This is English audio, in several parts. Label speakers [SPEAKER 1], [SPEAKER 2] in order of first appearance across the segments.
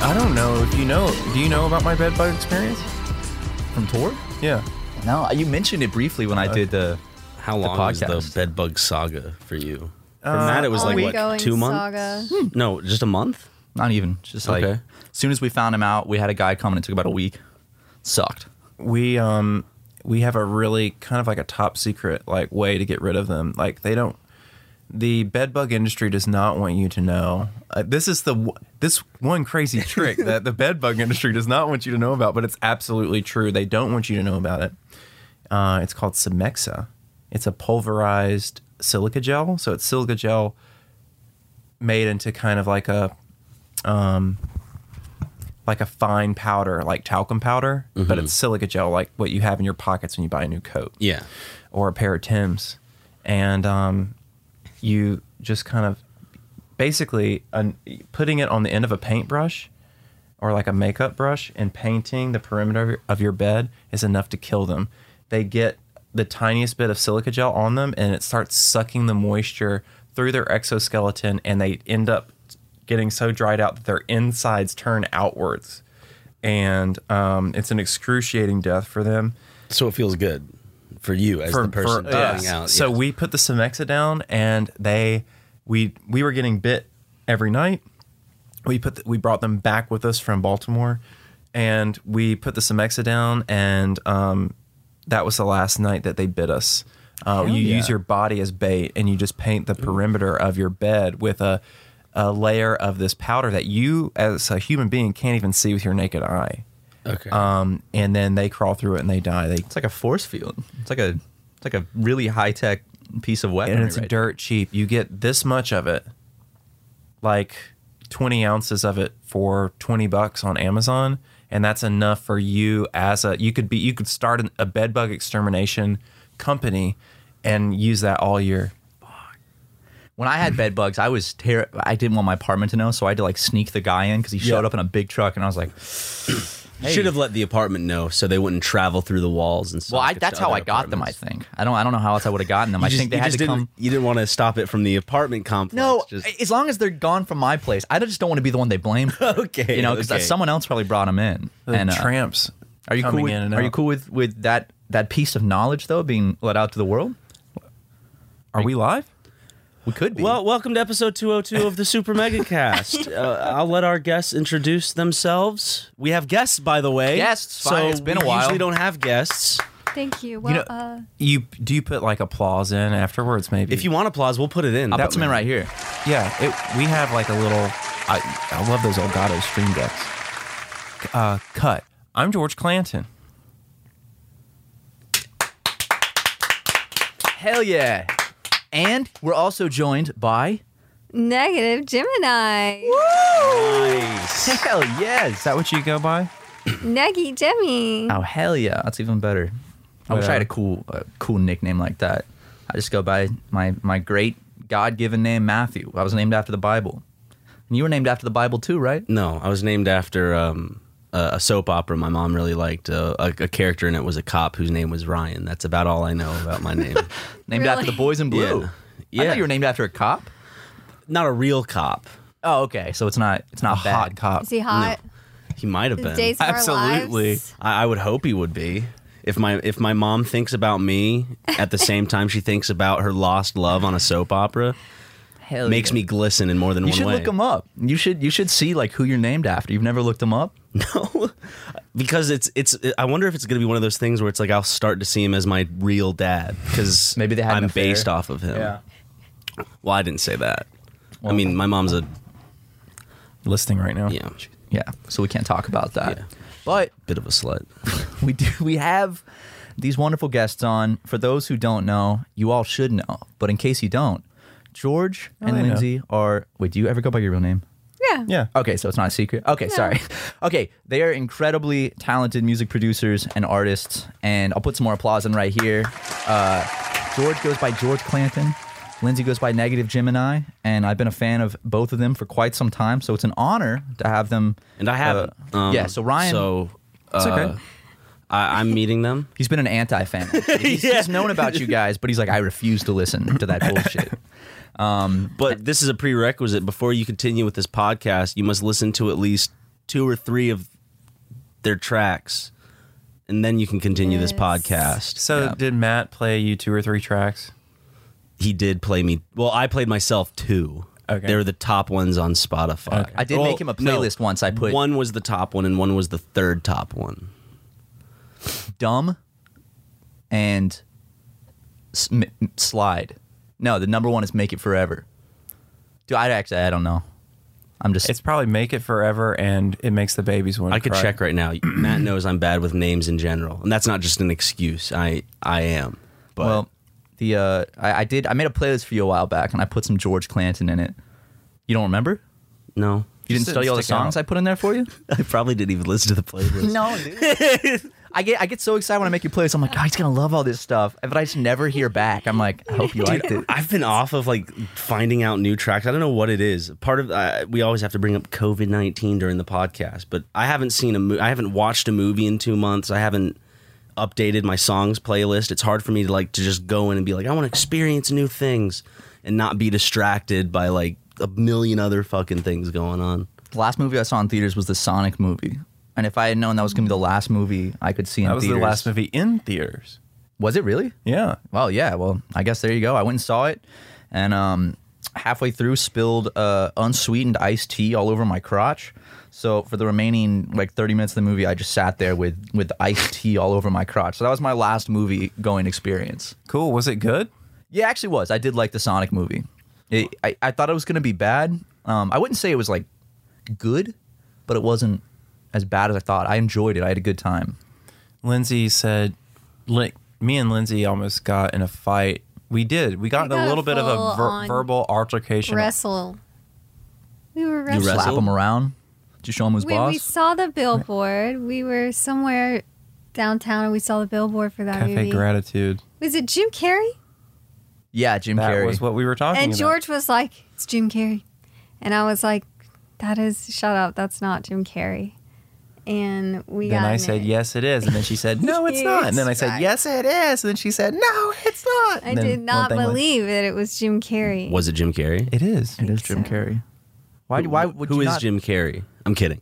[SPEAKER 1] I don't know if you know. Do you know about my bed bug experience?
[SPEAKER 2] From Tor?
[SPEAKER 1] Yeah.
[SPEAKER 2] No, you mentioned it briefly when I did the.
[SPEAKER 3] How long was the
[SPEAKER 2] podcast. Uh,
[SPEAKER 3] bed bug saga for you? For Matt, it was like what
[SPEAKER 4] Ongoing
[SPEAKER 3] two
[SPEAKER 4] saga.
[SPEAKER 3] months?
[SPEAKER 2] Hmm.
[SPEAKER 3] No, just a month.
[SPEAKER 2] Not even. Just like.
[SPEAKER 3] Okay.
[SPEAKER 2] As soon as we found him out, we had a guy come and it took about a week. Sucked.
[SPEAKER 1] We um we have a really kind of like a top secret like way to get rid of them. Like they don't the bed bug industry does not want you to know. Uh, this is the w- this one crazy trick that the bed bug industry does not want you to know about, but it's absolutely true. They don't want you to know about it. Uh, it's called Simexa. It's a pulverized silica gel. So it's silica gel made into kind of like a um, like a fine powder, like talcum powder, but it's silica gel, like what you have in your pockets when you buy a new coat
[SPEAKER 3] Yeah.
[SPEAKER 1] or a pair of Tim's. And um, you just kind of basically un- putting it on the end of a paintbrush or like a makeup brush and painting the perimeter of your, of your bed is enough to kill them. They get the tiniest bit of silica gel on them and it starts sucking the moisture through their exoskeleton and they end up getting so dried out that their insides turn outwards. And um, it's an excruciating death for them
[SPEAKER 3] So it feels good for you as the person dying
[SPEAKER 1] us.
[SPEAKER 3] out.
[SPEAKER 1] So
[SPEAKER 3] yeah.
[SPEAKER 1] we put the Cimexa down, and they we we were getting bit every night. We put the, we brought them back with us from Baltimore, and we put the Cimexa down, and um, that was the last night that they bit us. Uh, you use your body as bait, and you just paint
[SPEAKER 3] Mm.
[SPEAKER 1] the perimeter of your bed with a a layer of this powder that you, as a human being, can't even see with your naked eye.
[SPEAKER 3] okay.
[SPEAKER 1] Um, and then they crawl through it and they die. They
[SPEAKER 2] It's like a force field. It's like a it's like a really high tech piece of weaponry.
[SPEAKER 1] and it's
[SPEAKER 2] right?
[SPEAKER 1] dirt cheap. You get this much of it, like 20 ounces of it for 20 bucks on Amazon, and that's enough for you as a you could be you could start an, a bed bug extermination company and use that all year.
[SPEAKER 2] When I had bed bugs, I was ter- I didn't want my apartment to know, so I had to like sneak the guy in because he showed
[SPEAKER 1] Yeah.
[SPEAKER 2] up in a big truck, and I was like,
[SPEAKER 3] You Should have let the apartment know so they wouldn't travel through the walls and.
[SPEAKER 2] "Well, I,
[SPEAKER 3] sockets
[SPEAKER 2] that's
[SPEAKER 3] to
[SPEAKER 2] how
[SPEAKER 3] other
[SPEAKER 2] I got them. I
[SPEAKER 3] apartments.
[SPEAKER 2] think I don't I don't know how else I would have gotten them.
[SPEAKER 3] You
[SPEAKER 2] I
[SPEAKER 3] just-
[SPEAKER 2] think they
[SPEAKER 3] you
[SPEAKER 2] had
[SPEAKER 3] just
[SPEAKER 2] to
[SPEAKER 3] didn't,
[SPEAKER 2] come."
[SPEAKER 3] You didn't want to stop it from the apartment complex.
[SPEAKER 2] No,
[SPEAKER 3] just,
[SPEAKER 2] as long as they're gone from my place, I just don't want to be the one they blame. For, it,
[SPEAKER 3] Okay,
[SPEAKER 2] you know, because
[SPEAKER 3] okay.
[SPEAKER 2] someone else probably brought them in.
[SPEAKER 1] The
[SPEAKER 2] and uh,
[SPEAKER 1] tramps.
[SPEAKER 2] are you cool?
[SPEAKER 1] coming
[SPEAKER 2] With,
[SPEAKER 1] in and
[SPEAKER 2] are you
[SPEAKER 1] out.
[SPEAKER 2] cool with with that that piece of knowledge though being let out to the world?
[SPEAKER 1] Are we live?
[SPEAKER 2] We could be.
[SPEAKER 3] Well, welcome to episode 202 of the Super Mega Cast. uh, I'll let our guests introduce themselves. We have guests, by the way.
[SPEAKER 2] Guests,
[SPEAKER 3] So
[SPEAKER 2] fine. It's been a
[SPEAKER 3] we
[SPEAKER 2] while.
[SPEAKER 3] usually don't have guests.
[SPEAKER 4] Thank you. Well,
[SPEAKER 1] you know,
[SPEAKER 4] uh,
[SPEAKER 1] you do you put like applause in afterwards maybe?
[SPEAKER 3] If you want applause, we'll put it in.
[SPEAKER 2] I'll put them in right here.
[SPEAKER 1] Yeah, it, we have like a little. uh, I, I love those Elgato stream decks. Uh, cut. I'm George Clanton.
[SPEAKER 2] Hell yeah. And we're also joined by.
[SPEAKER 4] negative Gemini.
[SPEAKER 3] Nice.
[SPEAKER 2] Hell yes.
[SPEAKER 1] Is that what you go by?
[SPEAKER 4] Neggy Jimmy.
[SPEAKER 2] Oh, hell yeah. That's even better. I wish I had
[SPEAKER 1] Whatever.
[SPEAKER 2] a cool, uh, cool nickname like that. I just go by my my great God given name Matthew. I was named after the Bible, and you were named after the Bible too, right?
[SPEAKER 3] No, I was named after um, a a soap opera my mom really liked. Uh, a, a character in it was a cop whose name was Ryan. That's about all I know about my name.
[SPEAKER 2] Named after
[SPEAKER 4] Really?
[SPEAKER 2] the boys in blue.
[SPEAKER 3] Yeah.
[SPEAKER 2] I
[SPEAKER 3] Yeah.
[SPEAKER 2] thought you were named after a cop.
[SPEAKER 3] Not a real cop.
[SPEAKER 2] Oh, okay. So it's not it's not bad.
[SPEAKER 1] hot cop.
[SPEAKER 4] Is he hot?
[SPEAKER 3] He might have
[SPEAKER 4] Is
[SPEAKER 3] been.
[SPEAKER 4] Days of Our
[SPEAKER 1] Absolutely.
[SPEAKER 4] lives?
[SPEAKER 3] I, I would hope he would be. If my if my mom thinks about me at the same time she thinks about her lost love on a soap opera,
[SPEAKER 2] Hell
[SPEAKER 3] makes
[SPEAKER 2] yeah.
[SPEAKER 3] me glisten in more than
[SPEAKER 2] You
[SPEAKER 3] one
[SPEAKER 2] should
[SPEAKER 3] way.
[SPEAKER 2] look them up. You should you should see like who you're named after. You've never looked them up.
[SPEAKER 3] No, because it's it's. I wonder if it's going to be one of those things where it's like I'll start to see him as my real dad because
[SPEAKER 2] Maybe they had an
[SPEAKER 3] I'm
[SPEAKER 2] affair.
[SPEAKER 3] based off of him. Well, I didn't say that. I mean, my mom's a
[SPEAKER 1] Listening right now.
[SPEAKER 3] yeah,
[SPEAKER 2] Yeah. So we can't talk about that.
[SPEAKER 3] Yeah.
[SPEAKER 2] But
[SPEAKER 3] bit of a slut.
[SPEAKER 2] we do we have these wonderful guests on. For those who don't know, you all should know. But in case you don't, George and
[SPEAKER 1] I know.
[SPEAKER 2] Lindsay are wait, do you ever go by your real name?
[SPEAKER 4] Yeah.
[SPEAKER 1] Yeah.
[SPEAKER 2] Okay, so it's not a secret. Okay, sorry. Okay, they are incredibly talented music producers and artists, and I'll put some more applause in right here. Uh, George goes by George Clanton. Lindsay goes by Negative Gemini, and I've been a fan of both of them for quite some time. So it's an honor to have them.
[SPEAKER 3] And I haven't.
[SPEAKER 2] uh, yeah. So Ryan,
[SPEAKER 3] So
[SPEAKER 1] It's
[SPEAKER 3] uh,
[SPEAKER 1] okay.
[SPEAKER 3] I, I'm meeting them.
[SPEAKER 2] he's been an anti-fan. He's, he's known about you guys, but he's like, I refuse to listen to that bullshit.
[SPEAKER 3] But this is a prerequisite. Before you continue with this podcast, you must listen to at least two or three of their tracks, and then you can continue this
[SPEAKER 4] Yes.
[SPEAKER 3] podcast.
[SPEAKER 1] So did Matt play you two or three tracks?
[SPEAKER 3] he did play me. Well, I played myself too.
[SPEAKER 1] Okay.
[SPEAKER 3] They're the top ones on Spotify.
[SPEAKER 1] Okay.
[SPEAKER 2] I did
[SPEAKER 3] Well,
[SPEAKER 2] make him a
[SPEAKER 3] no.
[SPEAKER 2] playlist once. I put
[SPEAKER 3] one was the top one, and one was the third top one.
[SPEAKER 2] dumb and sm- slide. No, the number one is make it forever. Dude, I actually I don't know. I'm just
[SPEAKER 1] It's probably Make It Forever and It Makes the Babies One.
[SPEAKER 3] I could check right now. Matt knows I'm bad with names in general, and that's not just an excuse. I I am. But
[SPEAKER 2] well. The uh, I, I did I made a playlist for you a while back and I put some George Clanton in it. You don't remember? You
[SPEAKER 3] no,
[SPEAKER 1] Just
[SPEAKER 2] didn't study
[SPEAKER 1] didn't
[SPEAKER 2] all the
[SPEAKER 1] stick out.
[SPEAKER 2] songs I put in there for you?
[SPEAKER 3] I probably didn't even listen to the playlist.
[SPEAKER 2] no, dude. I get I get so excited when I make your playlist. I'm like, God, he's gonna love all this stuff, but I just never hear back. I'm like, I hope you liked it.
[SPEAKER 3] I've been off of like finding out new tracks. I don't know what it is. Part of uh, we always have to bring up COVID nineteen during the podcast, but I haven't seen a mo- I haven't watched a movie in two months. I haven't updated my songs playlist. It's hard for me to like to just go in and be like, I want to experience new things and not be distracted by like a million other fucking things going on.
[SPEAKER 2] The last movie I saw in theaters was the Sonic movie, and if I had known that was gonna be the last movie I could see in
[SPEAKER 1] That was
[SPEAKER 2] theaters,
[SPEAKER 1] the last movie in theaters.
[SPEAKER 2] Was it really?
[SPEAKER 1] Yeah.
[SPEAKER 2] Well, yeah. Well, I guess there you go. I went and saw it, and um, halfway through, spilled uh, unsweetened iced tea all over my crotch. So for the remaining like 30 minutes of the movie, I just sat there with with iced tea all over my crotch. So that was my last movie going experience.
[SPEAKER 1] Cool. Was it good?
[SPEAKER 2] Yeah, it actually was. I did like the Sonic movie. It, I I thought it was gonna be bad. Um, I wouldn't say it was like good, but it wasn't as bad as I thought. I enjoyed it. I had a good time.
[SPEAKER 1] Lindsay said, Lin- "Me and Lindsay almost got in a fight. We did. We got in a
[SPEAKER 4] got a
[SPEAKER 1] little bit of a ver-
[SPEAKER 4] full-on
[SPEAKER 1] verbal altercation.
[SPEAKER 4] Wrestle. We were wrestling.
[SPEAKER 3] wrestled?
[SPEAKER 2] Slap him around. Just show him who's
[SPEAKER 4] When
[SPEAKER 2] boss.
[SPEAKER 4] we saw the billboard, we were somewhere downtown and we saw the billboard for that
[SPEAKER 1] Cafe
[SPEAKER 4] movie.
[SPEAKER 1] gratitude.
[SPEAKER 4] was it Jim Carrey?
[SPEAKER 2] yeah, Jim
[SPEAKER 1] That
[SPEAKER 2] Carrey.
[SPEAKER 1] was what we were talking
[SPEAKER 4] And
[SPEAKER 1] about.
[SPEAKER 4] George was like, "It's Jim Carrey," and I was like, "That is shut up. That's not Jim Carrey." And we
[SPEAKER 1] Then
[SPEAKER 4] got
[SPEAKER 1] I
[SPEAKER 4] in
[SPEAKER 1] said,
[SPEAKER 4] it.
[SPEAKER 1] yes, it is. And then she said, no, it's not. And then I said,
[SPEAKER 4] Right.
[SPEAKER 1] yes, it is. And then she said, no, it's not.
[SPEAKER 4] I
[SPEAKER 1] And then
[SPEAKER 4] did
[SPEAKER 1] one
[SPEAKER 4] not
[SPEAKER 1] thing went-
[SPEAKER 4] believe that it was Jim Carrey.
[SPEAKER 3] Was it Jim Carrey?
[SPEAKER 1] It is.
[SPEAKER 2] It is Jim
[SPEAKER 4] so.
[SPEAKER 2] Carrey. Why? Why would
[SPEAKER 3] Who
[SPEAKER 2] you
[SPEAKER 3] is
[SPEAKER 2] not-
[SPEAKER 3] Jim Carrey? I'm kidding.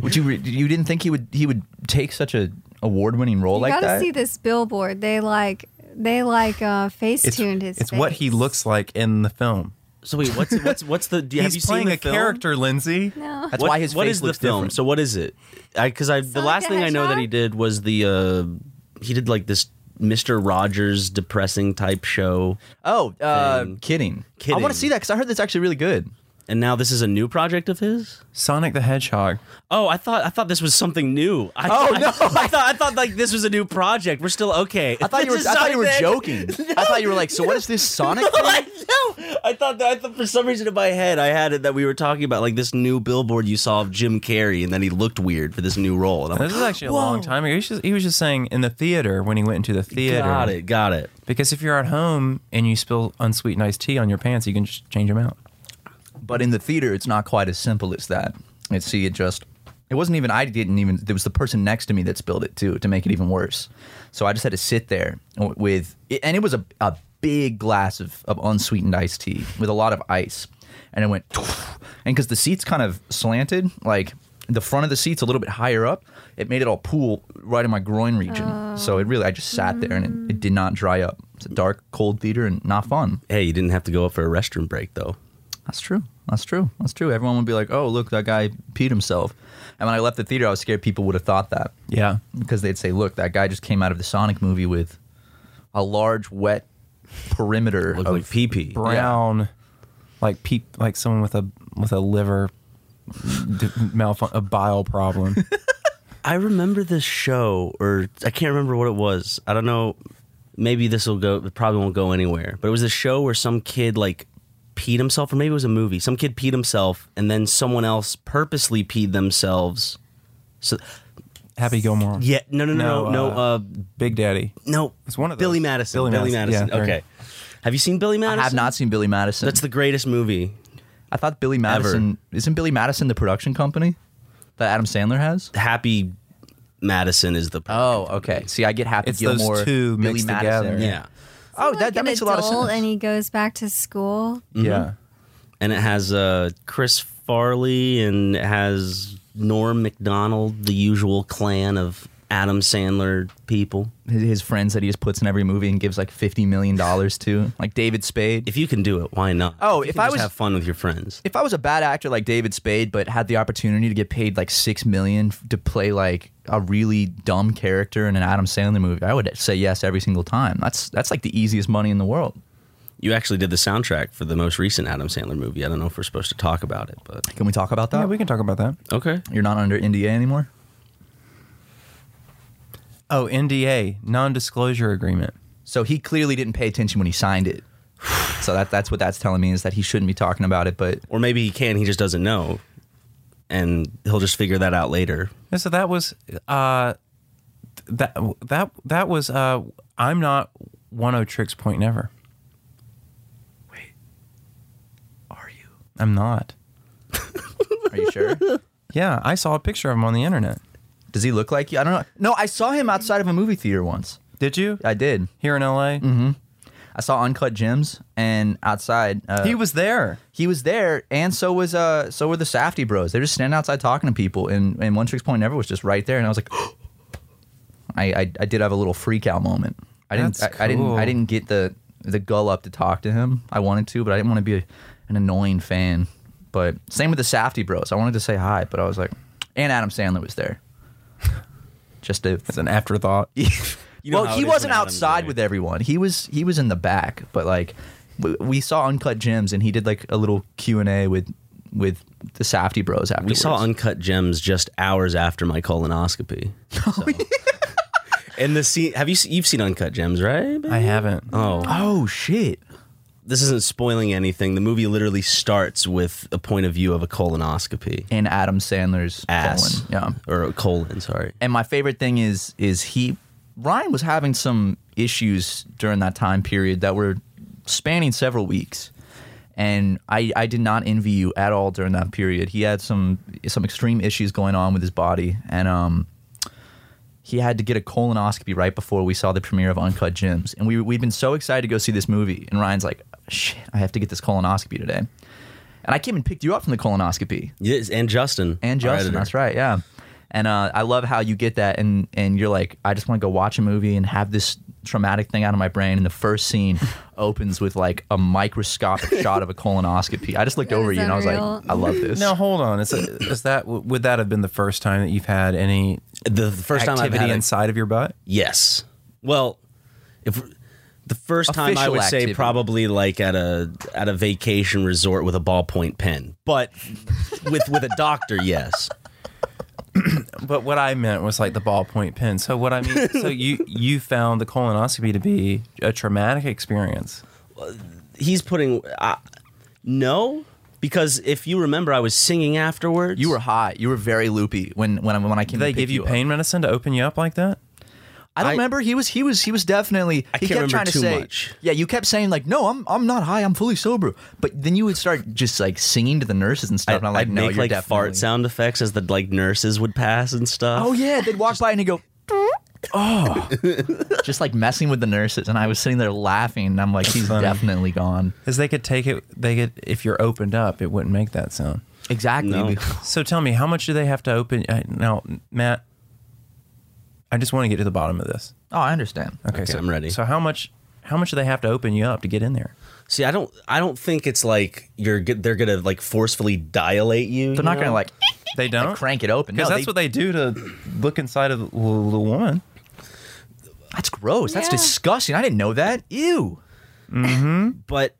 [SPEAKER 2] Would you? re- You didn't think he would? He would take such a award-winning role
[SPEAKER 4] you
[SPEAKER 2] like
[SPEAKER 4] gotta
[SPEAKER 2] that?
[SPEAKER 4] see this billboard. They like they like uh, face
[SPEAKER 1] It's,
[SPEAKER 4] tuned his.
[SPEAKER 1] it's what he
[SPEAKER 4] face.
[SPEAKER 1] looks like in the film.
[SPEAKER 3] so wait, what's what's what's the? Do, have
[SPEAKER 1] He's
[SPEAKER 3] you
[SPEAKER 1] playing
[SPEAKER 3] seen the
[SPEAKER 1] a
[SPEAKER 3] film?
[SPEAKER 1] character, Lindsay.
[SPEAKER 4] No.
[SPEAKER 2] That's
[SPEAKER 3] What-
[SPEAKER 2] why his
[SPEAKER 3] what
[SPEAKER 2] face
[SPEAKER 3] is
[SPEAKER 2] looks
[SPEAKER 3] the film?
[SPEAKER 2] different.
[SPEAKER 3] So what is it? I because I the
[SPEAKER 4] Sonic
[SPEAKER 3] last
[SPEAKER 4] the
[SPEAKER 3] thing I know that
[SPEAKER 4] Hedgehog?
[SPEAKER 3] he did was the uh he did like this Mister Rogers depressing type show.
[SPEAKER 2] oh, uh,
[SPEAKER 3] Thing.
[SPEAKER 2] kidding. I
[SPEAKER 3] Kidding.
[SPEAKER 2] want to see that because I heard that's actually really good.
[SPEAKER 3] And now this is a new project of his.
[SPEAKER 1] Sonic the Hedgehog.
[SPEAKER 3] Oh, I thought I thought this was something new. I, oh no, I, thought I thought like this was a new project. We're still okay.
[SPEAKER 2] I thought you were. I thought you were joking. I thought you were like, so what is this Sonic? thing?"
[SPEAKER 3] no, I thought that I thought for some reason in my head I had it that we were talking about like this new billboard you saw of Jim Carrey, and then he looked weird for this new role. And I'm
[SPEAKER 1] This is
[SPEAKER 3] like,
[SPEAKER 1] actually a long time ago. He was, just, he was just saying in the theater when he went into the theater.
[SPEAKER 3] got it, got it.
[SPEAKER 1] Because if you're at home and you spill unsweetened iced tea on your pants, you can just change them out.
[SPEAKER 2] But in the theater, it's not quite as simple as that. It's see, it just it wasn't even I didn't even there was the person next to me that spilled it too to make it even worse. So I just had to sit there w- with and it was a, a big glass of, of unsweetened iced tea with a lot of ice, and it went and because the seats kind of slanted like. The front of the seat's a little bit higher up. It made it all pool right in my groin region. So it really, I just sat there and it, it did not dry up. It's a dark, cold theater and not fun.
[SPEAKER 3] Hey, you didn't have to go up for a restroom break though.
[SPEAKER 2] That's true. That's true. That's true. Everyone would be like, "Oh, look, that guy peed himself." And when I left the theater, I was scared people would have thought that
[SPEAKER 1] Yeah.
[SPEAKER 2] because they'd say, "Look, that guy just came out of the Sonic movie with a large wet perimeter
[SPEAKER 3] Looked
[SPEAKER 2] of
[SPEAKER 3] like pee pee.
[SPEAKER 1] Brown, like peep, like someone with a with a liver d- malfun a bile problem.
[SPEAKER 3] I remember this show, or I can't remember what it was. I don't know. Maybe this will go. It probably won't go anywhere. But it was a show where some kid like peed himself, or maybe it was a movie. Some kid peed himself, and then someone else purposely peed themselves. So
[SPEAKER 1] Happy Gilmore.
[SPEAKER 3] yeah, no, no, no,
[SPEAKER 1] No,
[SPEAKER 3] no, no,
[SPEAKER 1] uh,
[SPEAKER 3] uh,
[SPEAKER 1] Big Daddy.
[SPEAKER 3] no.
[SPEAKER 1] It's one of
[SPEAKER 3] Billy
[SPEAKER 1] those.
[SPEAKER 3] Madison. Billy
[SPEAKER 1] Billy
[SPEAKER 3] Madison.
[SPEAKER 1] Madison, yeah,
[SPEAKER 3] okay.
[SPEAKER 1] very-
[SPEAKER 3] Have you seen Billy Madison?
[SPEAKER 2] I have not seen Billy Madison.
[SPEAKER 3] That's the greatest movie.
[SPEAKER 2] I thought Billy Madison isn't Billy Madison the production company that Adam Sandler has.
[SPEAKER 3] Happy Madison is the.
[SPEAKER 2] Oh, okay. See, I get Happy
[SPEAKER 1] It's those
[SPEAKER 2] Gilmore,
[SPEAKER 1] two
[SPEAKER 2] Billy
[SPEAKER 1] mixed
[SPEAKER 2] Madison.
[SPEAKER 1] together.
[SPEAKER 3] yeah,
[SPEAKER 2] Oh,
[SPEAKER 4] Like
[SPEAKER 2] that, that
[SPEAKER 4] an
[SPEAKER 2] makes a lot of
[SPEAKER 4] adult
[SPEAKER 2] sense.
[SPEAKER 4] And he goes back to school.
[SPEAKER 3] Mm-hmm.
[SPEAKER 1] Yeah.
[SPEAKER 3] and it has uh, Chris Farley and it has Norm Macdonald, the usual clan of Adam Sandler people.
[SPEAKER 2] his, his friends that he just puts in every movie and gives like fifty million dollars to, like David Spade.
[SPEAKER 3] If you can do it, why not?
[SPEAKER 2] Oh,
[SPEAKER 3] you
[SPEAKER 2] if
[SPEAKER 3] can
[SPEAKER 2] I
[SPEAKER 3] just
[SPEAKER 2] was-
[SPEAKER 3] have fun with your friends,
[SPEAKER 2] if I was a bad actor like David Spade, but had the opportunity to get paid like six million f- to play like a really dumb character in an Adam Sandler movie, I would say yes every single time. That's that's like the easiest money in the world.
[SPEAKER 3] you actually did the soundtrack for the most recent Adam Sandler movie. I don't know if we're supposed to talk about it, but
[SPEAKER 2] Can we talk about that?
[SPEAKER 1] Yeah, we can talk about that.
[SPEAKER 3] okay.
[SPEAKER 2] You're not under NDA anymore.
[SPEAKER 1] Oh, NDA, non-disclosure agreement.
[SPEAKER 2] So he clearly didn't pay attention when he signed it. So that that's what that's telling me is that he shouldn't be talking about it. But
[SPEAKER 3] Or maybe he can. He just doesn't know, and he'll just figure that out later.
[SPEAKER 1] Yeah, so that was uh, th- that that that was uh, I'm not one o tricks point never.
[SPEAKER 2] are you?
[SPEAKER 1] I'm not.
[SPEAKER 2] Are you sure?
[SPEAKER 1] Yeah, I saw a picture of him on the internet.
[SPEAKER 2] Does he look like you? I don't know. No, I saw him outside of a movie theater once.
[SPEAKER 1] Did you?
[SPEAKER 2] I did.
[SPEAKER 1] Here in LA,
[SPEAKER 2] I saw Uncut Gems and outside. Uh,
[SPEAKER 1] he was there.
[SPEAKER 2] he was there, and so was uh, so were the Safety Bros. They're just standing outside talking to people, and and One Tricks Point Never was just right there, and I was like, I, I I did have a little freak out moment. I didn't
[SPEAKER 1] That's
[SPEAKER 2] I, I didn't
[SPEAKER 1] cool.
[SPEAKER 2] I didn't get the the gull up to talk to him. I wanted to, but I didn't want to be a, an annoying fan. But same with the Safety Bros. I wanted to say hi, but I was like, and Adam Sandler was there. Just to
[SPEAKER 1] It's an afterthought.
[SPEAKER 3] know
[SPEAKER 2] well,
[SPEAKER 3] how
[SPEAKER 2] he
[SPEAKER 3] it is when
[SPEAKER 2] wasn't
[SPEAKER 3] Adam's
[SPEAKER 2] outside
[SPEAKER 3] there.
[SPEAKER 2] with everyone. He was he was in the back, but like we, we saw Uncut Gems, and he did like a little Q and A with with the Safety Bros. Afterwards,
[SPEAKER 3] We saw Uncut Gems just hours after my colonoscopy.
[SPEAKER 2] Oh,
[SPEAKER 3] So. and the scene, have you se- you've seen Uncut Gems, right? babe?
[SPEAKER 1] I haven't.
[SPEAKER 3] oh,
[SPEAKER 2] oh shit!
[SPEAKER 3] this isn't spoiling anything. The movie literally starts with a point of view of a colonoscopy.
[SPEAKER 2] And Adam Sandler's
[SPEAKER 3] Ass.
[SPEAKER 2] colon. yeah.
[SPEAKER 3] Or a colon, sorry.
[SPEAKER 2] And my favorite thing is is he Ryan was having some issues during that time period that were spanning several weeks. And I, I did not envy you at all during that period. He had some some extreme issues going on with his body and um he had to get a colonoscopy right before we saw the premiere of Uncut Gems. And we we've been so excited to go see this movie and Ryan's like, "Shit, I have to get this colonoscopy today." And I came and picked you up from the colonoscopy
[SPEAKER 3] Yes, and Justin.
[SPEAKER 2] and
[SPEAKER 3] our
[SPEAKER 2] Justin.
[SPEAKER 3] editor.
[SPEAKER 2] That's right. Yeah. And uh, I love how you get that, and and you're like, I just want to go watch a movie and have this traumatic thing out of my brain. And the first scene opens with like a microscopic shot of a colonoscopy. I just looked
[SPEAKER 4] That
[SPEAKER 2] over
[SPEAKER 4] is
[SPEAKER 2] you and I was
[SPEAKER 4] unreal.
[SPEAKER 2] like, I love this.
[SPEAKER 1] Now hold on. Is, is that would that have been the first time that you've had any
[SPEAKER 3] The, the first time I've
[SPEAKER 1] activity
[SPEAKER 3] had a-
[SPEAKER 1] inside of your butt?
[SPEAKER 3] Yes. Well, if the first time I
[SPEAKER 2] Official
[SPEAKER 3] would say
[SPEAKER 2] activity.
[SPEAKER 3] probably like at a at a vacation resort with a ballpoint pen, but with with a doctor, yes.
[SPEAKER 1] But what I meant was like the ballpoint pen. So what I mean, so you you found the colonoscopy to be a traumatic experience.
[SPEAKER 3] He's putting uh, no because if you remember, I was singing afterwards.
[SPEAKER 2] You were hot. You were very loopy when when, when I
[SPEAKER 1] Did
[SPEAKER 2] came. to
[SPEAKER 1] they
[SPEAKER 2] pick
[SPEAKER 1] give you
[SPEAKER 2] up.
[SPEAKER 1] pain medicine to open you up like that?
[SPEAKER 2] I don't
[SPEAKER 3] I-
[SPEAKER 2] remember. He was he was he was definitely.
[SPEAKER 3] I
[SPEAKER 2] he
[SPEAKER 3] can't
[SPEAKER 2] kept
[SPEAKER 3] remember
[SPEAKER 2] trying to
[SPEAKER 3] too
[SPEAKER 2] say,
[SPEAKER 3] much.
[SPEAKER 2] Yeah, you kept saying like, no, I'm I'm not high. I'm fully sober. But then you would start just like singing to the nurses and stuff.
[SPEAKER 3] I,
[SPEAKER 2] and I'm like,
[SPEAKER 3] I'd
[SPEAKER 2] no,
[SPEAKER 3] make
[SPEAKER 2] you're
[SPEAKER 3] like
[SPEAKER 2] definitely-
[SPEAKER 3] fart sound effects as the like nurses would pass and stuff.
[SPEAKER 2] Oh yeah, they'd walk by and he'd go, oh, just like messing with the nurses. And I was sitting there laughing, and I'm like, he's
[SPEAKER 1] funny.
[SPEAKER 2] definitely gone.
[SPEAKER 1] Because they could take it. They could if you're opened up, it wouldn't make that sound.
[SPEAKER 2] Exactly.
[SPEAKER 3] No.
[SPEAKER 1] So tell me, how much do they have to open? Uh, now, Matt, I just want to get to the bottom of this.
[SPEAKER 2] Oh, I understand.
[SPEAKER 1] Okay,
[SPEAKER 3] Okay,
[SPEAKER 1] so
[SPEAKER 3] I'm ready.
[SPEAKER 1] So how much? How much do they have to open you up to get in there?
[SPEAKER 3] See, I don't, I don't think it's like you're. go- They're gonna like forcefully dilate you.
[SPEAKER 2] They're not gonna like
[SPEAKER 1] They don't
[SPEAKER 2] crank it open. No,
[SPEAKER 1] because that's
[SPEAKER 2] they-
[SPEAKER 1] what they do to look inside of the, the woman.
[SPEAKER 2] That's gross. That's
[SPEAKER 4] Yeah.
[SPEAKER 2] disgusting. I didn't know that. Ew.
[SPEAKER 3] But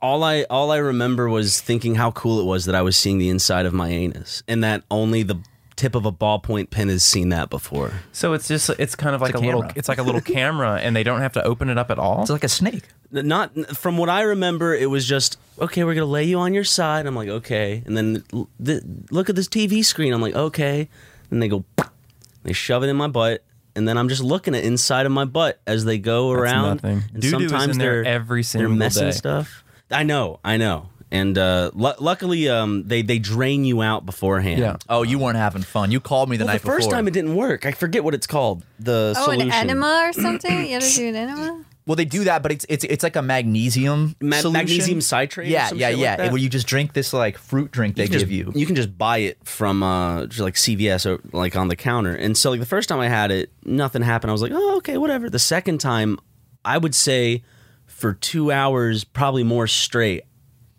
[SPEAKER 3] all I, all I remember was thinking how cool it was that I was seeing the inside of my anus, and that only the tip of a ballpoint pen has seen that before.
[SPEAKER 1] So it's just it's kind of like
[SPEAKER 2] a
[SPEAKER 1] a, little
[SPEAKER 2] camera.
[SPEAKER 1] it's like a little camera, and they don't have to open it up at all.
[SPEAKER 2] It's like a snake.
[SPEAKER 3] N- Not from what I remember, it was just okay. We're gonna lay you on your side. I'm like okay, and then l- th- look at this TV screen. I'm like okay, and they go, they shove it in my butt. And then I'm just looking at inside of my butt as they go around.
[SPEAKER 1] nothing.
[SPEAKER 3] And
[SPEAKER 1] Doo-doo is
[SPEAKER 3] sometimes
[SPEAKER 1] in there
[SPEAKER 3] they're
[SPEAKER 1] every single
[SPEAKER 3] they're messing
[SPEAKER 1] day.
[SPEAKER 3] stuff. I know, I know. And uh, lu luckily, um, they they drain you out beforehand.
[SPEAKER 1] Yeah.
[SPEAKER 2] Oh, you weren't having fun. You called me the
[SPEAKER 3] Well, the
[SPEAKER 2] night
[SPEAKER 3] first
[SPEAKER 2] before.
[SPEAKER 3] time it didn't work. I forget what it's called. The
[SPEAKER 4] Oh,
[SPEAKER 3] solution.
[SPEAKER 4] an enema or something? You had to do an enema?
[SPEAKER 2] well, they do that, but it's it's it's like a magnesium
[SPEAKER 3] Ma-
[SPEAKER 2] solution.
[SPEAKER 3] magnesium citrate or
[SPEAKER 2] Yeah,
[SPEAKER 3] some
[SPEAKER 2] yeah,
[SPEAKER 3] shit like
[SPEAKER 2] yeah.
[SPEAKER 3] that?
[SPEAKER 2] Where you just drink this like fruit drink they
[SPEAKER 3] can
[SPEAKER 2] give you.
[SPEAKER 3] just, can just buy it from uh just like CVS or like on the counter. And so like the first time I had it, nothing happened. I was like, oh okay, whatever. The second time, I would say for two hours, probably more straight,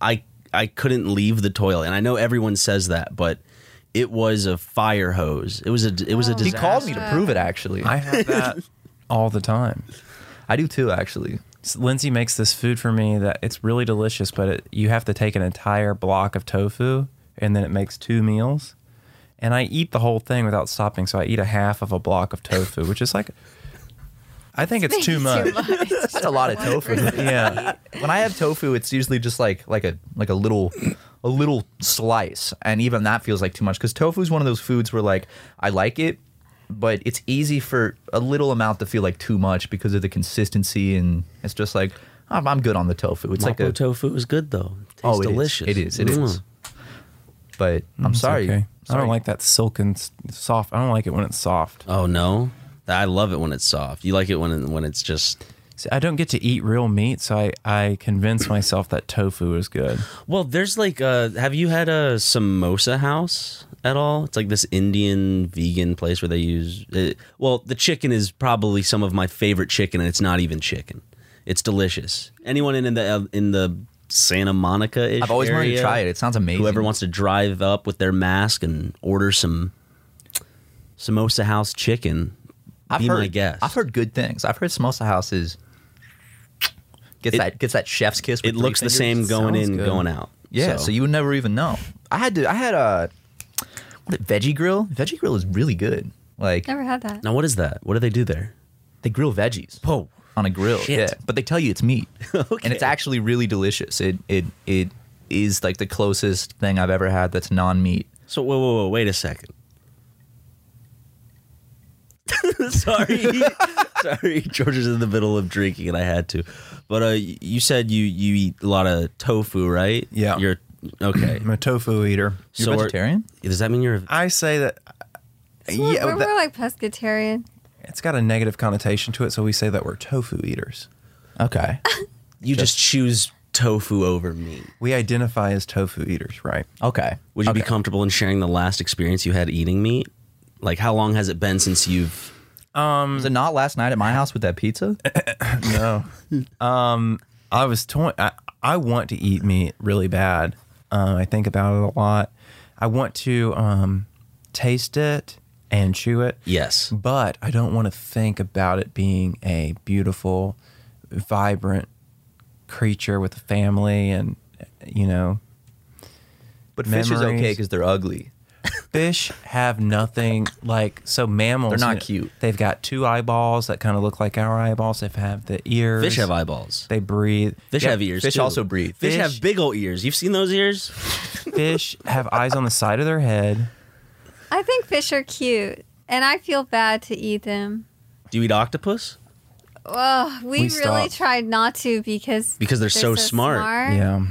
[SPEAKER 3] I I couldn't leave the toilet. And I know everyone says that, but it was a fire hose. It was a it was a
[SPEAKER 2] He
[SPEAKER 3] disaster.
[SPEAKER 2] called me to prove it. Actually,
[SPEAKER 1] I have that all the time.
[SPEAKER 2] I do too. Actually,
[SPEAKER 1] S- Lindsay makes this food for me that it's really delicious, but it, you have to take an entire block of tofu and then it makes two meals. And I eat the whole thing without stopping. So I eat a half of a block of tofu, which is like, I think it's too much.
[SPEAKER 2] that's a lot of tofu.
[SPEAKER 1] Yeah.
[SPEAKER 2] when I have tofu, it's usually just like like a like a little a little slice, and even that feels like too much because tofu is one of those foods where like I like it, but it's easy for a little amount to feel like too much because of the consistency, and it's just like I'm, I'm good on the tofu. It's
[SPEAKER 3] Mapo
[SPEAKER 2] like a
[SPEAKER 3] tofu is good though. It tastes
[SPEAKER 2] oh, it is.
[SPEAKER 3] delicious.
[SPEAKER 2] It is. It is.
[SPEAKER 3] Mm.
[SPEAKER 2] But I'm sorry.
[SPEAKER 1] Mm, Okay. I
[SPEAKER 2] Sorry.
[SPEAKER 1] don't like that silken s- soft. I don't like it when it's soft.
[SPEAKER 3] Oh no. I love it when it's soft. You like it when it, when it's just
[SPEAKER 1] See, I don't get to eat real meat. So I, I convince myself that tofu is good.
[SPEAKER 3] Well, there's like, uh, have you had a samosa house at all? It's like this Indian vegan place where they use. It, well, the chicken is probably some of my favorite chicken, and it's not even chicken. It's delicious. Anyone in the uh, in the Santa Monica?
[SPEAKER 2] I've always wanted to try it. It sounds amazing.
[SPEAKER 3] Whoever wants to drive up with their mask and order some samosa house chicken,
[SPEAKER 2] I've
[SPEAKER 3] be
[SPEAKER 2] heard,
[SPEAKER 3] my guest.
[SPEAKER 2] I've heard good things. I've heard Samosa House is gets that gets that chef's kiss. With
[SPEAKER 3] it
[SPEAKER 2] three
[SPEAKER 3] looks the
[SPEAKER 2] fingers.
[SPEAKER 3] same going
[SPEAKER 1] Sounds
[SPEAKER 3] in,
[SPEAKER 1] good.
[SPEAKER 3] going out.
[SPEAKER 2] Yeah, so. you would never even know. I had to. I had a what a veggie grill. Veggie grill is really good. Like
[SPEAKER 4] Never had that.
[SPEAKER 3] now what is that? What do they do there?
[SPEAKER 2] they grill veggies. Oh, on a grill.
[SPEAKER 3] shit.
[SPEAKER 2] Yeah, but they tell you it's meat, and it's
[SPEAKER 3] Okay.
[SPEAKER 2] actually really delicious. It it it is like the closest thing I've ever had that's non meat.
[SPEAKER 3] So whoa, whoa, whoa! Wait a second. sorry, sorry. George is in the middle of drinking, and I had to. But uh, you said you you eat a lot of tofu, right?
[SPEAKER 1] Yeah.
[SPEAKER 3] You're okay.
[SPEAKER 1] I'm a tofu eater.
[SPEAKER 2] You're
[SPEAKER 3] are-
[SPEAKER 2] vegetarian?
[SPEAKER 3] does that mean you're?
[SPEAKER 1] I say that.
[SPEAKER 4] Well,
[SPEAKER 1] yeah, oh,
[SPEAKER 4] we're,
[SPEAKER 1] that-
[SPEAKER 4] we're like pescatarian.
[SPEAKER 1] it's got a negative connotation to it, so we say that we're tofu eaters.
[SPEAKER 2] Okay.
[SPEAKER 3] You just, choose tofu over meat.
[SPEAKER 1] We identify as tofu eaters, right?
[SPEAKER 2] Okay.
[SPEAKER 3] Would you be
[SPEAKER 2] Okay.
[SPEAKER 3] comfortable in sharing the last experience you had eating meat? Like, how long has it been since you've?
[SPEAKER 2] Was it not last night at my house with that pizza?
[SPEAKER 1] I was torn. I, I want to eat meat really bad. Uh, I think about it a lot. I want to um, taste it and chew it.
[SPEAKER 3] Yes.
[SPEAKER 1] But I don't want to think about it being a beautiful, vibrant creature with a family and you know
[SPEAKER 2] But fish is okay
[SPEAKER 1] Memories.
[SPEAKER 2] because they're ugly.
[SPEAKER 1] fish have nothing like so mammals
[SPEAKER 2] They're not
[SPEAKER 1] you know,
[SPEAKER 2] cute.
[SPEAKER 1] they've got two eyeballs that kind of look like our eyeballs they have the ears
[SPEAKER 3] Fish have eyeballs.
[SPEAKER 1] they breathe
[SPEAKER 3] Fish
[SPEAKER 1] Yeah,
[SPEAKER 3] have ears.
[SPEAKER 2] fish
[SPEAKER 3] too.
[SPEAKER 2] also breathe.
[SPEAKER 3] Fish,
[SPEAKER 1] Fish-
[SPEAKER 3] have big old ears. You've seen those ears?
[SPEAKER 1] fish have eyes on the side of their head
[SPEAKER 4] I think fish are cute, and I feel bad to eat them.
[SPEAKER 3] Do you eat octopus?
[SPEAKER 4] Oh, we,
[SPEAKER 1] We
[SPEAKER 4] really
[SPEAKER 1] stopped.
[SPEAKER 4] tried not to because
[SPEAKER 3] Because they're so smart.
[SPEAKER 1] yeah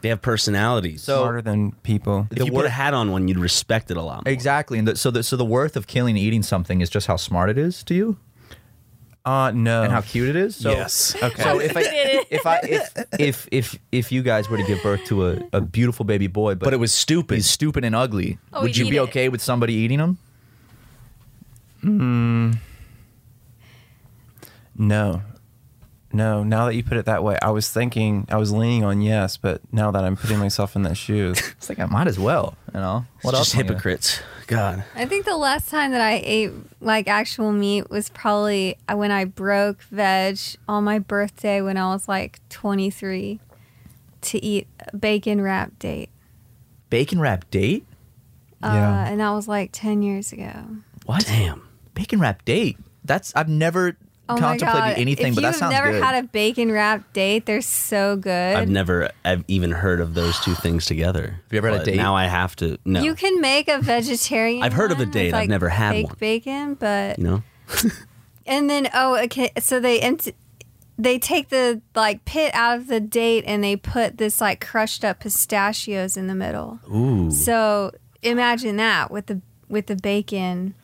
[SPEAKER 3] They have personalities.
[SPEAKER 2] So-
[SPEAKER 1] smarter than people
[SPEAKER 3] if
[SPEAKER 2] the
[SPEAKER 3] you
[SPEAKER 2] wor-
[SPEAKER 3] put a hat on one, you'd respect it a lot. More.
[SPEAKER 2] Exactly. And the, so the so the worth of killing and eating something is just how smart it is to you
[SPEAKER 1] uh no
[SPEAKER 2] and how cute it is. So,
[SPEAKER 1] yes okay
[SPEAKER 2] So if I if I if if if if you guys were to give birth to a, a beautiful baby boy, but,
[SPEAKER 3] But it was stupid.
[SPEAKER 2] he's stupid and ugly,
[SPEAKER 5] Oh,
[SPEAKER 2] would
[SPEAKER 5] we'd
[SPEAKER 2] you
[SPEAKER 5] eat
[SPEAKER 2] be
[SPEAKER 5] it.
[SPEAKER 2] okay with somebody eating him?
[SPEAKER 1] No. No, now that you put it that way, I was thinking, I was leaning on yes, but now that I'm putting myself in that shoe,
[SPEAKER 2] It's like I might as well. You know
[SPEAKER 3] What just
[SPEAKER 2] am I gonna-
[SPEAKER 3] hypocrites. God.
[SPEAKER 4] I think the last time that I ate like actual meat was probably uh, when I broke veg on my birthday when I was like 23 to eat a bacon wrap date.
[SPEAKER 2] Bacon wrap date.
[SPEAKER 1] Yeah.
[SPEAKER 4] Uh, and that was like 10 years ago.
[SPEAKER 2] What?
[SPEAKER 3] Damn.
[SPEAKER 2] Bacon wrap date. That's I've never
[SPEAKER 4] Oh my
[SPEAKER 2] contemplated
[SPEAKER 4] God.
[SPEAKER 2] anything,
[SPEAKER 4] if
[SPEAKER 2] but that
[SPEAKER 4] you've
[SPEAKER 2] sounds
[SPEAKER 4] never
[SPEAKER 2] good.
[SPEAKER 4] had a bacon wrap date, they're so good.
[SPEAKER 3] I've never I've even heard of those two things together. Have
[SPEAKER 2] you ever had a date?
[SPEAKER 3] Now I have to. No.
[SPEAKER 4] You
[SPEAKER 3] You,
[SPEAKER 4] can make a vegetarian.
[SPEAKER 3] I've heard of a
[SPEAKER 4] one with,
[SPEAKER 3] date, I've
[SPEAKER 4] like,
[SPEAKER 3] never had
[SPEAKER 4] baked
[SPEAKER 3] one.
[SPEAKER 4] Bacon, but
[SPEAKER 3] know?
[SPEAKER 4] and then oh okay, so they empty, they take the like pit out of the date and they put this like crushed up pistachios in the middle.
[SPEAKER 3] Ooh.
[SPEAKER 4] So imagine that with the with the bacon.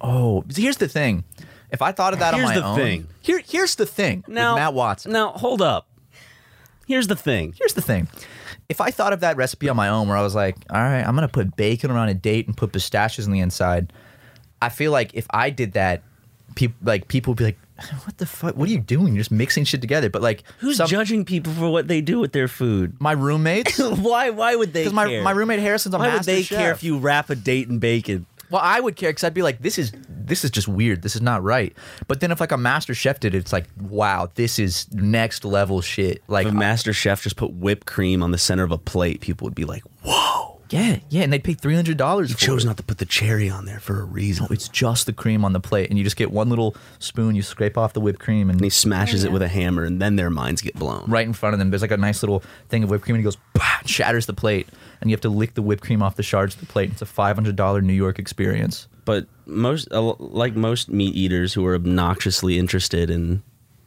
[SPEAKER 2] Oh, here's the thing. If I thought of that
[SPEAKER 3] Here's
[SPEAKER 2] on my
[SPEAKER 3] the
[SPEAKER 2] own,
[SPEAKER 3] thing.
[SPEAKER 2] here here's the thing. with
[SPEAKER 3] Now-
[SPEAKER 2] Matt Watson.
[SPEAKER 3] Now, hold up. Here's the thing.
[SPEAKER 2] Here's the thing. If I thought of that recipe on my own, where I was like, all right, I'm gonna put bacon around a date and put pistachios on the inside, I feel like if I did that, people like people would be like, what the fuck? What are you doing? You're just mixing shit together. But like,
[SPEAKER 3] Who's
[SPEAKER 2] some-
[SPEAKER 3] judging people for what they do with their food?
[SPEAKER 2] my roommates?
[SPEAKER 3] why? Why would they?
[SPEAKER 2] Because my,
[SPEAKER 3] care?
[SPEAKER 2] my roommate Harrison's a
[SPEAKER 3] Why would
[SPEAKER 2] master
[SPEAKER 3] they
[SPEAKER 2] chef.
[SPEAKER 3] care if you wrap a date in bacon?
[SPEAKER 2] Well, I would care because I'd be like, this is this is just weird. This is not right. But then if like a master chef did it, it's like, wow, this is next level shit. Like,
[SPEAKER 3] If a master chef just put whipped cream on the center of a plate, people would be like, "Whoa!"
[SPEAKER 2] yeah, yeah, and they'd pay three hundred dollars.
[SPEAKER 3] You chose not to put the cherry on there for a reason.
[SPEAKER 2] It's just the cream on the plate, and you just get one little spoon. You scrape off the whipped cream, and
[SPEAKER 3] And he smashes it with a hammer, and then their minds get blown.
[SPEAKER 2] right in front of them, there's like a nice little thing of whipped cream, and he goes, bah, and shatters the plate, and you have to lick the whipped cream off the shards of the plate. It's a five hundred dollar New York experience.
[SPEAKER 3] But most, uh, like most meat eaters who are obnoxiously interested in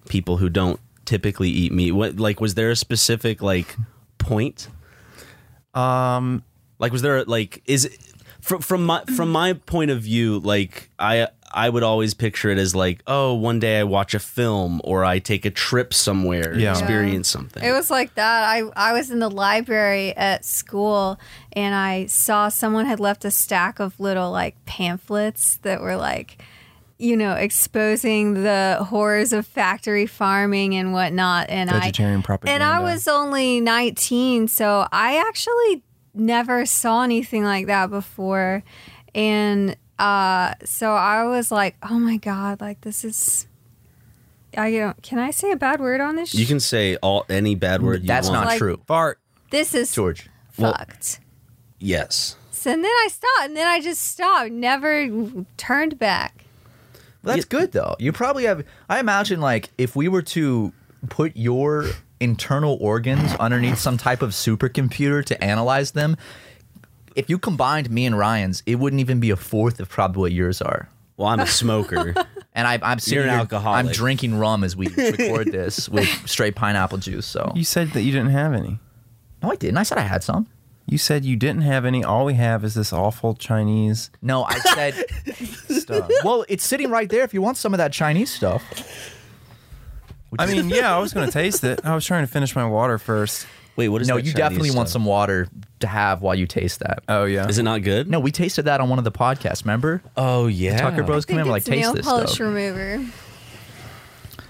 [SPEAKER 3] people who don't typically eat meat, what like was there a specific like point?
[SPEAKER 1] um,
[SPEAKER 3] Like, was there like is it, from from my from my point of view, like I I would always picture it as like, oh, one day I watch a film or I take a trip somewhere, and
[SPEAKER 1] Yeah.
[SPEAKER 3] experience something.
[SPEAKER 4] It was like that. I, I was in the library at school and I saw someone had left a stack of little like pamphlets that were like, you know, exposing the horrors of factory farming and whatnot. And
[SPEAKER 1] Vegetarian
[SPEAKER 4] I,
[SPEAKER 1] propaganda.
[SPEAKER 4] And I was only 19, so I actually never saw anything like that before. And uh, so I was like, oh my God, like this is. I don't. Can I say a bad word on this?
[SPEAKER 3] you can say all any bad word. You
[SPEAKER 2] That's
[SPEAKER 3] want.
[SPEAKER 2] not
[SPEAKER 4] Like-
[SPEAKER 2] true,
[SPEAKER 1] fart.
[SPEAKER 4] this is
[SPEAKER 2] George.
[SPEAKER 3] Well-
[SPEAKER 4] fucked.
[SPEAKER 3] yes.
[SPEAKER 4] so and then I stopped, and then I just stopped, never turned back.
[SPEAKER 2] Well, that's good though. You probably have. I imagine like if we were to put your internal organs underneath some type of supercomputer to analyze them, if you combined me and Ryan's, it wouldn't even be a fourth of probably what yours are.
[SPEAKER 3] Well, I'm a smoker.
[SPEAKER 2] And I, I'm sitting
[SPEAKER 3] You're an
[SPEAKER 2] here-
[SPEAKER 3] alcoholic.
[SPEAKER 2] I'm drinking rum as we record this with straight pineapple juice. So
[SPEAKER 1] You said that you didn't have any.
[SPEAKER 2] no, I didn't. I said I had some.
[SPEAKER 1] You said you didn't have any. All we have is this awful Chinese
[SPEAKER 2] No, I said.
[SPEAKER 1] stuff.
[SPEAKER 2] well, it's sitting right there. If you want some of that Chinese stuff,
[SPEAKER 1] I mean, yeah, I was going to taste it. I was trying to finish my water first.
[SPEAKER 3] Wait, what is
[SPEAKER 2] no,
[SPEAKER 3] that
[SPEAKER 2] you
[SPEAKER 3] Chinese
[SPEAKER 2] definitely want
[SPEAKER 3] stuff?
[SPEAKER 2] some water to have while you taste that.
[SPEAKER 1] Oh, yeah.
[SPEAKER 3] Is it not good?
[SPEAKER 2] No, we tasted that on one of the podcasts. Remember,
[SPEAKER 3] Oh yeah.
[SPEAKER 2] Tucker Bros
[SPEAKER 4] I
[SPEAKER 2] came in and
[SPEAKER 4] think
[SPEAKER 2] were like,
[SPEAKER 4] it's
[SPEAKER 2] taste
[SPEAKER 4] nail
[SPEAKER 2] this
[SPEAKER 4] polish
[SPEAKER 2] stuff.
[SPEAKER 4] remover.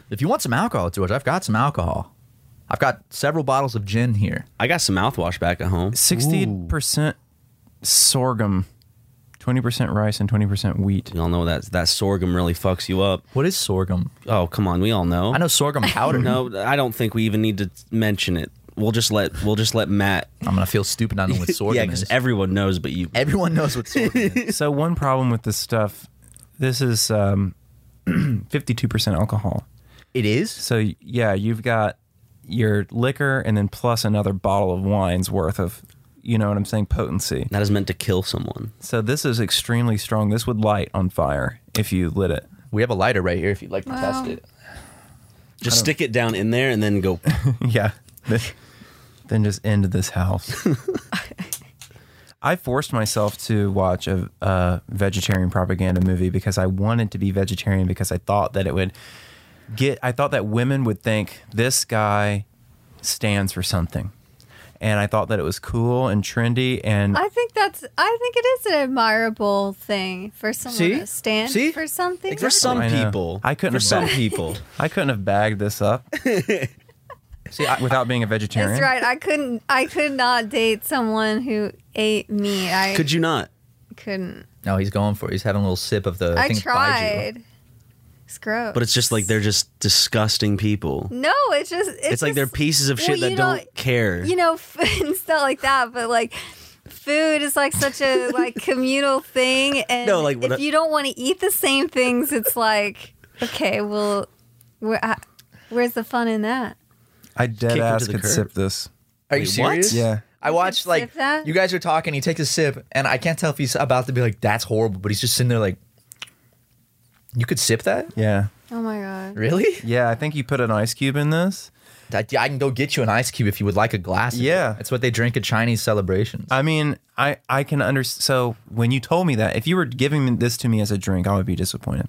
[SPEAKER 2] If you want some alcohol, George, I've got some alcohol. I've got several bottles of gin here.
[SPEAKER 3] I got some mouthwash back at home.
[SPEAKER 1] 60% sorghum twenty percent rice and twenty percent wheat.
[SPEAKER 3] We all know that that sorghum really fucks you up.
[SPEAKER 2] What is sorghum?
[SPEAKER 3] Oh, come on, we all know.
[SPEAKER 2] I know sorghum powder.
[SPEAKER 3] No, I don't think we even need to mention it. We'll just let we'll just let Matt.
[SPEAKER 2] I'm gonna feel stupid not knowing what sorghum
[SPEAKER 3] yeah,
[SPEAKER 2] is.
[SPEAKER 3] because everyone knows, but you.
[SPEAKER 2] Everyone knows what sorghum is.
[SPEAKER 1] So one problem with this stuff, this is um, fifty-two percent alcohol.
[SPEAKER 2] It is.
[SPEAKER 1] So yeah, you've got your liquor and then plus another bottle of wine's worth of, you know what I'm saying, potency.
[SPEAKER 3] That is meant to kill someone.
[SPEAKER 1] So this is extremely strong. This would light on fire if you lit it.
[SPEAKER 2] We have a lighter right here if you'd like to test
[SPEAKER 4] Wow.
[SPEAKER 2] it.
[SPEAKER 3] Just stick it down in there and then go.
[SPEAKER 1] yeah. then just end this house. I forced myself to watch a, a vegetarian propaganda movie because I wanted to be vegetarian because I thought that it would get, I thought that women would think this guy stands for something. And I thought that it was cool and trendy. And
[SPEAKER 4] I think that's. I think it is an admirable thing for someone
[SPEAKER 3] See?
[SPEAKER 4] to stand
[SPEAKER 3] See?
[SPEAKER 4] for something.
[SPEAKER 3] For some
[SPEAKER 1] I know.
[SPEAKER 3] people,
[SPEAKER 1] I couldn't
[SPEAKER 3] For
[SPEAKER 1] have
[SPEAKER 3] some
[SPEAKER 1] bet.
[SPEAKER 3] people,
[SPEAKER 1] I couldn't have bagged this up
[SPEAKER 2] See, I,
[SPEAKER 1] without being a vegetarian.
[SPEAKER 4] That's right. I couldn't. I could not date someone who ate meat. I
[SPEAKER 3] could you not?
[SPEAKER 4] couldn't.
[SPEAKER 2] no, he's going for it. He's having a little sip of the.
[SPEAKER 4] I,
[SPEAKER 2] think it's baijiu.
[SPEAKER 4] tried. It's gross.
[SPEAKER 3] But it's just like they're just disgusting people.
[SPEAKER 4] no. It's just. It's,
[SPEAKER 3] It's, like they're
[SPEAKER 4] just-
[SPEAKER 3] pieces of
[SPEAKER 4] well,
[SPEAKER 3] shit that
[SPEAKER 4] you know-
[SPEAKER 3] don't care.
[SPEAKER 4] you know, f- it's not like that, but like food is like such a like communal thing, and
[SPEAKER 3] No, like,
[SPEAKER 4] if
[SPEAKER 3] what I-
[SPEAKER 4] you don't want to eat the same things, it's like okay, well, where, I, where's the fun in that?
[SPEAKER 1] I dead
[SPEAKER 3] Kick him
[SPEAKER 1] ass
[SPEAKER 3] to the
[SPEAKER 1] could
[SPEAKER 3] curb.
[SPEAKER 1] sip this.
[SPEAKER 2] Are you
[SPEAKER 3] Wait,
[SPEAKER 2] serious?
[SPEAKER 3] what?
[SPEAKER 1] Yeah.
[SPEAKER 2] I watched
[SPEAKER 4] sip
[SPEAKER 2] like
[SPEAKER 4] that?
[SPEAKER 2] you guys are talking. He takes a sip, and I can't tell if he's about to be like, "That's horrible," but he's just sitting there like, "You could sip that,
[SPEAKER 1] Yeah.
[SPEAKER 4] Oh my god,
[SPEAKER 2] really?
[SPEAKER 1] Yeah. I think you put an ice cube in this.
[SPEAKER 2] I, I can go get you an ice cube if you would like a glass." of it."
[SPEAKER 1] Yeah.
[SPEAKER 2] that's what they drink at Chinese celebrations.
[SPEAKER 1] I mean, I I can understand. So when you told me that, if you were giving me- this to me as a drink, I would be disappointed.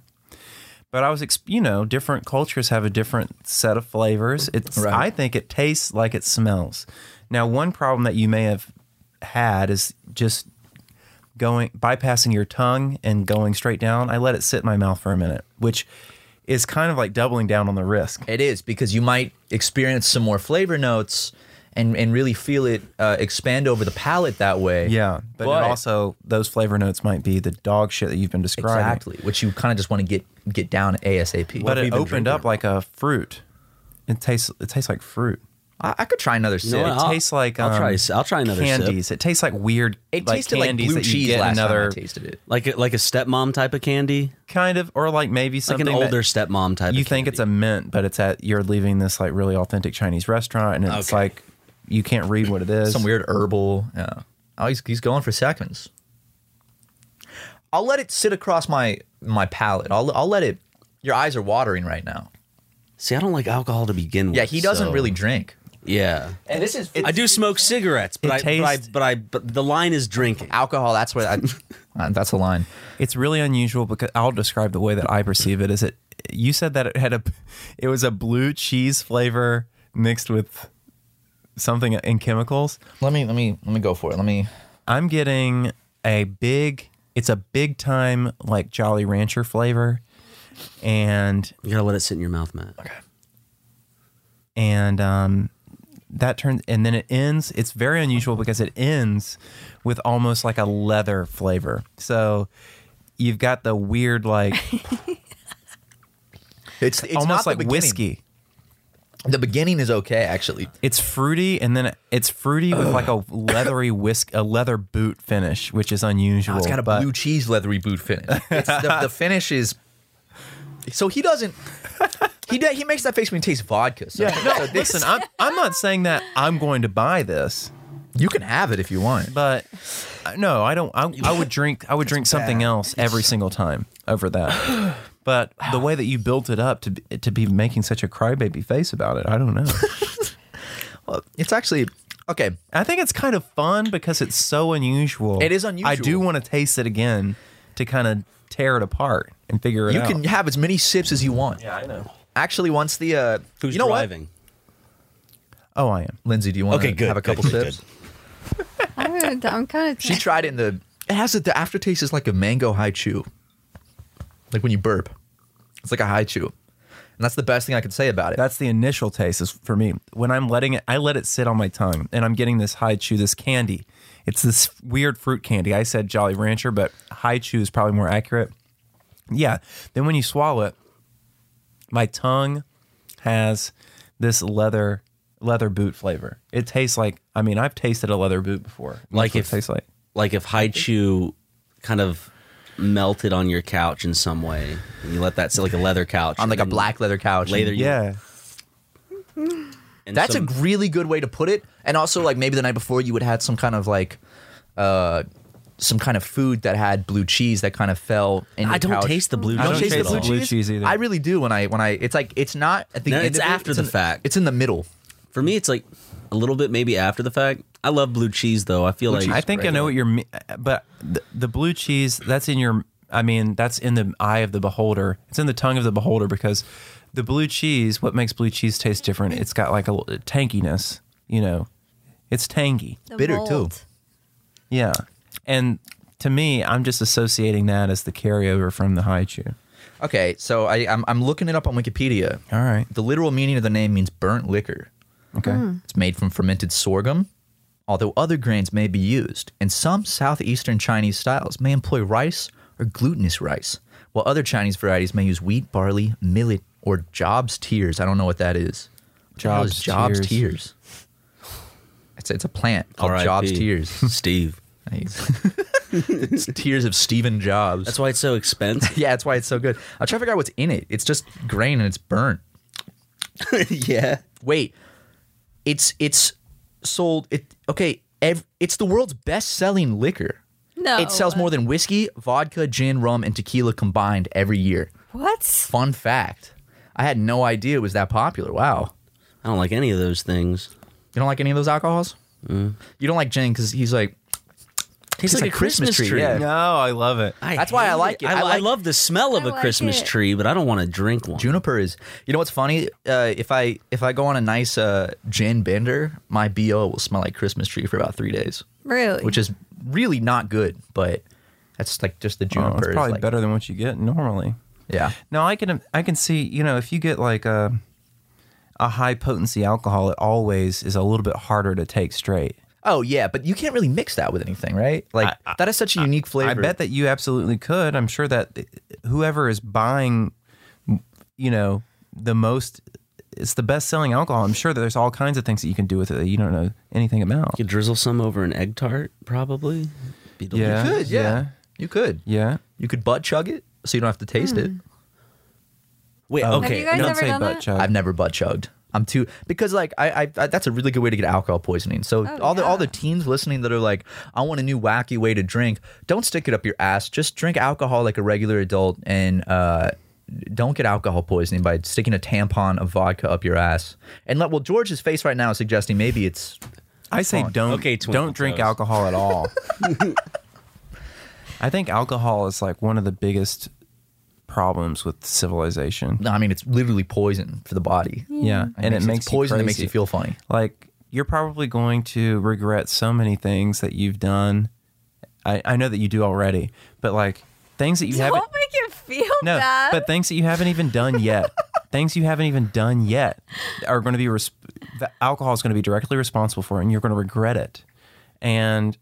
[SPEAKER 1] But I was, ex- you know, different cultures have a different set of flavors. It's
[SPEAKER 2] Right.
[SPEAKER 1] I think it tastes like it smells. Now, one problem that you may have had is just going bypassing your tongue and going straight down. I let it sit in my mouth for a minute, which is kind of like doubling down on the risk.
[SPEAKER 2] It is because you might experience some more flavor notes and and really feel it uh, expand over the palate that way.
[SPEAKER 1] Yeah, but,
[SPEAKER 2] But-
[SPEAKER 1] it also those flavor notes might be the dog shit that you've been describing.
[SPEAKER 2] exactly. Which you kind of just want to get get down ASAP.
[SPEAKER 1] but
[SPEAKER 3] have you
[SPEAKER 1] it
[SPEAKER 3] been
[SPEAKER 1] opened
[SPEAKER 3] drinking?
[SPEAKER 1] up like a fruit. It tastes. It tastes like fruit.
[SPEAKER 2] I, I could try another
[SPEAKER 3] know
[SPEAKER 2] sip.
[SPEAKER 3] what?
[SPEAKER 1] It
[SPEAKER 3] I'll-
[SPEAKER 1] tastes like
[SPEAKER 3] I'll
[SPEAKER 1] um,
[SPEAKER 3] try a s- I'll try another sip.
[SPEAKER 1] candies. It tastes like weird.
[SPEAKER 2] it
[SPEAKER 1] like
[SPEAKER 2] tasted like
[SPEAKER 1] candies
[SPEAKER 2] blue
[SPEAKER 1] that you
[SPEAKER 2] cheese
[SPEAKER 1] get
[SPEAKER 2] last
[SPEAKER 1] another
[SPEAKER 2] time I tasted it.
[SPEAKER 3] Like a, like a stepmom type of candy,
[SPEAKER 1] kind of, or like maybe
[SPEAKER 3] like
[SPEAKER 1] something
[SPEAKER 3] an older
[SPEAKER 1] that
[SPEAKER 3] stepmom type.
[SPEAKER 1] you
[SPEAKER 3] of
[SPEAKER 1] think
[SPEAKER 3] candy.
[SPEAKER 1] it's a mint, but it's at you're leaving this like really authentic Chinese restaurant, and it's
[SPEAKER 3] Okay.
[SPEAKER 1] like you can't read what it is.
[SPEAKER 2] Some weird herbal. Yeah. Oh, he's, he's going for seconds. I'll let it sit across my my palate. I'll I'll let it. Your eyes are watering right now.
[SPEAKER 3] See, I don't like alcohol to begin with.
[SPEAKER 2] Yeah, he doesn't
[SPEAKER 3] so-
[SPEAKER 2] really drink.
[SPEAKER 3] Yeah,
[SPEAKER 2] And this is
[SPEAKER 3] I do smoke cigarettes, but I,
[SPEAKER 1] It tastes-
[SPEAKER 3] but I but I but the line is drinking.
[SPEAKER 2] alcohol. That's where I, Uh, that's a line.
[SPEAKER 1] It's really unusual because I'll describe the way that I perceive it. Is it? You said that it had a, it was a blue cheese flavor mixed with something in chemicals.
[SPEAKER 2] Let me let me let me go for it. Let me.
[SPEAKER 1] I'm getting a big. It's a big time like Jolly Rancher flavor, and
[SPEAKER 3] You gotta let it sit in your mouth, Matt. Okay.
[SPEAKER 1] and um, that turns and then it ends. It's very unusual because it ends with almost like a leather flavor. So you've got the weird like
[SPEAKER 2] It's, it's not
[SPEAKER 1] almost
[SPEAKER 2] the
[SPEAKER 1] like
[SPEAKER 2] beginning.
[SPEAKER 1] whiskey.
[SPEAKER 2] The beginning is okay actually.
[SPEAKER 1] It's fruity and then it's fruity with like a leathery whisk, a leather boot finish, which is unusual.
[SPEAKER 2] Oh, it's got a
[SPEAKER 1] but
[SPEAKER 2] blue cheese leathery boot finish. It's the, the finish is. So he doesn't. He da- he makes that face when he tastes vodka. So,
[SPEAKER 1] Yeah, no, listen, I'm, I'm not saying that I'm going to buy this.
[SPEAKER 2] you can have it if you want.
[SPEAKER 1] but uh, no, I don't. I, I would drink. I would drink something else every single time over that. But the way that you built it up to be- to be making such a crybaby face about it, I don't know.
[SPEAKER 2] Well, it's actually okay.
[SPEAKER 1] I think it's kind of fun because it's so unusual.
[SPEAKER 2] It is
[SPEAKER 1] I do
[SPEAKER 2] unusual.
[SPEAKER 1] want to taste it again to kind of tear it apart and figure it
[SPEAKER 2] You
[SPEAKER 1] out.
[SPEAKER 2] can have as many sips as you want.
[SPEAKER 1] I know.
[SPEAKER 2] Actually, once the uh,
[SPEAKER 3] Who's
[SPEAKER 2] you know
[SPEAKER 3] driving?
[SPEAKER 1] Oh, I am.
[SPEAKER 2] what, Lindsay, do you want
[SPEAKER 3] Okay,
[SPEAKER 2] to
[SPEAKER 3] good.
[SPEAKER 2] have a couple
[SPEAKER 3] good, good,
[SPEAKER 2] sips?
[SPEAKER 4] I'm, gonna, I'm kind of.
[SPEAKER 2] She tried it in the. It has a, the aftertaste is like a mango high chew, like when you burp. It's like a high chew. And that's the best thing I could say about it.
[SPEAKER 1] That's the initial taste is for me. When I'm letting it, I let it sit on my tongue and I'm getting this high chew, this candy. It's this weird fruit candy. I said Jolly Rancher, but high chew is probably more accurate. Yeah. Then when you swallow it, my tongue has this leather leather boot flavor. It tastes like I mean, I've tasted a leather boot before. That's
[SPEAKER 3] Like
[SPEAKER 1] what
[SPEAKER 3] if-
[SPEAKER 1] it tastes like.
[SPEAKER 3] Like if Haichu kind of melted on your couch in some way, and you let that sit like a leather couch
[SPEAKER 2] on like a
[SPEAKER 3] and
[SPEAKER 2] black leather couch.
[SPEAKER 3] Leather-
[SPEAKER 1] Yeah.
[SPEAKER 3] and
[SPEAKER 2] That's
[SPEAKER 3] some-
[SPEAKER 2] a really good way to put it. And also, like maybe the night before, you would had some kind of like, uh, some kind of food that had blue cheese that kind of fell. In
[SPEAKER 3] I
[SPEAKER 2] your
[SPEAKER 3] don't
[SPEAKER 2] couch.
[SPEAKER 3] taste the blue
[SPEAKER 2] You don't
[SPEAKER 3] cheese
[SPEAKER 2] taste the
[SPEAKER 3] at
[SPEAKER 2] blue
[SPEAKER 3] all.
[SPEAKER 2] cheese?
[SPEAKER 1] Blue cheese either.
[SPEAKER 2] I really do when I when I. It's like it's not at the
[SPEAKER 3] No,
[SPEAKER 2] end.
[SPEAKER 3] it's
[SPEAKER 2] of it,
[SPEAKER 3] after the
[SPEAKER 2] in
[SPEAKER 3] fact.
[SPEAKER 2] It's in the middle.
[SPEAKER 3] for me. It's like a little bit maybe after the fact. I love blue cheese though. I feel like
[SPEAKER 1] I think I know what you're me- but the, the blue cheese that's in your I mean that's in the eye of the beholder. It's in the tongue of the beholder because the blue cheese what makes blue cheese taste different? It's got like a l- tankiness, you know. It's tangy.
[SPEAKER 4] The
[SPEAKER 2] bitter, too.
[SPEAKER 4] mold.
[SPEAKER 1] Yeah. And to me, I'm just associating that as the carryover from the haichu.
[SPEAKER 2] Okay, so I I'm, I'm looking it up on Wikipedia.
[SPEAKER 1] All right.
[SPEAKER 2] The literal meaning of the name means burnt liquor.
[SPEAKER 1] Okay.
[SPEAKER 2] It's made from fermented sorghum, although other grains may be used, and some southeastern Chinese styles may employ rice or glutinous rice, while other Chinese varieties may use wheat, barley, millet, or job's tears. I don't know what that is. What the hell is
[SPEAKER 1] Job's
[SPEAKER 2] job's
[SPEAKER 1] tears.
[SPEAKER 2] tears. It's, it's a plant called
[SPEAKER 3] R.I.P..
[SPEAKER 2] Jobs Tears.
[SPEAKER 3] Steve.
[SPEAKER 2] it's tears of Stephen Jobs.
[SPEAKER 3] That's why it's so expensive.
[SPEAKER 2] yeah, that's why it's so good. I'm trying to figure out what's in it. It's just grain and it's burnt.
[SPEAKER 3] yeah.
[SPEAKER 2] wait it's it's sold it okay ev- it's the world's best selling liquor
[SPEAKER 4] No.
[SPEAKER 2] it sells more than whiskey vodka gin rum and tequila combined every year
[SPEAKER 4] What?
[SPEAKER 2] fun fact i had no idea it was that popular wow
[SPEAKER 3] I don't like any of those things.
[SPEAKER 2] you don't like any of those alcohols
[SPEAKER 1] Mm.
[SPEAKER 2] you don't like gin because he's like
[SPEAKER 3] Tastes,
[SPEAKER 2] like a Christmas tree, yeah.
[SPEAKER 1] No, I love it.
[SPEAKER 2] That's why I
[SPEAKER 3] hate
[SPEAKER 2] like it.
[SPEAKER 3] I,
[SPEAKER 2] I
[SPEAKER 3] I
[SPEAKER 2] like-
[SPEAKER 3] love the smell of
[SPEAKER 4] I
[SPEAKER 3] a
[SPEAKER 4] like
[SPEAKER 3] Christmas
[SPEAKER 4] it.
[SPEAKER 3] tree, but I don't want to drink one.
[SPEAKER 2] juniper is you know what's funny uh, if i if i go on a nice uh, gin bender my bo will smell like christmas tree for about three days
[SPEAKER 4] Really?
[SPEAKER 2] which is really not good but that's like just the
[SPEAKER 1] Oh,
[SPEAKER 2] juniper
[SPEAKER 1] it's
[SPEAKER 2] is
[SPEAKER 1] probably
[SPEAKER 2] like-
[SPEAKER 1] better than what you get normally.
[SPEAKER 2] yeah
[SPEAKER 1] No, I can I can see, you know, if you get like a a high potency alcohol, it always is a little bit harder to take straight.
[SPEAKER 2] Oh yeah, but you can't really mix that with anything, right? Like that is such a unique flavor.
[SPEAKER 1] I bet that you absolutely could. I'm sure that whoever is buying, you know, the most, it's the best selling alcohol. I'm sure that there's all kinds of things that you can do with it that you don't know anything about.
[SPEAKER 3] You could drizzle some over an egg tart, probably. Be
[SPEAKER 1] Yeah.
[SPEAKER 2] you
[SPEAKER 3] delicious.
[SPEAKER 2] could, yeah.
[SPEAKER 1] yeah.
[SPEAKER 2] you could,
[SPEAKER 1] Yeah.
[SPEAKER 2] you could butt chug it, so you don't have to taste it.
[SPEAKER 1] Mm.
[SPEAKER 3] Wait,
[SPEAKER 2] Um,
[SPEAKER 1] Oh,
[SPEAKER 4] Have
[SPEAKER 3] okay.
[SPEAKER 4] you guys
[SPEAKER 1] don't
[SPEAKER 4] ever
[SPEAKER 1] say
[SPEAKER 4] done
[SPEAKER 1] butt
[SPEAKER 4] that?
[SPEAKER 1] chug.
[SPEAKER 2] I've never butt chugged. I'm too because like I, I, I that's a really good way to get alcohol poisoning. So
[SPEAKER 4] Oh,
[SPEAKER 2] all the all the
[SPEAKER 4] yeah.
[SPEAKER 2] teens listening that are like, I want a new wacky way to drink. Don't stick it up your ass. Just drink alcohol like a regular adult and. uh don't get alcohol poisoning by sticking a tampon of vodka up your ass. And let, well, George's face right now is suggesting maybe it's
[SPEAKER 1] I say don't
[SPEAKER 3] Okay, twinkle
[SPEAKER 1] don't drink
[SPEAKER 3] toes.
[SPEAKER 1] alcohol at all. I think alcohol is like one of the biggest problems with civilization.
[SPEAKER 2] No, I mean it's literally poison for the body.
[SPEAKER 1] Yeah, and it makes
[SPEAKER 2] it's poison
[SPEAKER 1] you
[SPEAKER 2] that makes
[SPEAKER 1] crazy.
[SPEAKER 2] you feel funny.
[SPEAKER 1] like you're probably going to regret so many things that you've done. I, I know that you do already, but like things that you
[SPEAKER 4] Don't
[SPEAKER 1] haven't
[SPEAKER 4] make it feel
[SPEAKER 1] no,
[SPEAKER 4] bad.
[SPEAKER 1] but things that you haven't even done yet, things you haven't even done yet are going to be res- the alcohol is going to be directly responsible for, it and you're going to regret it. And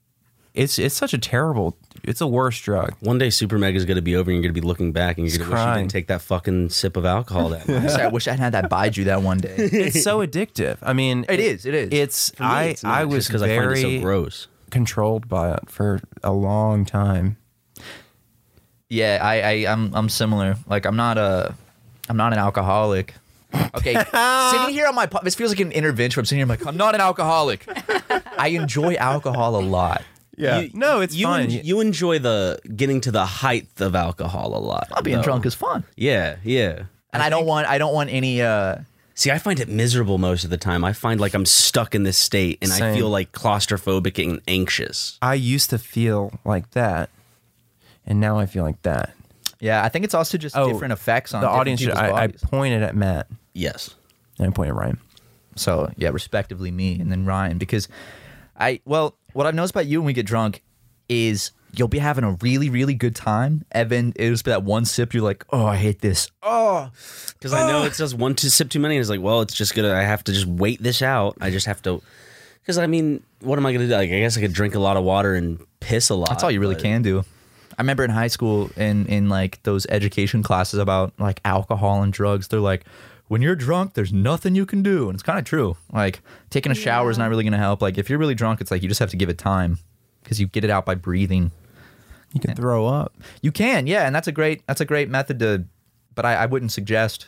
[SPEAKER 1] it's it's such a terrible, it's a worse drug.
[SPEAKER 3] One day Super Mega's going to be over and you're going to be looking back and you're going to wish you
[SPEAKER 1] crying.
[SPEAKER 3] didn't take that fucking sip of alcohol that night.
[SPEAKER 2] I wish I had that baiju that one day.
[SPEAKER 1] It's so addictive. I mean,
[SPEAKER 2] It is, it is.
[SPEAKER 1] It's
[SPEAKER 3] Me,
[SPEAKER 1] I
[SPEAKER 3] it's not,
[SPEAKER 1] I
[SPEAKER 3] just
[SPEAKER 1] was
[SPEAKER 3] 'cause
[SPEAKER 1] very
[SPEAKER 3] I find it so gross.
[SPEAKER 1] controlled by it for a long time.
[SPEAKER 2] yeah, I, I I'm I'm similar. Like I'm not a I'm not an alcoholic. Okay, sitting here on my po- this feels like an intervention. I'm sitting here, I'm like I'm not an alcoholic. I enjoy alcohol a lot.
[SPEAKER 1] Yeah. no, it's
[SPEAKER 3] you
[SPEAKER 1] fine.
[SPEAKER 3] en- you enjoy the getting to the height of alcohol a lot.
[SPEAKER 2] Not being
[SPEAKER 3] though.
[SPEAKER 2] drunk is fun,
[SPEAKER 3] Yeah, yeah.
[SPEAKER 2] and I, don't want I don't want any. uh
[SPEAKER 3] See, I find it miserable most of the time. I find like I'm stuck in this state and I
[SPEAKER 1] Same.
[SPEAKER 3] feel like claustrophobic and anxious.
[SPEAKER 1] I used to feel like that, and now I feel like that.
[SPEAKER 2] Yeah, I think it's also just different effects on
[SPEAKER 1] the
[SPEAKER 2] different
[SPEAKER 1] audience. should-
[SPEAKER 2] people's
[SPEAKER 1] I, I
[SPEAKER 2] bodies.
[SPEAKER 1] pointed at Matt
[SPEAKER 3] Yes.
[SPEAKER 1] and I pointed at Ryan.
[SPEAKER 2] So yeah, respectively me and then Ryan because I well what I've noticed about you when we get drunk is you'll be having a really really good time and then it'll just be that one sip you're like oh I hate this oh
[SPEAKER 3] because I know it says one to sip too many. And it's like, well, it's just gonna. I have to just wait this out. I just have to. Because I mean, what am I gonna do? Like, I guess I could drink a lot of water and piss a lot.
[SPEAKER 2] That's all you really
[SPEAKER 3] but-
[SPEAKER 2] can do. I remember in high school in in like those education classes about like alcohol and drugs, they're like when you're drunk, there's nothing you can do. And it's kind of true. Like taking a shower is not really going to help. Like if you're really drunk, it's like you just have to give it time because you get it out by breathing.
[SPEAKER 1] You can throw up.
[SPEAKER 2] You can, yeah, and that's a great that's a great method to but I, I wouldn't suggest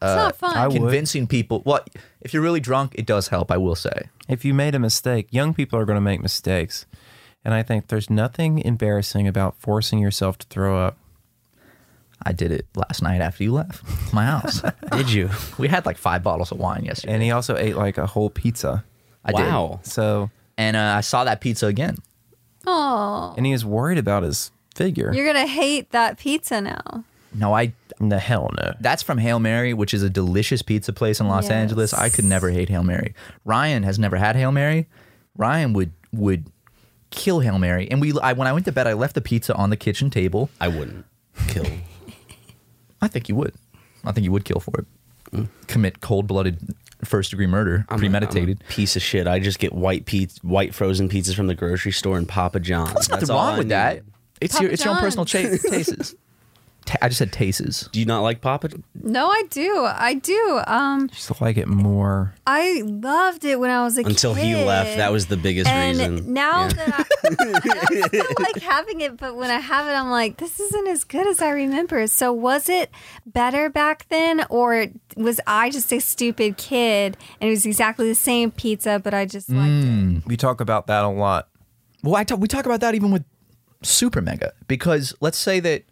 [SPEAKER 4] not fun.
[SPEAKER 1] I would.
[SPEAKER 2] convincing people. Well, if you're really drunk, it does help, I will say.
[SPEAKER 1] If you made a mistake, young people are going to make mistakes. And I think there's nothing embarrassing about forcing yourself to throw up.
[SPEAKER 2] I did it last night after you left my house.
[SPEAKER 3] Did you?
[SPEAKER 2] we had like five bottles of wine yesterday.
[SPEAKER 1] And he also ate like a whole pizza.
[SPEAKER 2] I did.
[SPEAKER 3] wow.
[SPEAKER 1] So,
[SPEAKER 2] And uh, I saw that pizza again.
[SPEAKER 4] oh,
[SPEAKER 1] and he is worried about his figure.
[SPEAKER 4] you're gonna hate that pizza now.
[SPEAKER 2] No, I
[SPEAKER 1] the hell no.
[SPEAKER 2] That's from Hail Mary, which is a delicious pizza place in Los
[SPEAKER 4] Yes.
[SPEAKER 2] Angeles. I could never hate Hail Mary. Ryan has never had Hail Mary. Ryan would would kill Hail Mary. And we I, when I went to bed, I left the pizza on the kitchen table.
[SPEAKER 3] I wouldn't kill.
[SPEAKER 2] I think you would. I think you would kill for it. Commit cold blooded first degree murder,
[SPEAKER 3] I'm a-
[SPEAKER 2] premeditated.
[SPEAKER 3] I'm a piece of shit. I just get white pizza, white frozen pizzas from the grocery store and Papa John's.
[SPEAKER 2] There's nothing
[SPEAKER 3] all
[SPEAKER 2] wrong
[SPEAKER 3] I
[SPEAKER 2] with that.
[SPEAKER 3] need.
[SPEAKER 2] It's
[SPEAKER 4] Papa
[SPEAKER 2] your it's your own personal
[SPEAKER 4] John's.
[SPEAKER 2] ta- tastes. Ta- I just said tastes.
[SPEAKER 3] Do you not like Papa?
[SPEAKER 4] No, I do. I do. Um,
[SPEAKER 1] Just like it more.
[SPEAKER 4] I loved it when I was a
[SPEAKER 3] Until
[SPEAKER 4] kid.
[SPEAKER 3] he left, that was the biggest
[SPEAKER 4] and
[SPEAKER 3] reason.
[SPEAKER 4] now
[SPEAKER 3] Yeah.
[SPEAKER 4] that I, I still like having it, but when I have it, I'm like, this isn't as good as I remember. So was it better back then, or was I just a stupid kid and it was exactly the same pizza, but I just liked
[SPEAKER 2] Mm.
[SPEAKER 4] it?
[SPEAKER 1] We talk about that a lot.
[SPEAKER 2] Well, I talk, we talk about that even with Super Mega because let's say that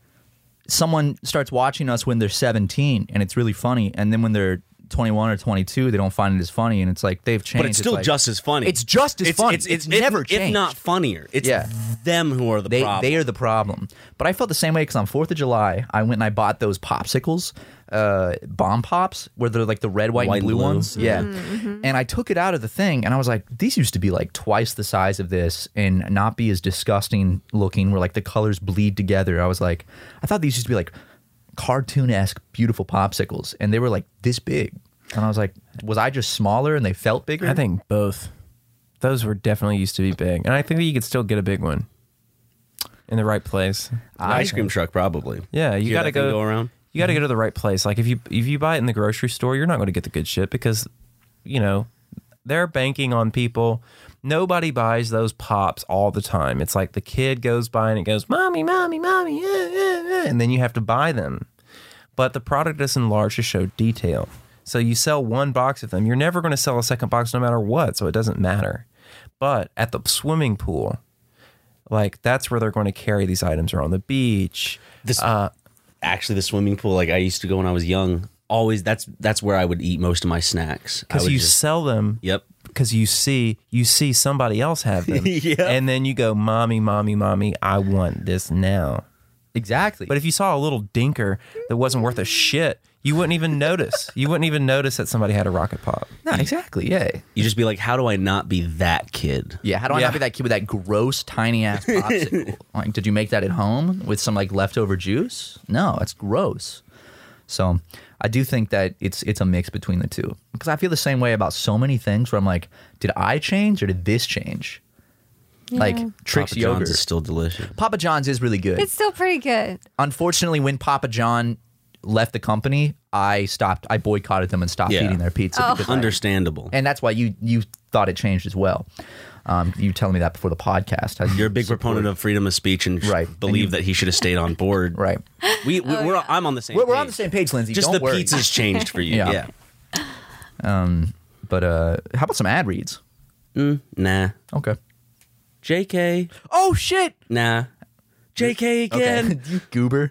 [SPEAKER 2] someone starts watching us when they're 17 and it's really funny, and then when they're 21 or 22, they don't find it as funny, and it's like they've changed.
[SPEAKER 3] But it's still
[SPEAKER 2] like-
[SPEAKER 3] just as funny.
[SPEAKER 2] It's just as funny.
[SPEAKER 3] It's,
[SPEAKER 2] It's
[SPEAKER 3] if-
[SPEAKER 2] never
[SPEAKER 3] If
[SPEAKER 2] changed.
[SPEAKER 3] not funnier, it's
[SPEAKER 2] Yeah.
[SPEAKER 3] them who are the
[SPEAKER 2] They,
[SPEAKER 3] problem.
[SPEAKER 2] they are the problem. But I felt the same way because on Fourth of July, I went and I bought those popsicles, uh, bomb pops, where they're like the red, white,
[SPEAKER 3] White
[SPEAKER 2] and
[SPEAKER 3] and
[SPEAKER 2] blue,
[SPEAKER 3] blue.
[SPEAKER 2] ones. Yeah. And I took it out of the thing, and I was like, these used to be like twice the size of this, and not be as disgusting looking, where like the colors bleed together. I was like, I thought these used to be like cartoon esque, beautiful popsicles, and they were like this big. And I was like, was I just smaller and they felt bigger?
[SPEAKER 1] I think both. Those were definitely used to be big. And I think that you could still get a big one in the right place.
[SPEAKER 3] An ice cream truck, probably.
[SPEAKER 1] Yeah, you
[SPEAKER 3] Hear
[SPEAKER 1] got to
[SPEAKER 3] that thing
[SPEAKER 1] go, Mm-hmm.
[SPEAKER 3] around.
[SPEAKER 1] You got to go to the right place. Like if you if you buy it in the grocery store, you're not going to get the good shit because you know they're banking on people. Nobody buys those pops all the time. It's like the kid goes by and it goes, "Mommy, mommy, mommy," yeah, yeah, yeah," and then you have to buy them. But the product is enlarged to show detail. So you sell one box of them. You're never going to sell a second box no matter what, so it doesn't matter. But at the swimming pool, like that's where they're going to carry these items or on the beach.
[SPEAKER 3] This
[SPEAKER 2] uh,
[SPEAKER 3] actually the swimming pool. Like I used to go when I was young. Always that's that's where I would eat most of my snacks. I
[SPEAKER 1] because
[SPEAKER 3] would
[SPEAKER 1] you
[SPEAKER 3] just-
[SPEAKER 1] sell them
[SPEAKER 3] Yep.
[SPEAKER 1] because you see you see somebody else have them and then you go mommy mommy mommy i want this now
[SPEAKER 2] exactly.
[SPEAKER 1] but if you saw a little dinker that wasn't worth a shit you wouldn't even notice you wouldn't even notice that somebody had a rocket pop
[SPEAKER 2] no, exactly. Yeah.
[SPEAKER 3] You just be like, how do I not be that kid?
[SPEAKER 2] Yeah, how do I
[SPEAKER 1] Yeah.
[SPEAKER 2] not be that kid with that gross tiny ass popsicle? like, did you make that at home with some like leftover juice? No, that's gross. So, I do think that it's it's a mix between the two because I feel the same way about so many things where I'm like, did I change or did this change? Like Trix
[SPEAKER 3] Papa John's
[SPEAKER 2] yogurt,
[SPEAKER 3] is still delicious.
[SPEAKER 2] Papa John's is really good.
[SPEAKER 4] It's still pretty good.
[SPEAKER 2] Unfortunately, when Papa John left the company, I stopped. I boycotted them and stopped
[SPEAKER 3] Yeah.
[SPEAKER 2] eating their pizza. because I-
[SPEAKER 3] Understandable.
[SPEAKER 2] and that's why you you thought it changed as well. Um, you telling me that before the podcast. I-
[SPEAKER 3] You're a big proponent of freedom of speech and sh-
[SPEAKER 2] Right. And
[SPEAKER 3] believe
[SPEAKER 2] you-
[SPEAKER 3] that he should have stayed on board.
[SPEAKER 2] right.
[SPEAKER 3] We, we
[SPEAKER 4] Oh,
[SPEAKER 3] we're I'm on the same.
[SPEAKER 2] We're, we're on
[SPEAKER 3] page.
[SPEAKER 2] the same page, Lindsay.
[SPEAKER 3] Just
[SPEAKER 2] Don't
[SPEAKER 3] the
[SPEAKER 2] worry.
[SPEAKER 3] pizza's changed for you.
[SPEAKER 2] Yeah.
[SPEAKER 3] yeah.
[SPEAKER 2] But uh, how about some ad reads?
[SPEAKER 1] Mm,
[SPEAKER 3] Nah.
[SPEAKER 2] Okay.
[SPEAKER 3] Jk.
[SPEAKER 2] Oh shit!
[SPEAKER 3] Nah. Jk again.
[SPEAKER 2] you goober.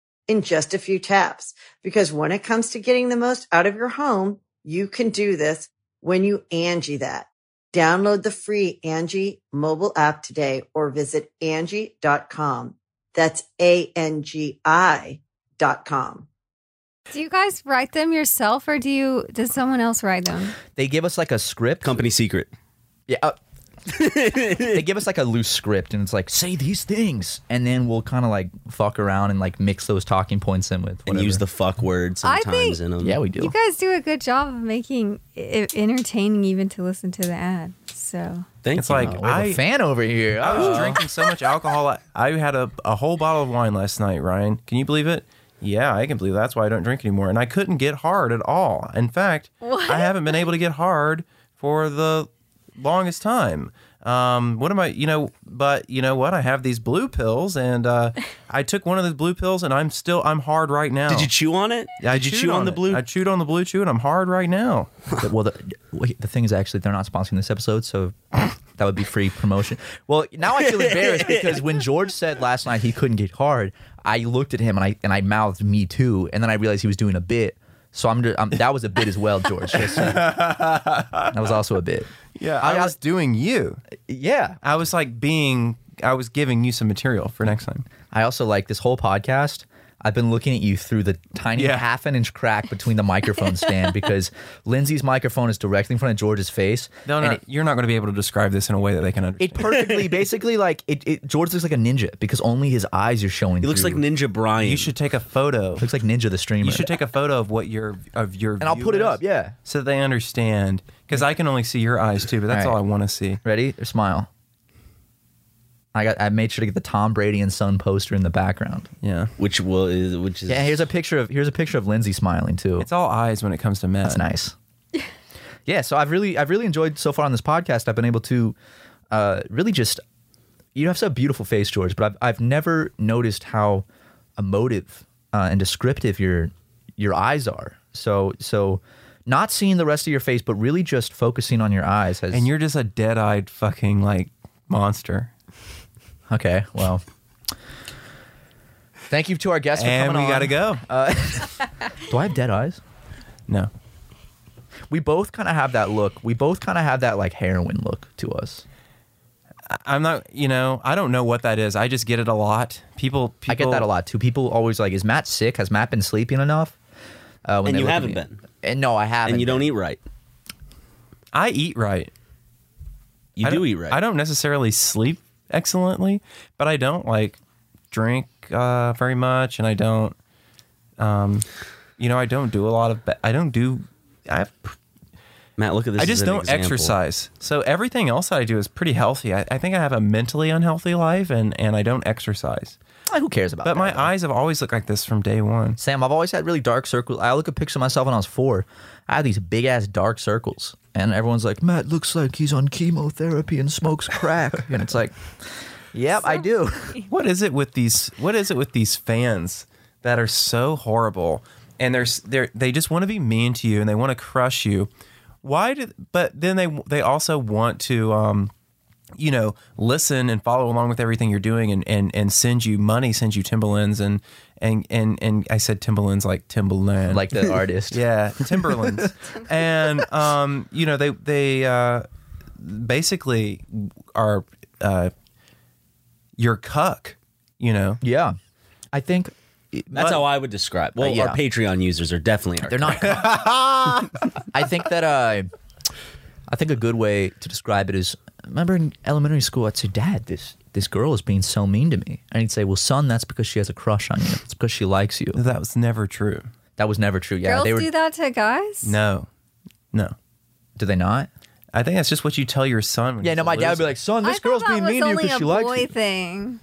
[SPEAKER 6] in just a few taps. Because when it comes to getting the most out of your home, you can do this when you Angie that. Download the free Angie mobile app today or visit Angie.com. That's A-N-G-I dot com.
[SPEAKER 4] Do you guys write them yourself, or do you? Does someone else write them?
[SPEAKER 2] They give us like a script.
[SPEAKER 3] Company secret.
[SPEAKER 2] Yeah. uh, they give us like a loose script and it's like, say these things. And then we'll kind of like fuck around and like mix those talking points in with whatever.
[SPEAKER 3] And use the fuck word
[SPEAKER 4] I
[SPEAKER 3] sometimes
[SPEAKER 4] think-
[SPEAKER 3] in them.
[SPEAKER 2] Yeah, we do.
[SPEAKER 4] You guys do a good job of making it entertaining, even to listen to the ad. So
[SPEAKER 3] Thank
[SPEAKER 1] It's
[SPEAKER 3] you.
[SPEAKER 1] like
[SPEAKER 2] Oh, we have a
[SPEAKER 1] I,
[SPEAKER 2] fan over here.
[SPEAKER 1] I was
[SPEAKER 2] Uh,
[SPEAKER 1] drinking so much alcohol. I, I had a, a whole bottle of wine last night, Ryan. Can you believe it? Yeah, I can believe it. that's why I don't drink anymore. And I couldn't get hard at all. In fact, I haven't been able to get hard for the longest time. Um, what am I, you know, but you know what? I have these blue pills and uh, I took one of those blue pills and I'm still, I'm hard right now.
[SPEAKER 3] Did you chew on it?
[SPEAKER 1] I
[SPEAKER 3] Did you
[SPEAKER 1] chewed
[SPEAKER 3] chew on the
[SPEAKER 1] it.
[SPEAKER 3] blue?
[SPEAKER 1] I chewed on the blue chew and I'm hard right now.
[SPEAKER 2] well, the, wait, the thing is actually they're not sponsoring this episode, so that would be free promotion. Well, now I feel embarrassed because when George said last night he couldn't get hard, I looked at him and I and I mouthed "me too," and then I realized he was doing a bit. So I'm, ju- I'm that was a bit as well, George. Just saying. that was also a bit.
[SPEAKER 1] Yeah, I, was doing you.
[SPEAKER 2] Yeah,
[SPEAKER 1] I was like being, I was giving you some material for next time.
[SPEAKER 2] I also like this whole podcast. I've been looking at you through the tiny
[SPEAKER 1] Yeah.
[SPEAKER 2] half an inch crack between the microphone stand because Lindsay's microphone is directly in front of George's face.
[SPEAKER 1] No,
[SPEAKER 2] and
[SPEAKER 1] no,
[SPEAKER 2] it,
[SPEAKER 1] you're not going to be able to describe this in a way that they can understand.
[SPEAKER 2] it perfectly, basically, like it, it. George looks like a ninja because only his eyes are showing.
[SPEAKER 3] He looks like
[SPEAKER 2] through.
[SPEAKER 3] Ninja Brian.
[SPEAKER 1] you should take a photo.
[SPEAKER 2] looks like Ninja the streamer.
[SPEAKER 1] You should take a photo of what your of your
[SPEAKER 2] and I'll put it up. Yeah,
[SPEAKER 1] so that they understand because I can only see your eyes too, but that's all,
[SPEAKER 2] All right.
[SPEAKER 1] I want to see.
[SPEAKER 2] ready? Or smile. I got. I made sure to get the Tom Brady and Son poster in the background.
[SPEAKER 1] Yeah,
[SPEAKER 3] which will is which is
[SPEAKER 2] Yeah, here's a picture of here's a picture of Lindsay smiling too.
[SPEAKER 1] it's all eyes when it comes to men.
[SPEAKER 2] That's nice. yeah, so I've really I've really enjoyed so far on this podcast. I've been able to uh, really just you have such a beautiful face, George, but I've I've never noticed how emotive uh, and descriptive your your eyes are. So so not seeing the rest of your face, but really just focusing on your eyes has
[SPEAKER 1] And you're just a dead-eyed fucking like monster.
[SPEAKER 2] okay. Well, thank you to our guests for
[SPEAKER 1] and
[SPEAKER 2] coming
[SPEAKER 1] we
[SPEAKER 2] on. Uh,
[SPEAKER 1] gotta go.
[SPEAKER 2] Do I have dead eyes?
[SPEAKER 1] no,
[SPEAKER 2] We both kind of have that look. We both kind of have that like heroin look to us.
[SPEAKER 1] I'm not. You know, I don't know what that is. I just get it a lot. People, people
[SPEAKER 2] I get that a lot too. People always like, is Matt sick? Has Matt been sleeping enough? Uh,
[SPEAKER 3] And
[SPEAKER 2] they
[SPEAKER 3] you
[SPEAKER 2] look at
[SPEAKER 3] haven't
[SPEAKER 2] me-
[SPEAKER 3] been.
[SPEAKER 2] And no, I haven't.
[SPEAKER 3] and you don't
[SPEAKER 2] been.
[SPEAKER 3] eat right.
[SPEAKER 1] I eat right.
[SPEAKER 3] You
[SPEAKER 1] I
[SPEAKER 3] do
[SPEAKER 1] don't-
[SPEAKER 3] eat right.
[SPEAKER 1] I don't necessarily sleep excellently, but I don't like drink uh, very much, and I don't, um, you know, I don't do a lot of. Ba- I don't do. I
[SPEAKER 3] Matt, look at this.
[SPEAKER 1] I
[SPEAKER 3] as
[SPEAKER 1] just
[SPEAKER 3] an
[SPEAKER 1] don't
[SPEAKER 3] example.
[SPEAKER 1] exercise. So everything else that I do is pretty healthy. I, I think I have a mentally unhealthy life, and and I don't exercise.
[SPEAKER 3] e-
[SPEAKER 2] Ah, Who cares about?
[SPEAKER 1] But
[SPEAKER 2] that,
[SPEAKER 1] my
[SPEAKER 2] though?
[SPEAKER 1] eyes have always looked like this from day one.
[SPEAKER 2] Sam, I've always had really dark circles. I look at pictures of myself when I was four. I had these big ass dark circles, and everyone's like, "Matt looks like he's on chemotherapy and smokes crack," and it's like, "Yep, I do."
[SPEAKER 1] What is it with these? What is it with these fans that are so horrible? And there's they they just want to be mean to you and they want to crush you. Why do? But then they they also want to. Um, you know, listen and follow along with everything you're doing, and, and, and send you money, send you Timberlands, and and and and I said Timberlands like Timberland,
[SPEAKER 2] like the artist.
[SPEAKER 1] yeah, Timberlands. and um, you know, they they uh, basically are uh, your cuck, you know.
[SPEAKER 2] yeah. I think
[SPEAKER 3] That's how I would describe. Well,
[SPEAKER 2] Uh, yeah.
[SPEAKER 3] our Patreon users are definitely. Our
[SPEAKER 2] They're not. I think that uh, I think a good way to describe it is. Remember in elementary school, I'd say, "Dad, this this girl is being so mean to me," and he'd say, "Well, son, that's because she has a crush on you. It's because she likes you."
[SPEAKER 1] That was never true.
[SPEAKER 2] That was never true. Yeah,
[SPEAKER 4] girls
[SPEAKER 2] they were.
[SPEAKER 4] do that to guys.
[SPEAKER 1] No, no.
[SPEAKER 2] Do they not?
[SPEAKER 1] I think that's just what you tell your son. When
[SPEAKER 2] Yeah,
[SPEAKER 1] he's
[SPEAKER 2] no.
[SPEAKER 1] a
[SPEAKER 2] My dad would be
[SPEAKER 1] loser.
[SPEAKER 2] like, "Son,
[SPEAKER 4] I
[SPEAKER 2] this
[SPEAKER 4] thought
[SPEAKER 2] girl's
[SPEAKER 4] that
[SPEAKER 2] being
[SPEAKER 4] was
[SPEAKER 2] mean to you
[SPEAKER 4] only
[SPEAKER 2] because
[SPEAKER 4] a
[SPEAKER 2] she likes
[SPEAKER 4] boy
[SPEAKER 2] you."
[SPEAKER 4] thing.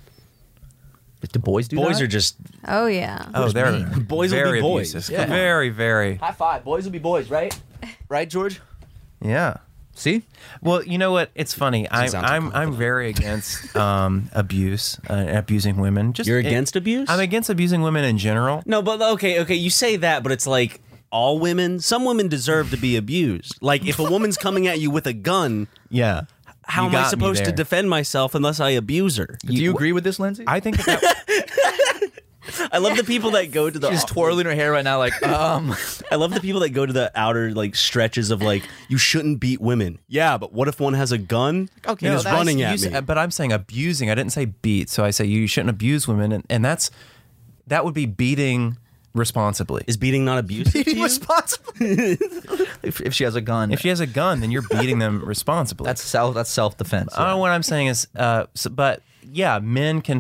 [SPEAKER 2] Do boys do
[SPEAKER 3] Boys
[SPEAKER 2] that?
[SPEAKER 3] are just
[SPEAKER 4] Oh yeah.
[SPEAKER 1] Oh, they're
[SPEAKER 3] Boys will be
[SPEAKER 1] very
[SPEAKER 3] boys.
[SPEAKER 1] abusive.
[SPEAKER 2] Yeah.
[SPEAKER 1] Very, very.
[SPEAKER 2] high five. Boys will be boys, right? Right, George.
[SPEAKER 1] Yeah.
[SPEAKER 2] See,
[SPEAKER 1] Well, you know what? It's funny. I'm
[SPEAKER 3] sounds
[SPEAKER 1] I'm I'm very against um, abuse, uh, abusing women. Just
[SPEAKER 3] You're
[SPEAKER 1] it-
[SPEAKER 3] against abuse?
[SPEAKER 1] I'm against abusing women in general.
[SPEAKER 3] No, but okay, okay, you say that, but it's like all women, some women deserve to be abused. Like if a woman's coming at you with a gun,
[SPEAKER 1] Yeah.
[SPEAKER 3] how
[SPEAKER 1] You
[SPEAKER 3] am
[SPEAKER 1] got
[SPEAKER 3] I
[SPEAKER 1] me
[SPEAKER 3] supposed to
[SPEAKER 1] there.
[SPEAKER 3] defend myself unless I abuse her?
[SPEAKER 2] do you agree with this, Lindsay?
[SPEAKER 1] I think that, that
[SPEAKER 3] I love the people that go to the
[SPEAKER 2] She's twirling her hair right now, like um.
[SPEAKER 3] I love the people that go to the outer like stretches of like you shouldn't beat women. Yeah, but what if one has a gun and is
[SPEAKER 1] that's-
[SPEAKER 3] running
[SPEAKER 1] you
[SPEAKER 3] at
[SPEAKER 1] s- uh,
[SPEAKER 3] me?
[SPEAKER 1] But I'm saying abusing. I didn't say beat. So I say you shouldn't abuse women, and, and that's that would be beating responsibly.
[SPEAKER 3] Is beating not abusive? to you?
[SPEAKER 2] responsible. if, if she has a gun,
[SPEAKER 1] If she has a gun, then you're beating them responsibly.
[SPEAKER 2] that's self. That's self defense.
[SPEAKER 1] I don't know what I'm saying is, uh, so, but yeah, men can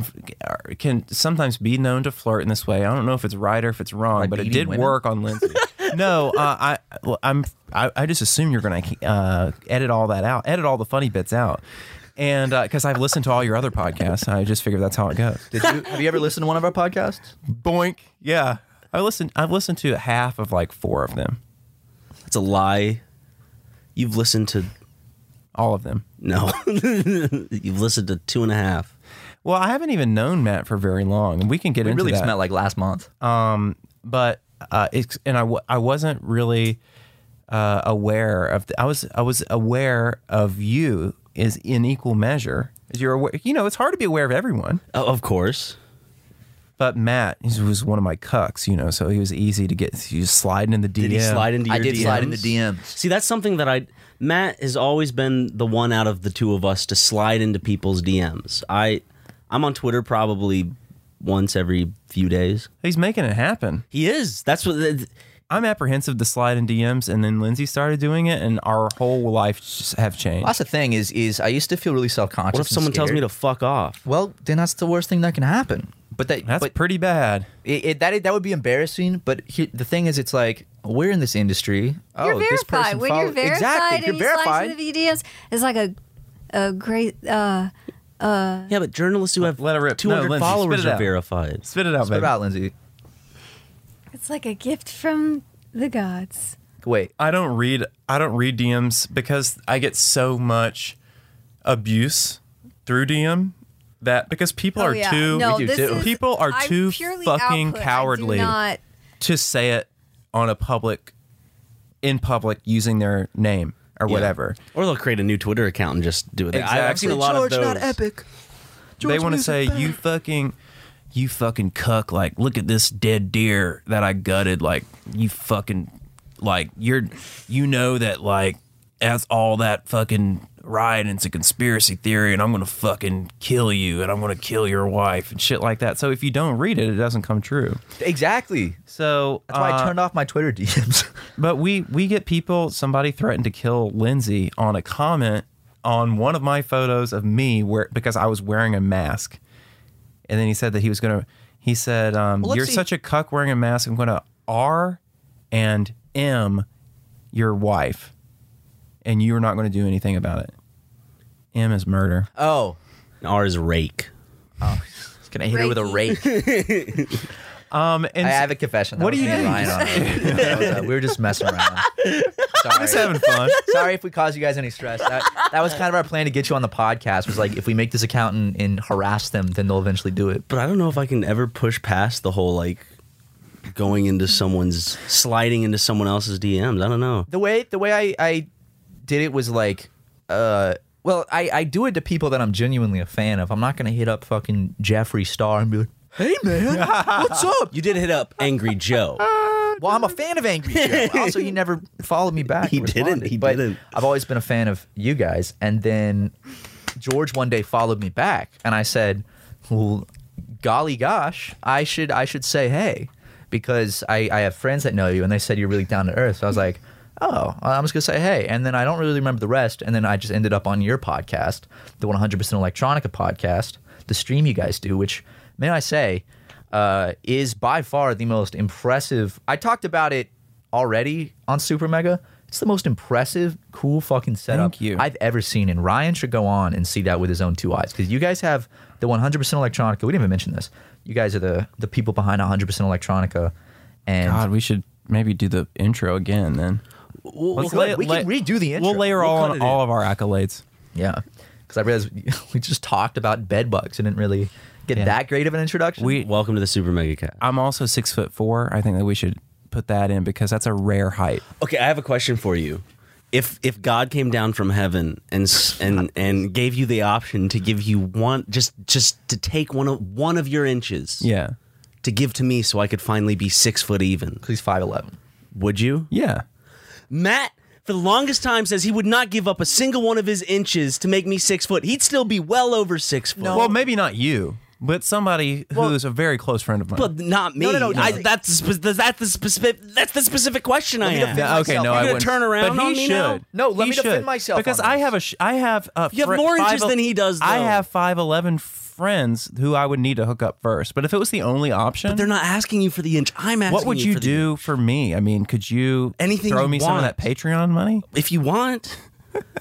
[SPEAKER 1] are- can sometimes be known to flirt in this way. I don't know if it's right or if it's wrong,
[SPEAKER 2] Like
[SPEAKER 1] but it
[SPEAKER 2] beating
[SPEAKER 1] did
[SPEAKER 2] women?
[SPEAKER 1] work on Lindsay. no, uh, I well, I'm I, I just assume you're going to uh, edit all that out, edit all the funny bits out, and because I've listened to all your other podcasts, I just figure that's how it goes.
[SPEAKER 2] Did you, have you ever listened to one of our podcasts?
[SPEAKER 1] Boink. Yeah, I listened. I've listened to half of like four of them,
[SPEAKER 3] That's a lie. You've listened to
[SPEAKER 1] all of them.
[SPEAKER 3] no. You've listened to two and a half.
[SPEAKER 1] Well, I haven't even known Matt for very long, and we can get
[SPEAKER 2] It
[SPEAKER 1] into
[SPEAKER 2] really
[SPEAKER 1] that.
[SPEAKER 2] just meant like last month.
[SPEAKER 3] Oh.
[SPEAKER 1] but uh, it's and I, w- I wasn't really uh, aware of the, I was I was aware of you is in equal measure as you're aware you know it's hard to be aware of everyone
[SPEAKER 3] Oh, of course.
[SPEAKER 1] but Matt he was one of my cucks you know so he was easy to get he was sliding in the DM
[SPEAKER 3] Did he slide into your
[SPEAKER 2] I did slide in the
[SPEAKER 3] DMs?
[SPEAKER 2] DMs.
[SPEAKER 3] See, that's something that I Matt has always been the one out of the two of us to slide into people's DMs. I I'm on Twitter probably once every few days.
[SPEAKER 1] he's making it happen
[SPEAKER 3] He is. That's what
[SPEAKER 1] I'm apprehensive to slide in DMs and then Lindsay started doing it and our whole life just have changed
[SPEAKER 2] That's the thing is is I used to feel really self conscious.
[SPEAKER 3] What if someone tells me to fuck off?
[SPEAKER 2] Well, then that's the worst thing that can happen. But that
[SPEAKER 1] that's
[SPEAKER 2] but
[SPEAKER 1] pretty bad
[SPEAKER 2] it, it, that that would be embarrassing. But he, the thing is, it's like we're in this industry.
[SPEAKER 4] You're
[SPEAKER 2] oh, this
[SPEAKER 4] verified.
[SPEAKER 2] person
[SPEAKER 4] When
[SPEAKER 2] follow-
[SPEAKER 4] you're verified
[SPEAKER 2] exactly.
[SPEAKER 4] and
[SPEAKER 2] You're
[SPEAKER 4] you
[SPEAKER 2] verified.
[SPEAKER 4] slice into the VDS, it's like a a great uh
[SPEAKER 3] Yeah, but journalists who have
[SPEAKER 1] Let it rip. No,
[SPEAKER 3] 200
[SPEAKER 1] Lindsay,
[SPEAKER 3] followers
[SPEAKER 1] spit it
[SPEAKER 3] are
[SPEAKER 1] out.
[SPEAKER 3] verified.
[SPEAKER 1] spit it out
[SPEAKER 2] Spit
[SPEAKER 1] baby.
[SPEAKER 2] it out, Lindsay.
[SPEAKER 4] it's like a gift from the gods.
[SPEAKER 2] Wait,
[SPEAKER 1] I don't read I don't read DMs because I get so much abuse through DM that because people are too
[SPEAKER 4] Oh, no,
[SPEAKER 2] We do
[SPEAKER 4] this
[SPEAKER 2] too.
[SPEAKER 4] is-
[SPEAKER 1] people are
[SPEAKER 4] I'm
[SPEAKER 1] too
[SPEAKER 4] purely
[SPEAKER 1] fucking
[SPEAKER 4] output. I do
[SPEAKER 1] cowardly
[SPEAKER 4] not-
[SPEAKER 1] to say it on a public in public using their name or whatever.
[SPEAKER 3] Or they'll create a new Twitter account and just do it. I, have
[SPEAKER 1] Exactly.
[SPEAKER 3] seen a lot
[SPEAKER 2] George,
[SPEAKER 3] of those.
[SPEAKER 2] not epic.
[SPEAKER 1] they want to say you fucking you fucking cuck like look at this dead deer that I gutted like you fucking like you're you know that like that's all that fucking riot and it's a conspiracy theory and I'm going to fucking kill you and I'm going to kill your wife and shit like that. So if you don't read it it doesn't come true.
[SPEAKER 2] Exactly.
[SPEAKER 1] So
[SPEAKER 2] That's why
[SPEAKER 1] uh,
[SPEAKER 2] I turned off my Twitter DMs.
[SPEAKER 1] but we we get people. Somebody threatened to kill Lindsay on a comment on one of my photos of me where because I was wearing a mask, and then he said that he was gonna. He said, um,
[SPEAKER 2] Well, let's
[SPEAKER 1] "You're
[SPEAKER 2] see.
[SPEAKER 1] such a cuck wearing a mask. I'm gonna R and M your wife, and you're not gonna do anything about it." M is murder.
[SPEAKER 2] oh,
[SPEAKER 3] R is rake.
[SPEAKER 2] can I hit her with a rake?
[SPEAKER 4] Reiki.
[SPEAKER 1] Um, and
[SPEAKER 2] I have a confession. That
[SPEAKER 1] What do
[SPEAKER 2] was
[SPEAKER 1] you
[SPEAKER 2] me
[SPEAKER 1] think?
[SPEAKER 2] lying on her. That was, uh, we were just messing around.
[SPEAKER 1] just
[SPEAKER 2] Sorry.
[SPEAKER 1] having fun.
[SPEAKER 2] Sorry if we caused you guys any stress. That, that was kind of our plan to get you on the podcast. Was like if we make this account and, and harass them, then they'll eventually do it.
[SPEAKER 3] But I don't know if I can ever push past the whole like going into someone's sliding into someone else's DMs. I don't know.
[SPEAKER 2] the way the way I, I did it was like uh well I, I do it to people that I'm genuinely a fan of. I'm not gonna hit up fucking Jeffree Star and be like, Hey man, what's up? Uh,
[SPEAKER 3] You did hit up Angry Joe.
[SPEAKER 2] Well, I'm a fan of Angry Joe. Also, he never followed me back.
[SPEAKER 3] He
[SPEAKER 2] and
[SPEAKER 3] didn't,
[SPEAKER 2] responded.
[SPEAKER 3] he
[SPEAKER 2] But
[SPEAKER 3] didn't.
[SPEAKER 2] I've always been a fan of you guys. And then George one day followed me back, and I said, "Well, golly gosh, I should I should say hey, because I I have friends that know you, and they said you're really down to earth." So I was like. Oh, I'm just gonna say hey, and then I don't really remember the rest, and then I just ended up on your podcast, the 100% Electronica podcast, the stream you guys do, which may I say, uh, is by far the most impressive. I talked about it already on Super Mega. It's the most impressive, cool fucking setup
[SPEAKER 1] Thank you.
[SPEAKER 2] I've ever seen. And Ryan should go on and see that with his own two eyes because you guys have the 100% Electronica. We didn't even mention this. You guys are the the people behind 100% Electronica. And
[SPEAKER 1] God, we should maybe do the intro again then. Let's
[SPEAKER 2] could. We can redo the intro.
[SPEAKER 1] We'll layer
[SPEAKER 2] We'll
[SPEAKER 1] all
[SPEAKER 2] cut
[SPEAKER 1] on
[SPEAKER 2] it
[SPEAKER 1] all of our accolades.
[SPEAKER 2] yeah, because I realized we- we just talked about bed bugs and didn't really get that great of an introduction.
[SPEAKER 1] We
[SPEAKER 3] Welcome to the Super Mega Cat.
[SPEAKER 1] I'm also six foot four. I think that we should put that in because that's a rare height.
[SPEAKER 3] Okay, I have a question for you. If if God came down from heaven and s- and and gave you the option to give you one just just to take one of one of your inches,
[SPEAKER 1] Yeah.
[SPEAKER 3] to give to me so I could finally be six foot even,
[SPEAKER 2] he's five eleven.
[SPEAKER 3] would you?
[SPEAKER 1] Yeah.
[SPEAKER 3] Matt, for the longest time, says he would not give up a single one of his inches to make me six foot. He'd still be well over six foot.
[SPEAKER 1] Well, maybe not you, but somebody who's a very close friend of mine.
[SPEAKER 3] but not me.
[SPEAKER 2] No, no, no, no.
[SPEAKER 3] I, that's, the spe- that's the specific. That's the specific question I have.
[SPEAKER 1] Yeah, okay,
[SPEAKER 2] myself.
[SPEAKER 1] no,
[SPEAKER 2] You're
[SPEAKER 1] I
[SPEAKER 3] gonna
[SPEAKER 1] wouldn't.
[SPEAKER 3] turn around
[SPEAKER 1] but he
[SPEAKER 3] on me
[SPEAKER 1] should.
[SPEAKER 3] now?
[SPEAKER 2] No, let
[SPEAKER 1] He
[SPEAKER 2] me defend
[SPEAKER 1] should,
[SPEAKER 2] myself
[SPEAKER 1] because
[SPEAKER 2] on
[SPEAKER 1] I
[SPEAKER 2] this.
[SPEAKER 1] have a sh- I have a
[SPEAKER 3] You have more inches than he does,
[SPEAKER 1] I
[SPEAKER 3] though.
[SPEAKER 1] have five eleven friends who I would need to hook up first. But if it was the only option,
[SPEAKER 3] They're not asking you for the inch. I'm asking.
[SPEAKER 1] what would you
[SPEAKER 3] for the-
[SPEAKER 1] do for me? I mean, could you
[SPEAKER 3] Anything
[SPEAKER 1] throw
[SPEAKER 3] you
[SPEAKER 1] me some of that
[SPEAKER 3] want.
[SPEAKER 1] Patreon money?
[SPEAKER 3] if you want.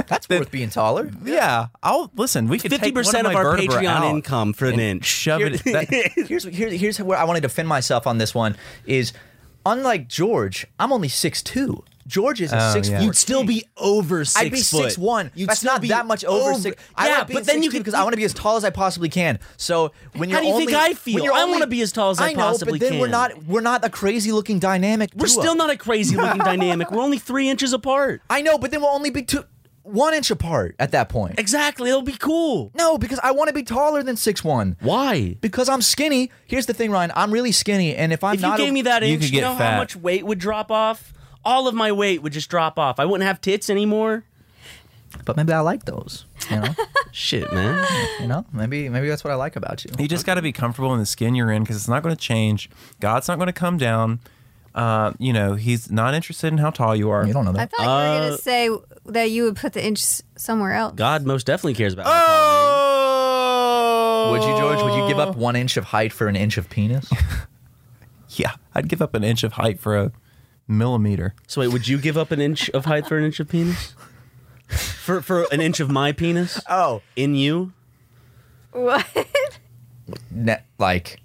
[SPEAKER 2] That's worth being taller.
[SPEAKER 1] Yeah, I'll listen. We could
[SPEAKER 3] Fifty
[SPEAKER 1] take one
[SPEAKER 3] percent of,
[SPEAKER 1] my
[SPEAKER 3] our
[SPEAKER 1] vertebrae
[SPEAKER 3] Patreon
[SPEAKER 1] out
[SPEAKER 3] income for an
[SPEAKER 1] and
[SPEAKER 3] inch.
[SPEAKER 1] Shove it. that-
[SPEAKER 2] here's here, here's where I want to defend myself on this one is unlike George, I'm only six two. George is a
[SPEAKER 1] Oh,
[SPEAKER 2] six
[SPEAKER 1] yeah.
[SPEAKER 2] foot.
[SPEAKER 3] You'd still be over six.
[SPEAKER 2] I'd be
[SPEAKER 3] foot.
[SPEAKER 2] six one.
[SPEAKER 3] You'd
[SPEAKER 2] That's
[SPEAKER 3] still
[SPEAKER 2] not
[SPEAKER 3] be
[SPEAKER 2] that much over, six. I
[SPEAKER 3] yeah,
[SPEAKER 2] like being
[SPEAKER 3] but then you
[SPEAKER 2] 6'2"
[SPEAKER 3] could
[SPEAKER 2] because I want to be as tall as I possibly can. So when
[SPEAKER 3] How
[SPEAKER 2] you're
[SPEAKER 3] do you
[SPEAKER 2] only,
[SPEAKER 3] think I feel?
[SPEAKER 2] when you're
[SPEAKER 3] I
[SPEAKER 2] only-
[SPEAKER 3] wanna be as tall as I
[SPEAKER 2] know,
[SPEAKER 3] possibly
[SPEAKER 2] but then We're
[SPEAKER 3] can.
[SPEAKER 2] not we're not a crazy looking dynamic.
[SPEAKER 3] We're
[SPEAKER 2] duo.
[SPEAKER 3] still not a crazy looking dynamic. We're only three inches apart.
[SPEAKER 2] I know, but then we'll only be two one inch apart at that point.
[SPEAKER 3] Exactly. It'll be cool.
[SPEAKER 2] No, because I want to be taller than six one.
[SPEAKER 3] Why?
[SPEAKER 2] Because I'm skinny. Here's the thing, Ryan. I'm really skinny, and if I'm
[SPEAKER 3] If you
[SPEAKER 2] not,
[SPEAKER 3] gave me that
[SPEAKER 1] you
[SPEAKER 3] inch,
[SPEAKER 1] could
[SPEAKER 3] you
[SPEAKER 1] get
[SPEAKER 3] know
[SPEAKER 1] fat.
[SPEAKER 3] how much weight would drop off? All of my weight would just drop off. I wouldn't have tits anymore.
[SPEAKER 2] but maybe I like those. You know.
[SPEAKER 3] Shit, man.
[SPEAKER 2] You know, maybe maybe that's what I like about you.
[SPEAKER 1] You just got to be comfortable in the skin you're in because it's not going to change. God's not going to come down. Uh, you know, He's not interested in how tall you are.
[SPEAKER 2] You don't know
[SPEAKER 4] I
[SPEAKER 2] that.
[SPEAKER 4] thought
[SPEAKER 2] Uh,
[SPEAKER 4] you were gonna say that you would put the inch s- somewhere else.
[SPEAKER 3] God most definitely cares about.
[SPEAKER 1] Oh,
[SPEAKER 2] Would you, George? Would you give
[SPEAKER 3] Oh.
[SPEAKER 2] up one inch of height for an inch of penis?
[SPEAKER 1] Yeah, I'd give up an inch of height for a millimeter.
[SPEAKER 3] So wait, would you give up an inch of height for an inch of penis? For for an inch of my penis?
[SPEAKER 2] oh,
[SPEAKER 3] In you?
[SPEAKER 4] What?
[SPEAKER 2] ne- like,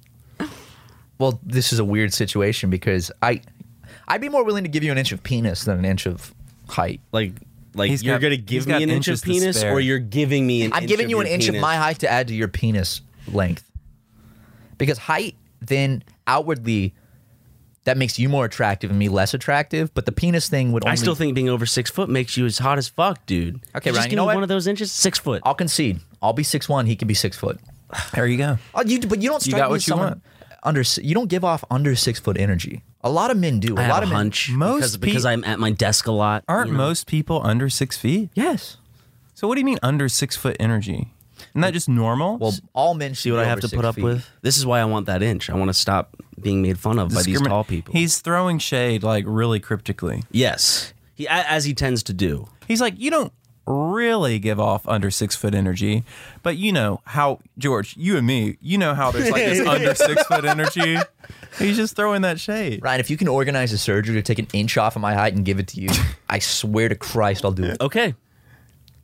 [SPEAKER 2] well, this is a weird situation because I, I'd be more willing to give you an inch of penis than an inch of height.
[SPEAKER 3] Like like
[SPEAKER 1] He's
[SPEAKER 3] you're
[SPEAKER 1] got-
[SPEAKER 3] gonna
[SPEAKER 1] he's
[SPEAKER 3] give
[SPEAKER 1] got
[SPEAKER 3] me an inch
[SPEAKER 1] inches
[SPEAKER 3] of
[SPEAKER 1] to
[SPEAKER 3] penis
[SPEAKER 1] spare.
[SPEAKER 3] or you're giving me an
[SPEAKER 2] I'm
[SPEAKER 3] inch
[SPEAKER 2] giving
[SPEAKER 3] of
[SPEAKER 2] you an
[SPEAKER 3] your
[SPEAKER 2] inch of
[SPEAKER 3] penis?
[SPEAKER 2] my height to add to your penis length, because height then outwardly. That makes you more attractive and me less attractive, but the penis thing would only
[SPEAKER 3] I still think being over six foot makes you as hot as fuck, dude.
[SPEAKER 2] Okay, Ryan,
[SPEAKER 3] just
[SPEAKER 2] you
[SPEAKER 3] give
[SPEAKER 2] know
[SPEAKER 3] me
[SPEAKER 2] what? Oh,
[SPEAKER 3] One of those inches, six foot.
[SPEAKER 2] I'll concede. I'll be six one. He can be six foot.
[SPEAKER 1] There you go.
[SPEAKER 2] Oh, you, but you don't strike
[SPEAKER 1] got
[SPEAKER 2] me
[SPEAKER 1] what
[SPEAKER 2] as
[SPEAKER 1] you
[SPEAKER 2] someone
[SPEAKER 1] want.
[SPEAKER 2] under. si- You don't give off under six foot energy. A lot of men do. A
[SPEAKER 3] I
[SPEAKER 2] lot
[SPEAKER 3] have a
[SPEAKER 2] of men-
[SPEAKER 3] hunch
[SPEAKER 1] Most
[SPEAKER 3] because,
[SPEAKER 1] pe-
[SPEAKER 3] because I'm at my desk a lot.
[SPEAKER 1] Aren't
[SPEAKER 3] you know?
[SPEAKER 1] most people under six feet?
[SPEAKER 2] Yes.
[SPEAKER 1] So what do you mean under six foot energy? Isn't that just normal?
[SPEAKER 2] Well, all men
[SPEAKER 3] See what I have to put up with? This is why I want that inch. I want to stop being made fun of by these
[SPEAKER 1] Discrimin-
[SPEAKER 3] tall people.
[SPEAKER 1] He's throwing shade like really cryptically.
[SPEAKER 3] yes, he, a- as he tends to do.
[SPEAKER 1] He's like, you don't really give off under six foot energy, but you know how George, you and me, you know how there's like this under six foot energy. He's just throwing that shade.
[SPEAKER 2] Ryan, if you can organize a surgery to take an inch off of my height and give it to you, I swear to Christ, I'll do it.
[SPEAKER 3] Okay,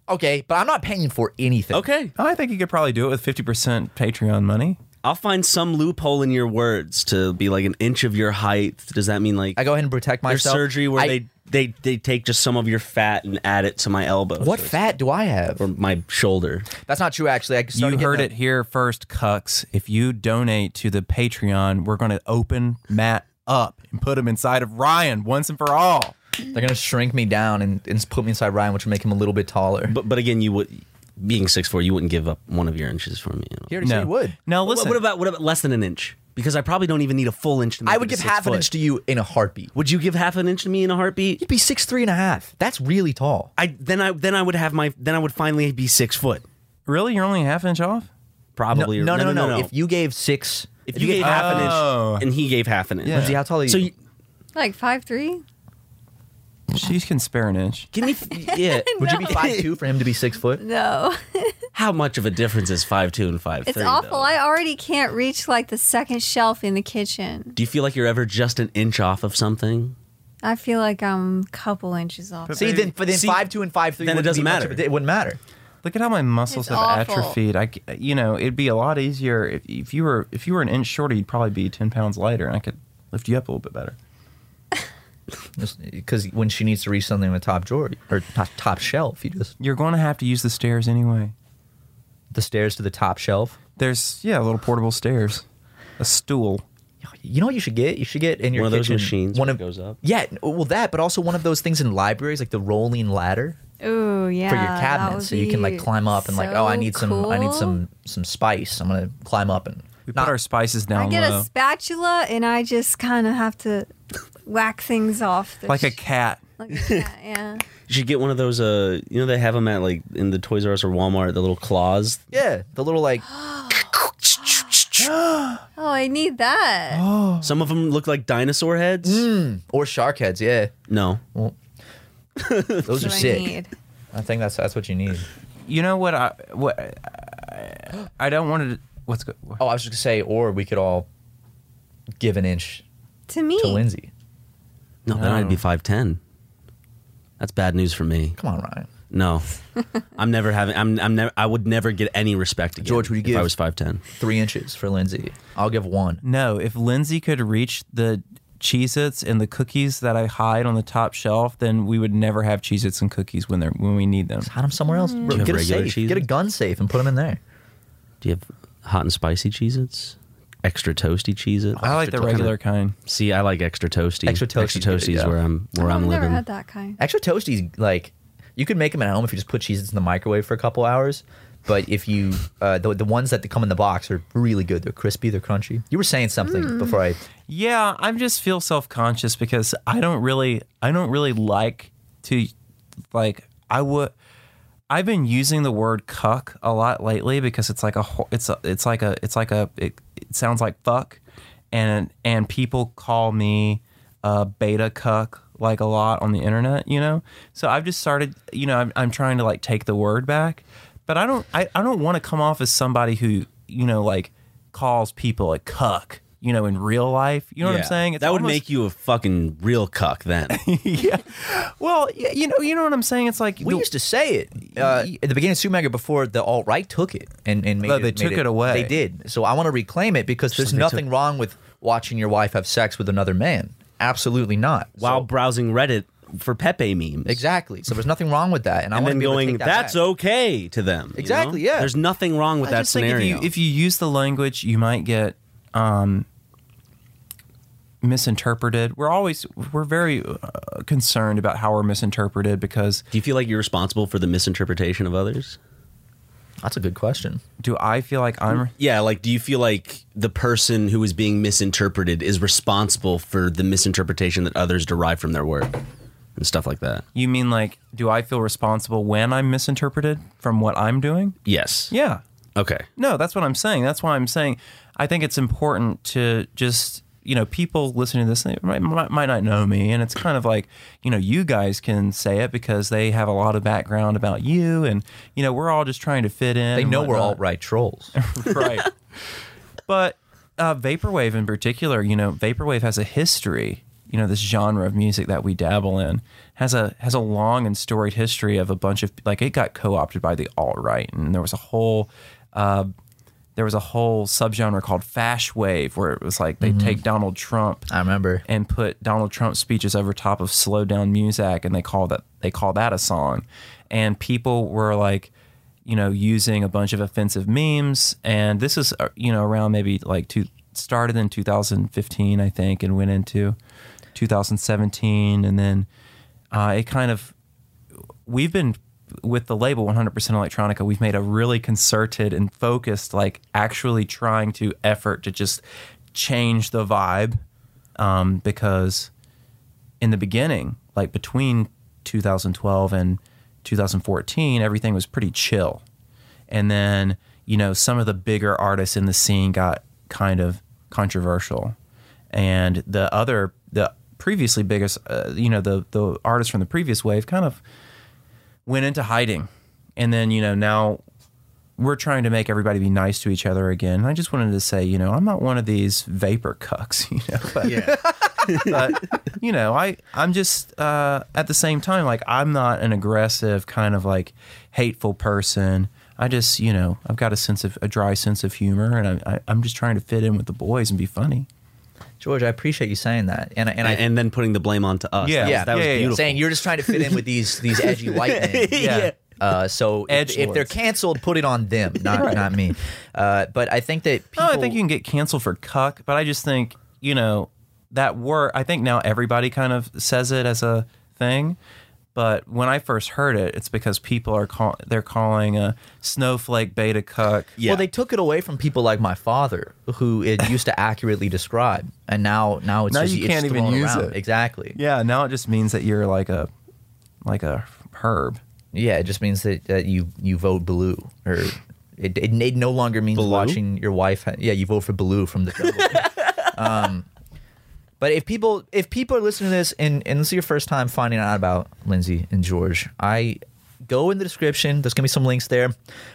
[SPEAKER 2] Okay, but I'm not paying for anything.
[SPEAKER 3] okay.
[SPEAKER 1] I think you could probably do it with fifty percent Patreon money.
[SPEAKER 3] I'll find some loophole in your words to be like an inch of your height. Does that mean like
[SPEAKER 2] I go ahead and protect
[SPEAKER 3] there's
[SPEAKER 2] myself.
[SPEAKER 3] surgery where
[SPEAKER 2] I-
[SPEAKER 3] they they they take just some of your fat and add it to my elbow?
[SPEAKER 2] What
[SPEAKER 3] so it's-
[SPEAKER 2] fat do I have?
[SPEAKER 3] Oh, Or my shoulder?
[SPEAKER 2] That's not true. Actually, I started
[SPEAKER 1] You
[SPEAKER 2] getting
[SPEAKER 1] heard
[SPEAKER 2] a-
[SPEAKER 1] it here first, cucks. If you donate to the Patreon, we're going to open Matt up and put him inside of Ryan once and for all.
[SPEAKER 2] They're gonna shrink me down and, and put me inside Ryan, which will make him a little bit taller.
[SPEAKER 3] But but again, you would being six four, you wouldn't give up one of your inches for me. you know?
[SPEAKER 2] he already
[SPEAKER 1] No,
[SPEAKER 2] said he would.
[SPEAKER 1] Now
[SPEAKER 3] What-
[SPEAKER 1] listen.
[SPEAKER 3] What about what about less than an inch? Because I probably don't even need a full inch. to make
[SPEAKER 2] I
[SPEAKER 3] it
[SPEAKER 2] would
[SPEAKER 3] to
[SPEAKER 2] give
[SPEAKER 3] six
[SPEAKER 2] half an
[SPEAKER 3] foot.
[SPEAKER 2] inch to you in a heartbeat.
[SPEAKER 3] Would you give half an inch to me in a heartbeat?
[SPEAKER 2] You'd be six three and a half. That's really tall.
[SPEAKER 3] I then I then I would have my then I would finally be six foot.
[SPEAKER 1] really? You're only a half inch off?
[SPEAKER 3] Probably.
[SPEAKER 2] no,
[SPEAKER 3] or-
[SPEAKER 2] no, no, no, If you gave six,
[SPEAKER 3] if you, gave half
[SPEAKER 1] Oh.
[SPEAKER 3] an inch and he gave half an inch,
[SPEAKER 2] Lindsay, how tall are you?
[SPEAKER 3] So you,
[SPEAKER 4] like five three?
[SPEAKER 1] She can spare an inch.
[SPEAKER 3] give me yeah.
[SPEAKER 2] would you be five two for him to be six foot?
[SPEAKER 4] No,
[SPEAKER 3] How much of a difference is five two and five three?
[SPEAKER 4] it's awful.
[SPEAKER 3] though?
[SPEAKER 4] I already can't reach like the second shelf in the kitchen.
[SPEAKER 3] Do you feel like you're ever just an inch off of something?
[SPEAKER 4] I feel like I'm a couple inches off.
[SPEAKER 2] See, then, but then
[SPEAKER 3] See,
[SPEAKER 2] five two and five three.
[SPEAKER 3] then it
[SPEAKER 2] wouldn't be
[SPEAKER 3] doesn't
[SPEAKER 2] much
[SPEAKER 3] matter.
[SPEAKER 2] of a- It wouldn't matter.
[SPEAKER 1] Look at how my muscles
[SPEAKER 4] It's
[SPEAKER 1] have
[SPEAKER 4] awful.
[SPEAKER 1] atrophied. I, c- you know, it'd be a lot easier if, if you were if you were an inch shorter. You'd probably be ten pounds lighter, and I could lift you up a little bit better.
[SPEAKER 2] Because when she needs to reach something on the top drawer or top, top shelf, you just
[SPEAKER 1] You're going to have to use the stairs anyway.
[SPEAKER 2] the stairs to the top shelf.
[SPEAKER 1] There's yeah, little portable stairs, a stool.
[SPEAKER 2] You know what you should get? You should get in your
[SPEAKER 3] One of those
[SPEAKER 2] kitchen,
[SPEAKER 3] machines
[SPEAKER 2] One
[SPEAKER 3] that
[SPEAKER 2] of
[SPEAKER 3] goes up?
[SPEAKER 2] Yeah, n- well that, but also one of those things in libraries, like the rolling ladder
[SPEAKER 4] Oh yeah,
[SPEAKER 2] for your
[SPEAKER 4] that
[SPEAKER 2] cabinet,
[SPEAKER 4] would
[SPEAKER 2] so you can like
[SPEAKER 4] be
[SPEAKER 2] climb up and like, oh, I
[SPEAKER 4] so
[SPEAKER 2] need some, I need
[SPEAKER 4] cool.
[SPEAKER 2] some, some spice. I'm gonna climb up and
[SPEAKER 1] We
[SPEAKER 2] not-
[SPEAKER 1] put our spices
[SPEAKER 4] I
[SPEAKER 1] down
[SPEAKER 4] get
[SPEAKER 1] low,
[SPEAKER 4] a spatula and I just kind of have to whack things off. The
[SPEAKER 1] like a
[SPEAKER 4] sh-
[SPEAKER 1] cat.
[SPEAKER 4] like a cat, yeah.
[SPEAKER 3] You should get one of those. Uh, you know they have them at like in the Toys R Us or Walmart. The little claws.
[SPEAKER 2] yeah, the little like
[SPEAKER 4] Oh, I need that.
[SPEAKER 2] Oh.
[SPEAKER 3] Some of them look like dinosaur heads.
[SPEAKER 2] Mm. hmm, or shark heads. Yeah,
[SPEAKER 3] No,
[SPEAKER 2] those are
[SPEAKER 4] That's what I
[SPEAKER 2] sick.
[SPEAKER 4] need.
[SPEAKER 2] I think that's that's what you need.
[SPEAKER 1] You know what? I what I, I don't want to. What's good?
[SPEAKER 2] Oh, I was just gonna say, or we could all give an inch
[SPEAKER 4] To me,
[SPEAKER 2] to Lindsay.
[SPEAKER 3] no, then I'd
[SPEAKER 1] No.
[SPEAKER 3] be five ten. That's bad news for me.
[SPEAKER 2] Come on, Ryan.
[SPEAKER 3] No, I'm never having. I'm. I'm never. I would never get any respect again.
[SPEAKER 2] George, would you
[SPEAKER 3] if
[SPEAKER 2] give-
[SPEAKER 3] I was five ten.
[SPEAKER 2] Three inches for Lindsay. I'll give one.
[SPEAKER 1] No, if Lindsay could reach the Cheez Its and the cookies that I hide on the top shelf, then we would never have Cheez Its and cookies when they're when we need them.
[SPEAKER 2] Hide them somewhere else.
[SPEAKER 1] Mm.
[SPEAKER 2] Bro,
[SPEAKER 3] you have
[SPEAKER 2] Get a
[SPEAKER 3] regular
[SPEAKER 2] safe.
[SPEAKER 3] cheese?
[SPEAKER 2] Get a gun safe and put them in there.
[SPEAKER 3] Do you have hot and spicy Cheez-Its? Extra toasty Cheez-Its?
[SPEAKER 1] I like the regular kind.
[SPEAKER 3] See, I like extra toasty.
[SPEAKER 2] Uh-huh. Extra toasty's
[SPEAKER 3] Extra
[SPEAKER 2] good,
[SPEAKER 3] toasty is
[SPEAKER 2] yeah.
[SPEAKER 3] where I'm where
[SPEAKER 4] Oh,
[SPEAKER 3] I'm
[SPEAKER 4] I've never
[SPEAKER 3] living.
[SPEAKER 4] had that kind.
[SPEAKER 2] Extra toasties, like you could make them at home if you just put cheeses in the microwave for a couple hours. But if you, uh, the, the ones that come in the box are really good. They're crispy. They're crunchy. You were saying something
[SPEAKER 1] Mm.
[SPEAKER 2] before I.
[SPEAKER 1] Yeah, I just feel self conscious because I don't really I don't really like to like I would I've been using the word cuck a lot lately because it's like a ho- it's a, it's like a it's like a it, it sounds like fuck and and people call me a beta cuck like a lot on the internet, you know? So I've just started, you know, I'm I'm trying to like take the word back, but I don't I, I don't want to come off as somebody who, you know, like calls people a cuck, you know, in real life. You know what
[SPEAKER 3] Yeah.
[SPEAKER 1] I'm saying? It's
[SPEAKER 3] that would
[SPEAKER 1] almost-
[SPEAKER 3] make you a fucking real cuck then.
[SPEAKER 1] yeah. Well, yeah, you know, you know what I'm saying? It's like
[SPEAKER 2] We
[SPEAKER 1] the-
[SPEAKER 2] used to say it uh, at the beginning of Schumacher before the alt right took it and and made
[SPEAKER 1] No,
[SPEAKER 2] it,
[SPEAKER 1] they
[SPEAKER 2] made
[SPEAKER 1] took it away.
[SPEAKER 2] They did. So I want to reclaim it because there's nothing wrong with watching your wife have sex with another man. Absolutely not.
[SPEAKER 3] While
[SPEAKER 2] So-
[SPEAKER 3] browsing Reddit for Pepe memes.
[SPEAKER 2] exactly. So there's nothing wrong with that. And, I
[SPEAKER 3] And
[SPEAKER 2] want
[SPEAKER 3] then
[SPEAKER 2] to be able to
[SPEAKER 3] going,
[SPEAKER 2] take that
[SPEAKER 3] that's
[SPEAKER 2] back.
[SPEAKER 3] okay to them. you
[SPEAKER 2] Exactly,
[SPEAKER 3] know?
[SPEAKER 2] yeah.
[SPEAKER 3] There's nothing wrong with
[SPEAKER 1] I
[SPEAKER 3] that
[SPEAKER 1] just think if you-
[SPEAKER 3] scenario.
[SPEAKER 1] If you, use the language, you might get um, misinterpreted. We're always we're very uh, concerned about how we're misinterpreted because
[SPEAKER 3] Do you feel like you're responsible for the misinterpretation of others?
[SPEAKER 2] That's a good question.
[SPEAKER 1] do I feel like I'm
[SPEAKER 3] Yeah, like do you feel like the person who is being misinterpreted is responsible for the misinterpretation that others derive from their work and stuff like that?
[SPEAKER 1] you mean like do I feel responsible when I'm misinterpreted from what I'm doing?
[SPEAKER 3] Yes.
[SPEAKER 1] Yeah.
[SPEAKER 3] Okay.
[SPEAKER 1] No, that's what I'm saying. That's why I'm saying I think it's important to just you know people listening to this they might, might might not know me, and it's kind of like you know you guys can say it because they have a lot of background about you, and you know we're all just trying to fit in.
[SPEAKER 2] They
[SPEAKER 1] and
[SPEAKER 2] know we're alt
[SPEAKER 1] whatnot.
[SPEAKER 2] right trolls.
[SPEAKER 1] right? But uh, vaporwave in particular, you know, vaporwave has a history. You know, this genre of music that we dabble in has a has a long and storied history of a bunch of like it got co opted by the alt right, and there was a whole. Uh, there was a whole subgenre called fash wave where it was like they take Donald Trump
[SPEAKER 2] I remember.
[SPEAKER 1] and put Donald Trump speeches over top of slow down music, and they call that they call that a song. And people were like, you know, using a bunch of offensive memes. And this is uh, you know around maybe like two started in 2015, I think, and went into 2017, and then uh, it kind of we've been with the label 100% electronica we've made a really concerted and focused like actually trying to effort to just change the vibe um, because in the beginning like between 2012 and 2014 everything was pretty chill and then you know some of the bigger artists in the scene got kind of controversial and the other the previously biggest uh, you know the the artists from the previous wave kind of went into hiding. And then, you know, now we're trying to make everybody be nice to each other again. And I just wanted to say, you know, I'm not one of these vapor cucks, you know, but but you know, I I'm just uh, at the same time like I'm not an aggressive kind of like hateful person. I just you know I've got a sense of a dry sense of humor, and I, I, I'm just trying to fit in with the boys and be funny.
[SPEAKER 2] George, I appreciate you saying that, and I- and I
[SPEAKER 3] and, then putting the blame onto us.
[SPEAKER 1] Yeah.
[SPEAKER 3] that
[SPEAKER 2] yeah,
[SPEAKER 3] was, that was
[SPEAKER 1] yeah, yeah.
[SPEAKER 3] beautiful.
[SPEAKER 2] saying you're just trying to fit in with these these edgy white men.
[SPEAKER 1] Yeah.
[SPEAKER 2] Uh, so if, if they're
[SPEAKER 1] Edgelords.
[SPEAKER 2] canceled, put it on them, not not me. Uh, but I think that people,
[SPEAKER 1] No, I think you can get canceled for cuck, but I just think, you know, that word, I think now everybody kind of says it as a thing. But when I first heard it, it's because people are call, they're calling a snowflake beta cuck.
[SPEAKER 3] Yeah.
[SPEAKER 2] Well, they took it away from people like my father, who it used to accurately describe, and now now it's
[SPEAKER 1] Now
[SPEAKER 2] just,
[SPEAKER 1] you
[SPEAKER 2] it's
[SPEAKER 1] can't even
[SPEAKER 2] thrown
[SPEAKER 1] use
[SPEAKER 2] around.
[SPEAKER 1] it.
[SPEAKER 2] exactly.
[SPEAKER 1] Yeah, now it just means that you're like a like a herb.
[SPEAKER 2] Yeah, it just means that, that you you vote blue or it, it, it no longer means
[SPEAKER 3] Blue?
[SPEAKER 2] watching your wife. ha- Yeah, you vote for blue from the jungle. um, but if people if people are listening to this and and this is your first time finding out about Lindsay and George, I go in the description. There's gonna be some links there.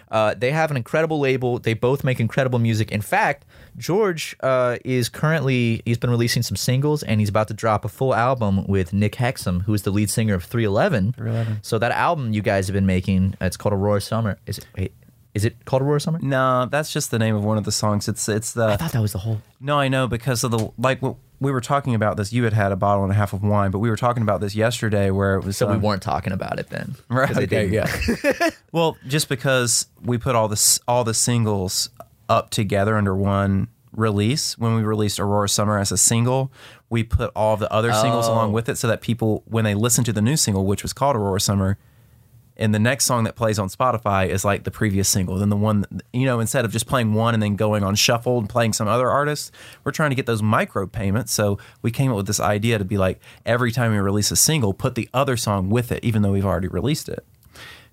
[SPEAKER 2] Uh, they have an incredible label. They both make incredible music. In fact, George uh, is currently he's been releasing some singles and he's about to drop a full album with Nick Hexum, who is the lead singer of 311. 311. So that album you guys have been making, uh, it's called Aurora Summer. Is it? Wait, is it called Aurora Summer?
[SPEAKER 1] No, that's just the name of one of the songs. It's it's
[SPEAKER 2] I
[SPEAKER 1] the
[SPEAKER 2] thought that was the whole.
[SPEAKER 1] No, I know because of the like w- we were talking about this. You had had a bottle and a half of wine, but we were talking about this yesterday where it was
[SPEAKER 2] So we
[SPEAKER 1] um,
[SPEAKER 2] weren't talking about it then, 'Cause
[SPEAKER 1] Right.
[SPEAKER 2] it didn't-
[SPEAKER 1] Yeah. well, just because we put all this all the singles up together under one release when we released Aurora Summer as a single, we put all the other singles along with it so that people when they listen to the new single which was called Aurora Summer and the next song that plays on Spotify is like the previous single. Then the one, you know, instead of just playing one and then going on shuffle and playing some other artist, we're trying to get those micro payments. So we came up with this idea to be like every time we release a single, put the other song with it, even though we've already released it.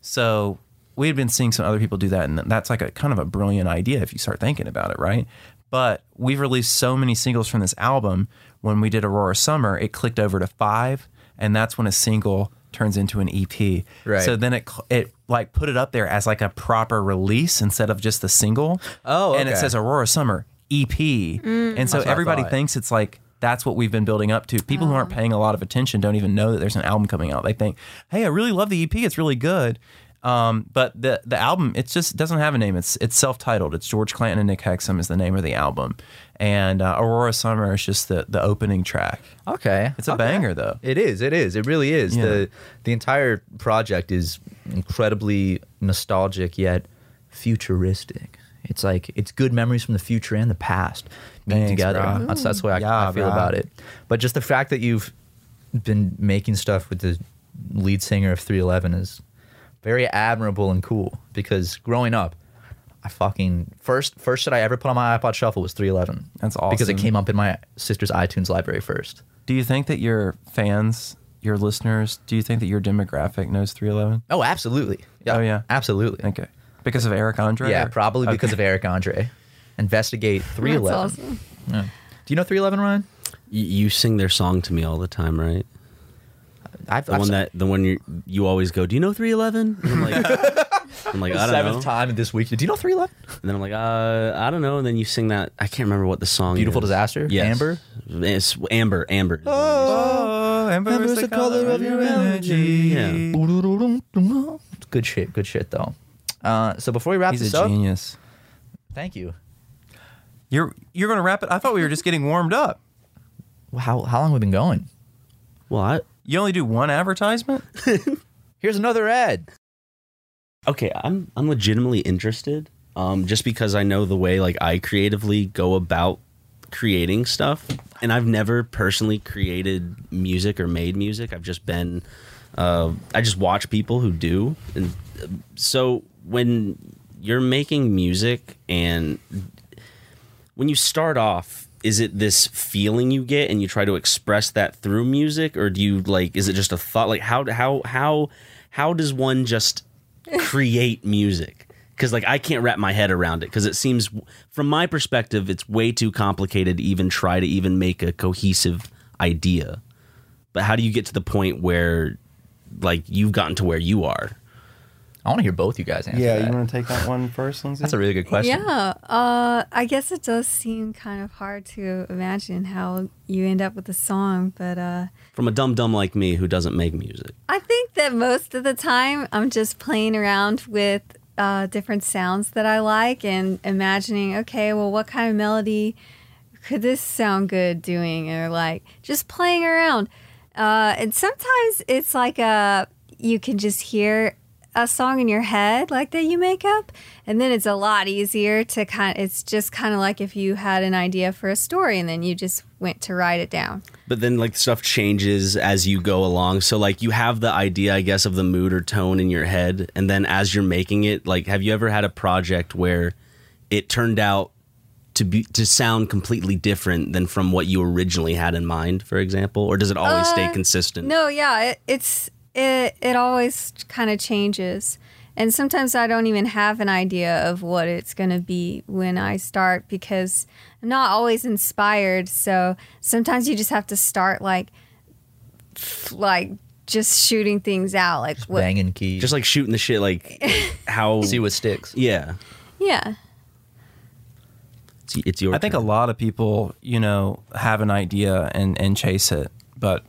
[SPEAKER 1] So we had been seeing some other people do that, and that's like a kind of a brilliant idea if you start thinking about it, right? But we've released so many singles from this album. When we did Aurora Summer, it clicked over to five, and that's when a single turns into an EP.
[SPEAKER 2] Right.
[SPEAKER 1] So then it cl- it like put it up there as like a proper release instead of just the single.
[SPEAKER 2] Oh,
[SPEAKER 1] and it
[SPEAKER 2] okay.
[SPEAKER 1] says Aurora Summer EP, and so
[SPEAKER 2] what I
[SPEAKER 1] everybody
[SPEAKER 2] thought.
[SPEAKER 1] thinks it's like that's what we've been building up to. People who aren't paying a lot of attention don't even know that there's an album coming out. They think, "Hey, I really love the EP. It's really good." Um, but the the album it just doesn't have a name. It's it's self titled. It's George Clanton and Nick Hexum is the name of the album, and uh, Aurora Summer is just the the opening track.
[SPEAKER 2] Okay.
[SPEAKER 1] It's a
[SPEAKER 2] Okay.
[SPEAKER 1] banger though.
[SPEAKER 2] It is. It is. It really is. The the entire project is incredibly nostalgic yet futuristic. It's like it's good memories from the future and the past being
[SPEAKER 1] Thanks,
[SPEAKER 2] together.
[SPEAKER 1] brah.
[SPEAKER 2] That's that's the way I, I
[SPEAKER 1] Yeah,
[SPEAKER 2] feel
[SPEAKER 1] brah.
[SPEAKER 2] about it. But just the fact that you've been making stuff with the lead singer of 311 is very admirable and cool because growing up I fucking first first that I ever put on my iPod shuffle was 311.
[SPEAKER 1] That's
[SPEAKER 2] Because it
[SPEAKER 1] awesome.
[SPEAKER 2] came up in my sister's iTunes library first.
[SPEAKER 1] Do you think that your fans, your listeners, do you think that your demographic knows 311?
[SPEAKER 2] Oh, absolutely.
[SPEAKER 1] Oh, yeah.
[SPEAKER 2] absolutely.
[SPEAKER 1] Okay. Because of Eric Andre?
[SPEAKER 2] Yeah,
[SPEAKER 1] or-
[SPEAKER 2] probably because of Eric Andre. Investigate three
[SPEAKER 4] That's
[SPEAKER 2] eleven.
[SPEAKER 4] awesome.
[SPEAKER 2] Do you know three eleven, Ryan?
[SPEAKER 3] you, you sing their song to me all the time, right?
[SPEAKER 2] I've,
[SPEAKER 3] The one that the one you you always go. Do you know three eleven? I'm like, I'm like I don't
[SPEAKER 2] seventh
[SPEAKER 3] know.
[SPEAKER 2] time this week. Do you know three eleven?
[SPEAKER 3] And then I'm like, uh, I don't know. And then you sing that. I can't remember what the song.
[SPEAKER 2] Beautiful
[SPEAKER 3] is.
[SPEAKER 2] disaster.
[SPEAKER 3] Yes.
[SPEAKER 2] Amber.
[SPEAKER 3] It's Amber. Amber.
[SPEAKER 1] Oh, amber, is the, color, of your energy.
[SPEAKER 3] Yeah.
[SPEAKER 2] It's Good shit. Good shit though. Uh, so before we wrap
[SPEAKER 1] He's
[SPEAKER 2] this
[SPEAKER 1] a
[SPEAKER 2] up,
[SPEAKER 1] genius.
[SPEAKER 2] thank you.
[SPEAKER 1] You're you're gonna wrap it. I thought we were just getting warmed up.
[SPEAKER 2] How how long have we been going?
[SPEAKER 3] Well, I,
[SPEAKER 1] You only do one advertisement?
[SPEAKER 2] Here's another ad.
[SPEAKER 3] okay. I'm I'm legitimately interested. Um, just because I know the way like I creatively go about creating stuff, and I've never personally created music or made music. I've just been, uh, I just watch people who do, and uh, so when you're making music and when you start off is it this feeling you get and you try to express that through music or do you like is it just a thought like how how how how does one just create music because like i can't wrap my head around it because it seems from my perspective it's way too complicated to even try to even make a cohesive idea but how do you get to the point where like you've gotten to where you are
[SPEAKER 2] I want to hear both you guys answer.
[SPEAKER 1] Yeah,
[SPEAKER 2] that.
[SPEAKER 1] you want to take that one first, Lindsay?
[SPEAKER 2] that's a really good question.
[SPEAKER 4] Yeah. Uh, I guess it does seem kind of hard to imagine how you end up with a song, but uh,
[SPEAKER 3] From a dumb dumb like me who doesn't make music.
[SPEAKER 4] I think that most of the time I'm just playing around with uh, different sounds that I like and imagining, okay, well, what kind of melody could this sound good doing? Or like just playing around. Uh, and sometimes it's like a, you can just hear a song in your head like that you make up and then it's a lot easier to kind it's just kind of like if you had an idea for a story and then you just went to write it down
[SPEAKER 3] But then like stuff changes as you go along. So like you have the idea, I guess, of the mood or tone in your head, and then as you're making it, like have you ever had a project where it turned out to be to sound completely different than from what you originally had in mind, for example? Or does it always stay consistent?
[SPEAKER 4] No, yeah, it, it's it it always kind of changes, and sometimes I don't even have an idea of what it's going to be when I start because I'm not always inspired. So sometimes you just have to start like f- like just shooting things out, like what,
[SPEAKER 2] Banging keys.
[SPEAKER 3] Just like shooting the shit like how
[SPEAKER 2] see what sticks.
[SPEAKER 3] Yeah.
[SPEAKER 4] yeah.
[SPEAKER 3] It's, it's your
[SPEAKER 1] I think a lot of people, you know, have an idea and and chase it, but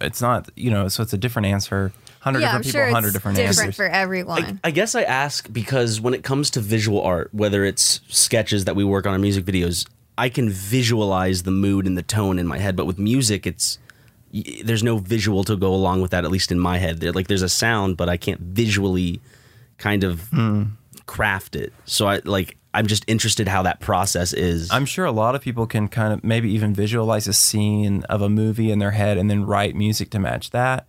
[SPEAKER 1] it's not, you know, so it's a different answer. Hundred
[SPEAKER 4] Yeah, I'm
[SPEAKER 1] different people,
[SPEAKER 4] sure
[SPEAKER 1] hundred
[SPEAKER 4] it's
[SPEAKER 1] different,
[SPEAKER 4] different,
[SPEAKER 1] answers.
[SPEAKER 4] for everyone.
[SPEAKER 3] I guess I ask because when it comes to visual art, whether it's sketches that we work on or music videos, I can visualize the mood and the tone in my head. But with music, it's y- there's no visual to go along with that. At least in my head, there like there's a sound, but I can't visually kind of craft it. So I like I'm just interested how that process is.
[SPEAKER 1] I'm sure a lot of people can kind of maybe even visualize a scene of a movie in their head and then write music to match that.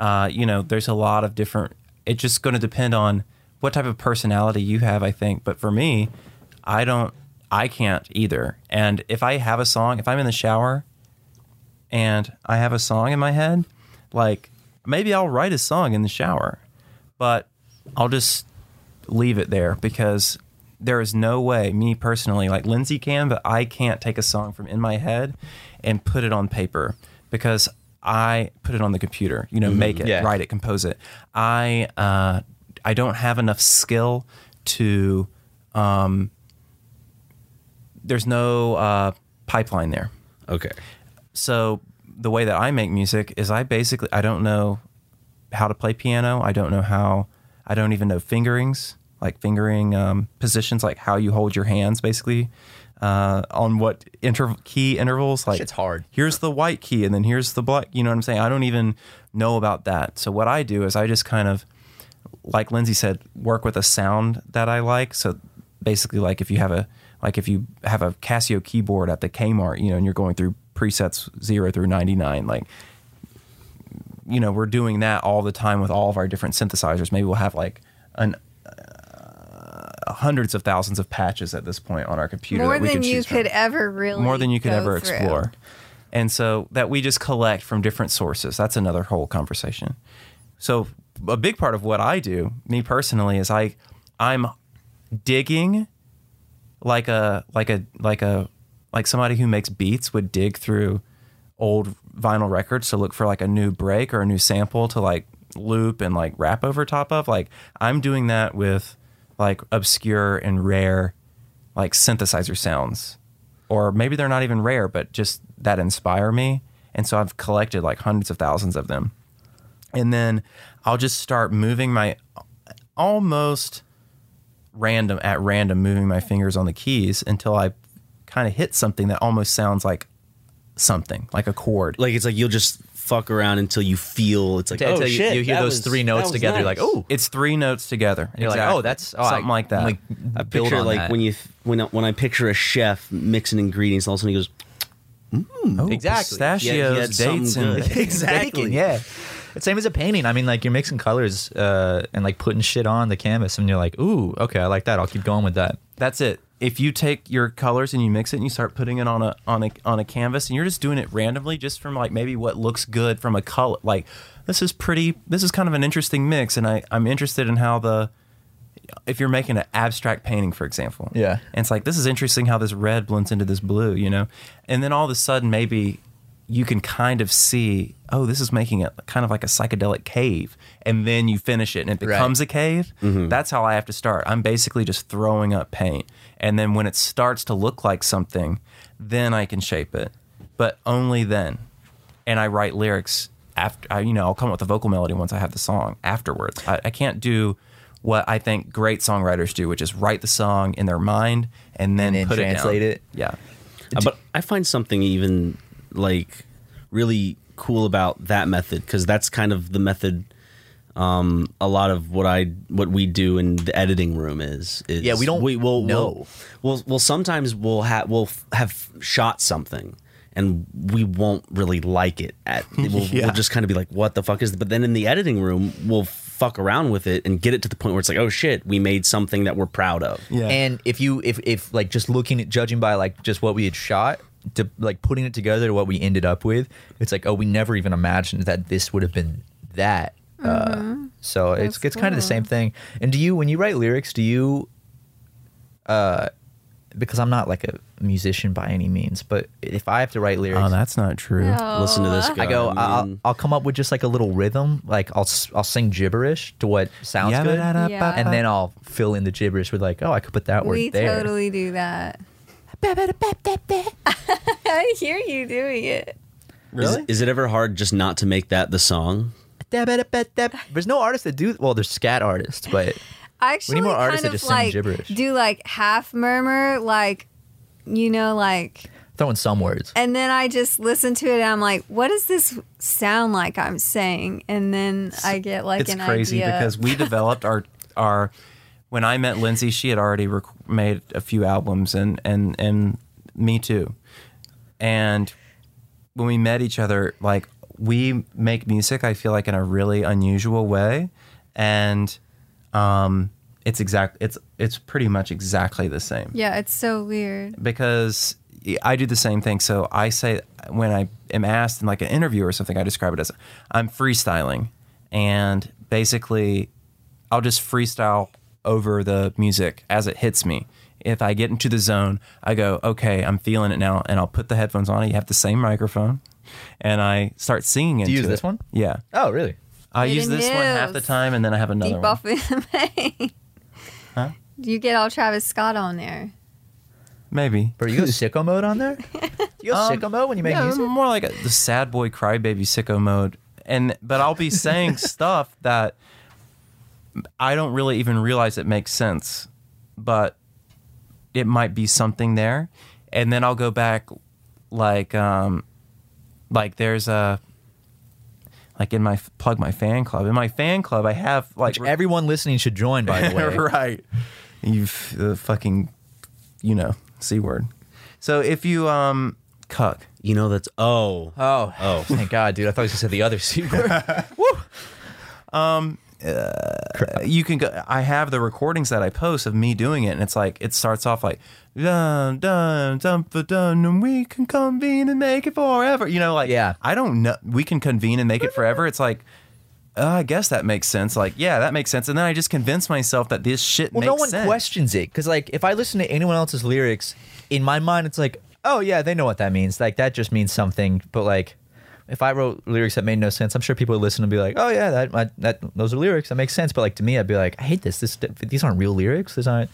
[SPEAKER 1] Uh, you know, there's a lot of different. It's just going to depend on what type of personality you have, I think. But for me, I don't. I can't either. And if I have a song, if I'm in the shower and I have a song in my head, like maybe I'll write a song in the shower, but I'll just leave it there because there is no way me personally like lindsay can but i can't take a song from in my head and put it on paper because i put it on the computer you know make it
[SPEAKER 2] Yeah.
[SPEAKER 1] write it compose it i uh, i don't have enough skill to um, there's no uh, pipeline there
[SPEAKER 3] okay.
[SPEAKER 1] so the way that I make music is I basically I don't know how to play piano. I don't know how I don't even know fingerings like fingering um, positions like how you hold your hands basically uh, on what inter- key intervals like
[SPEAKER 2] Shit's hard.
[SPEAKER 1] Here's the white key and then here's the black. You know what I'm saying? I don't even know about that. So what I do is I just kind of like Lindsay said, work with a sound that I like. So basically, like if you have a like if you have a Casio keyboard at the Kmart, you know, and you're going through presets zero through ninety nine, like you know, we're doing that all the time with all of our different synthesizers. Maybe we'll have like an uh, hundreds of thousands of patches at this point on our computer.
[SPEAKER 4] More
[SPEAKER 1] that we
[SPEAKER 4] than
[SPEAKER 1] can
[SPEAKER 4] you
[SPEAKER 1] choose from
[SPEAKER 4] could ever really
[SPEAKER 1] more than you could
[SPEAKER 4] go
[SPEAKER 1] ever
[SPEAKER 4] through.
[SPEAKER 1] explore. And so that we just collect from different sources. That's another whole conversation. So a big part of what I do, me personally, is I I'm digging like a like a like a like somebody who makes beats would dig through old vinyl records to look for like a new break or a new sample to like loop and like rap over top of like i'm doing that with like obscure and rare like synthesizer sounds or maybe they're not even rare but just that inspire me and so i've collected like hundreds of thousands of them and then I'll just start moving my almost random at random moving my fingers on the keys until I kind of hit something that almost sounds like something like a chord.
[SPEAKER 3] Like it's like you'll just fuck around until you feel it's like
[SPEAKER 2] Until
[SPEAKER 3] oh
[SPEAKER 2] you-
[SPEAKER 3] shit.
[SPEAKER 2] you hear
[SPEAKER 3] that
[SPEAKER 2] those
[SPEAKER 3] was-
[SPEAKER 2] three
[SPEAKER 3] that
[SPEAKER 2] notes
[SPEAKER 3] was
[SPEAKER 2] together, you're like,
[SPEAKER 3] nice.
[SPEAKER 2] "Ooh,
[SPEAKER 1] It's three notes together.
[SPEAKER 2] You're like,
[SPEAKER 1] Exactly.
[SPEAKER 2] oh, that's oh, I-
[SPEAKER 1] something like that.
[SPEAKER 2] Like,
[SPEAKER 3] I
[SPEAKER 2] build
[SPEAKER 3] picture
[SPEAKER 2] on
[SPEAKER 3] like
[SPEAKER 2] that.
[SPEAKER 3] when you when I- when I picture a chef mixing ingredients, all of a sudden he goes,
[SPEAKER 1] Oh,
[SPEAKER 2] exactly.
[SPEAKER 3] Yeah,
[SPEAKER 1] Pistachios,
[SPEAKER 3] he had something
[SPEAKER 1] dates, and
[SPEAKER 3] good. Exactly.
[SPEAKER 2] Bacon, yeah. It's same as a painting. I mean, like you're mixing colors uh, and like putting shit on the canvas, and you're like, ooh, okay, I like that. I'll keep going with that.
[SPEAKER 1] That's it. If you take your colors and you mix it and you start putting it on a on a on a canvas and you're just doing it randomly, just from like maybe what looks good from a color, like this is pretty. This is kind of an interesting mix, and I I'm interested in how the if you're making an abstract painting, for example,
[SPEAKER 2] Yeah.
[SPEAKER 1] and it's like this is interesting how this red blends into this blue, you know, and then all of a sudden maybe you can kind of see, oh, this is making it kind of like a psychedelic cave. And then you finish it and it becomes a cave. That's how I have to start. I'm basically just throwing up paint. And then when it starts to look like something, then I can shape it. But only then. And I write lyrics after, I, you know, I'll come up with a vocal melody once I have the song afterwards. I, I can't do what I think great songwriters do, which is write the song in their mind and then,
[SPEAKER 2] And then
[SPEAKER 1] put
[SPEAKER 2] translate
[SPEAKER 1] it,
[SPEAKER 2] it?
[SPEAKER 1] down. Yeah.
[SPEAKER 3] Uh, but I find something even like really cool about that method because that's kind of the method. Um, a lot of what I what we do in the editing room is, is
[SPEAKER 2] Yeah, we don't
[SPEAKER 3] we will
[SPEAKER 2] know.
[SPEAKER 3] We'll, we'll we'll sometimes we'll have we'll f- have shot something and we won't really like it at we'll, we'll just kind of be like what the fuck is th-" but then in the editing room we'll fuck around with it and get it to the point where it's like oh shit we made something that we're proud of
[SPEAKER 1] Yeah.
[SPEAKER 2] And if you if if like just looking at judging by like just what we had shot to like putting it together to what we ended up with, it's like oh we never even imagined that this would have been that. Uh, so it's
[SPEAKER 4] Mm-hmm. That's
[SPEAKER 2] it's kind of the
[SPEAKER 4] cool.
[SPEAKER 2] same thing. And do you when you write lyrics, do you uh because I'm not like a musician by any means, but if I have to write lyrics,
[SPEAKER 1] Oh, that's not true.
[SPEAKER 3] listen to this
[SPEAKER 4] Oh,
[SPEAKER 3] guy
[SPEAKER 2] I go.
[SPEAKER 3] man.
[SPEAKER 2] I'll, I'll come up with just like a little rhythm. Like I'll s- I'll sing gibberish to what sounds
[SPEAKER 1] Yeah,
[SPEAKER 2] good,
[SPEAKER 1] da, da,
[SPEAKER 4] Yeah.
[SPEAKER 1] ba,
[SPEAKER 2] and then I'll fill in the gibberish with like, oh, I could put that word
[SPEAKER 4] we
[SPEAKER 2] there.
[SPEAKER 4] totally do that. I hear you doing it.
[SPEAKER 3] Is, is it ever hard just not to make that the song?
[SPEAKER 2] There's no artists that do. Well, there's scat artists, but
[SPEAKER 4] I actually
[SPEAKER 2] more
[SPEAKER 4] kind
[SPEAKER 2] artists that
[SPEAKER 4] of
[SPEAKER 2] just sing
[SPEAKER 4] like
[SPEAKER 2] gibberish.
[SPEAKER 4] do like half murmur, like you know, like
[SPEAKER 2] throwing some words.
[SPEAKER 4] and then I just listen to it and I'm like, what does this sound like I'm saying? And then I get like
[SPEAKER 1] it's
[SPEAKER 4] an
[SPEAKER 1] crazy
[SPEAKER 4] idea.
[SPEAKER 1] because we developed our our when I met Lindsay, she had already rec- made a few albums and and and me too. And when we met each other, like we make music, I feel like in a really unusual way, and um, it's exact it's it's pretty much exactly the same
[SPEAKER 4] yeah, it's so weird.
[SPEAKER 1] because I do the same thing. So I say when I am asked in like an interview or something, I describe it as I'm freestyling, and basically, I'll just freestyle over the music as it hits me. If I get into the zone, I go, okay, I'm feeling it now, and I'll put the headphones on. You have the same microphone, and I start singing into
[SPEAKER 2] you use
[SPEAKER 1] it.
[SPEAKER 2] this one?
[SPEAKER 1] Yeah,
[SPEAKER 2] Oh, really?
[SPEAKER 1] I
[SPEAKER 4] Good
[SPEAKER 1] use this one half the
[SPEAKER 4] news.
[SPEAKER 1] time, and then I have another one.
[SPEAKER 4] Debuffing me. You get all Travis Scott on there.
[SPEAKER 1] Maybe
[SPEAKER 2] Bro, you go sicko mode on there? Um, You go sicko mode when you make
[SPEAKER 1] yeah,
[SPEAKER 2] music?
[SPEAKER 1] more like the sad boy crybaby sicko mode. And but I'll be saying stuff that I don't really even realize it makes sense, but it might be something there. And then I'll go back, like um, like there's a like in my plug my fan club. In my fan club, I have like
[SPEAKER 2] Which everyone listening should join, by the way.
[SPEAKER 1] right. You f- uh, fucking, you know, c word. So if you um cuck.
[SPEAKER 3] You know that's oh.
[SPEAKER 2] Oh,
[SPEAKER 3] Oh.
[SPEAKER 2] thank God, dude. I thought you said the other C word.
[SPEAKER 1] you can go I have the recordings that I post of me doing it and it's like it starts off like dun dun dun for dun and we can convene and make it forever. You know, like
[SPEAKER 2] Yeah.
[SPEAKER 1] I don't know we can convene and make it forever. It's like uh, I guess that makes sense. Like, yeah, that makes sense. And then I just convince myself that this shit
[SPEAKER 2] Well,
[SPEAKER 1] makes
[SPEAKER 2] no one
[SPEAKER 1] sense.
[SPEAKER 2] questions it because, like, if I listen to anyone else's lyrics, in my mind, it's like, oh yeah, they know what that means. Like that just means something. But like, if I wrote lyrics that made no sense, I'm sure people would listen and be like, oh yeah, that I, that those are lyrics that makes sense. But like to me, I'd be like, I hate this. This these aren't real lyrics. These aren't.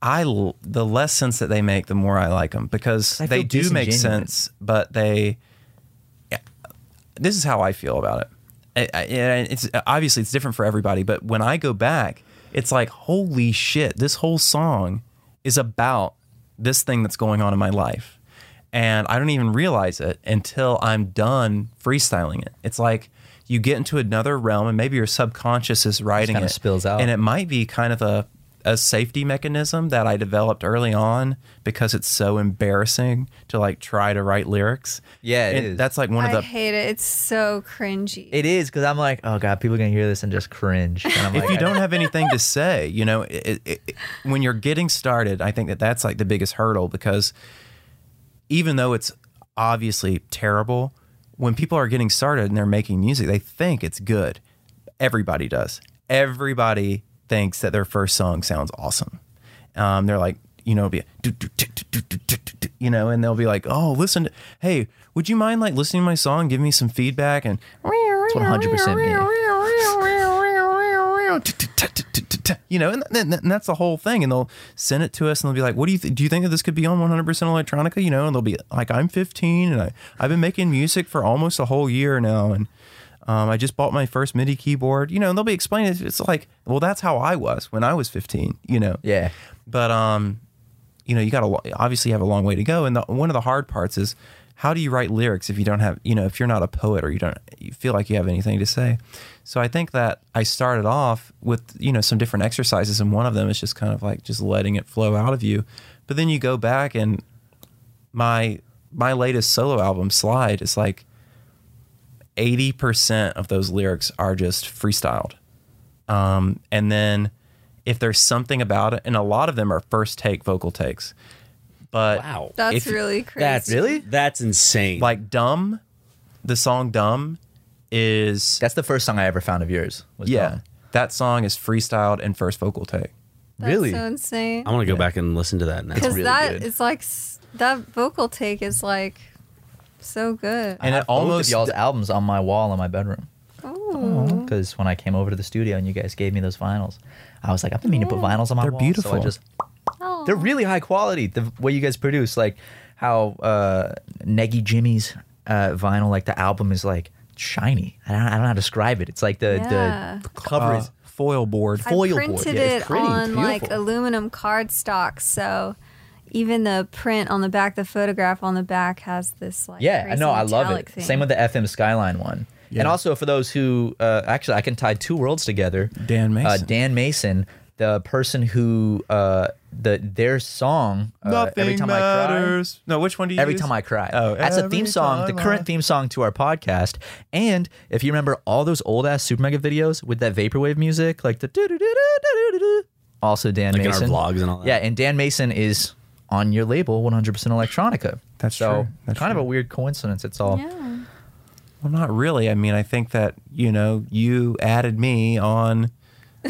[SPEAKER 1] I l- the less sense that they make, the more I like them because
[SPEAKER 2] I
[SPEAKER 1] they
[SPEAKER 2] feel
[SPEAKER 1] do make
[SPEAKER 2] disingenuous.
[SPEAKER 1] sense, but they. Yeah. this is how I feel about it. I, I, and it's obviously it's different for everybody, but when I go back, it's like holy shit! This whole song is about this thing that's going on in my life, and I don't even realize it until I'm done freestyling it. It's like you get into another realm, and maybe your subconscious is writing
[SPEAKER 2] kinda
[SPEAKER 1] it,
[SPEAKER 2] spills out.
[SPEAKER 1] and it might be kind of a a safety mechanism that I developed early on because it's so embarrassing to like try to write lyrics.
[SPEAKER 2] Yeah, it
[SPEAKER 1] And
[SPEAKER 2] is.
[SPEAKER 1] that's like one
[SPEAKER 4] I
[SPEAKER 1] of the.
[SPEAKER 4] hate it. It's so cringy.
[SPEAKER 2] It is because I'm like, oh god, people are gonna hear this and just cringe. And I'm
[SPEAKER 1] If
[SPEAKER 2] like,
[SPEAKER 1] you
[SPEAKER 2] I-
[SPEAKER 1] don't have anything to say, you know, it, it, it, when you're getting started, I think that that's like the biggest hurdle because even though it's obviously terrible, when people are getting started and they're making music, they think it's good. Everybody does. Everybody thinks that their first song sounds awesome. Um, they're like, you know, it'll be do, do, do, do, do, do, do, do, do, you know, and they'll be like, oh, listen, to, hey, would you mind like listening to my song, give me some feedback, and
[SPEAKER 2] That's what 100% me.
[SPEAKER 1] you know, and, th- and that's the whole thing. And they'll send it to us, and they'll be like, "What do you th- do? You think that this could be on 100% electronica?" You know, and they'll be like, "I'm 15, and I I've been making music for almost a whole year now, and um, I just bought my first MIDI keyboard." You know, and they'll be explaining. It. It's like, well, that's how I was when I was 15. You know,
[SPEAKER 2] Yeah.
[SPEAKER 1] but um, you know, you got to obviously you have a long way to go. And the, one of the hard parts is how do you write lyrics if you don't have, you know, if you're not a poet or you don't you feel like you have anything to say. So I think that I started off with you know some different exercises, and one of them is just kind of like just letting it flow out of you. But then you go back and my my latest solo album, Slide, is like eighty percent of those lyrics are just freestyled. Um, and then if there's something about it, and a lot of them are first take vocal takes, but
[SPEAKER 3] Wow.
[SPEAKER 1] If-
[SPEAKER 4] That's really crazy.
[SPEAKER 3] That's really that's insane.
[SPEAKER 1] like dumb, the song dumb is
[SPEAKER 2] That's the first song I ever found of yours. Was
[SPEAKER 1] yeah,
[SPEAKER 2] Dawn.
[SPEAKER 1] that song is freestyled and first vocal take.
[SPEAKER 4] That's
[SPEAKER 2] really?
[SPEAKER 4] so insane.
[SPEAKER 3] I want to go back and listen to that now.
[SPEAKER 4] Because
[SPEAKER 2] really
[SPEAKER 4] that
[SPEAKER 2] good.
[SPEAKER 4] is like s- that vocal take is like so good.
[SPEAKER 1] And it
[SPEAKER 2] Both of
[SPEAKER 1] almost
[SPEAKER 2] y'all's albums on my wall in my bedroom. Because when I came over to the studio and you guys gave me those vinyls, I was like, I've been meaning to put vinyls on my
[SPEAKER 1] They're
[SPEAKER 2] wall. So I
[SPEAKER 1] beautiful.
[SPEAKER 2] just,
[SPEAKER 4] Oh,
[SPEAKER 2] they're really high quality. The way you guys produce, like how uh, Neggy Jimmy's uh, vinyl, like the album is like shiny. I don't, I don't know how to describe it. It's like the,
[SPEAKER 4] Yeah.
[SPEAKER 2] the, the cover
[SPEAKER 1] uh,
[SPEAKER 2] is
[SPEAKER 1] foil board.
[SPEAKER 4] I
[SPEAKER 2] foil board.
[SPEAKER 4] printed
[SPEAKER 2] Yeah, it's
[SPEAKER 4] it
[SPEAKER 2] pretty. It's
[SPEAKER 4] on like
[SPEAKER 2] beautiful.
[SPEAKER 4] aluminum cardstock, so even the print on the back, the photograph on the back has this like
[SPEAKER 2] Yeah, I
[SPEAKER 4] crazy
[SPEAKER 2] know. I love
[SPEAKER 4] metallic
[SPEAKER 2] it.
[SPEAKER 4] Thing.
[SPEAKER 2] Same with the FM Skyline one. And also for those who uh, actually, I can tie two worlds together.
[SPEAKER 1] Dan
[SPEAKER 2] Uh,
[SPEAKER 1] Mason.
[SPEAKER 2] Dan Mason, the person who uh, the their song uh, every time
[SPEAKER 1] matters. no, which one do
[SPEAKER 2] I
[SPEAKER 1] you?
[SPEAKER 2] cry. Every
[SPEAKER 1] use?
[SPEAKER 2] time I cry.
[SPEAKER 1] Oh,
[SPEAKER 2] that's a theme
[SPEAKER 1] every
[SPEAKER 2] song, the
[SPEAKER 1] time I-
[SPEAKER 2] current theme song to our podcast. And if you remember all those old ass Super Mega videos with that vaporwave music, like the doo doo doo doo doo doo doo. Also, Dan
[SPEAKER 3] Like in our
[SPEAKER 2] Mason
[SPEAKER 3] vlogs and all that.
[SPEAKER 2] Yeah, and Dan Mason is on your label, 100% electronica.
[SPEAKER 1] That's
[SPEAKER 2] so
[SPEAKER 1] true. That's
[SPEAKER 2] kind of
[SPEAKER 1] true.
[SPEAKER 2] a weird coincidence. It's all.
[SPEAKER 4] Yeah.
[SPEAKER 1] Well, not really. I mean, I think that you know you added me on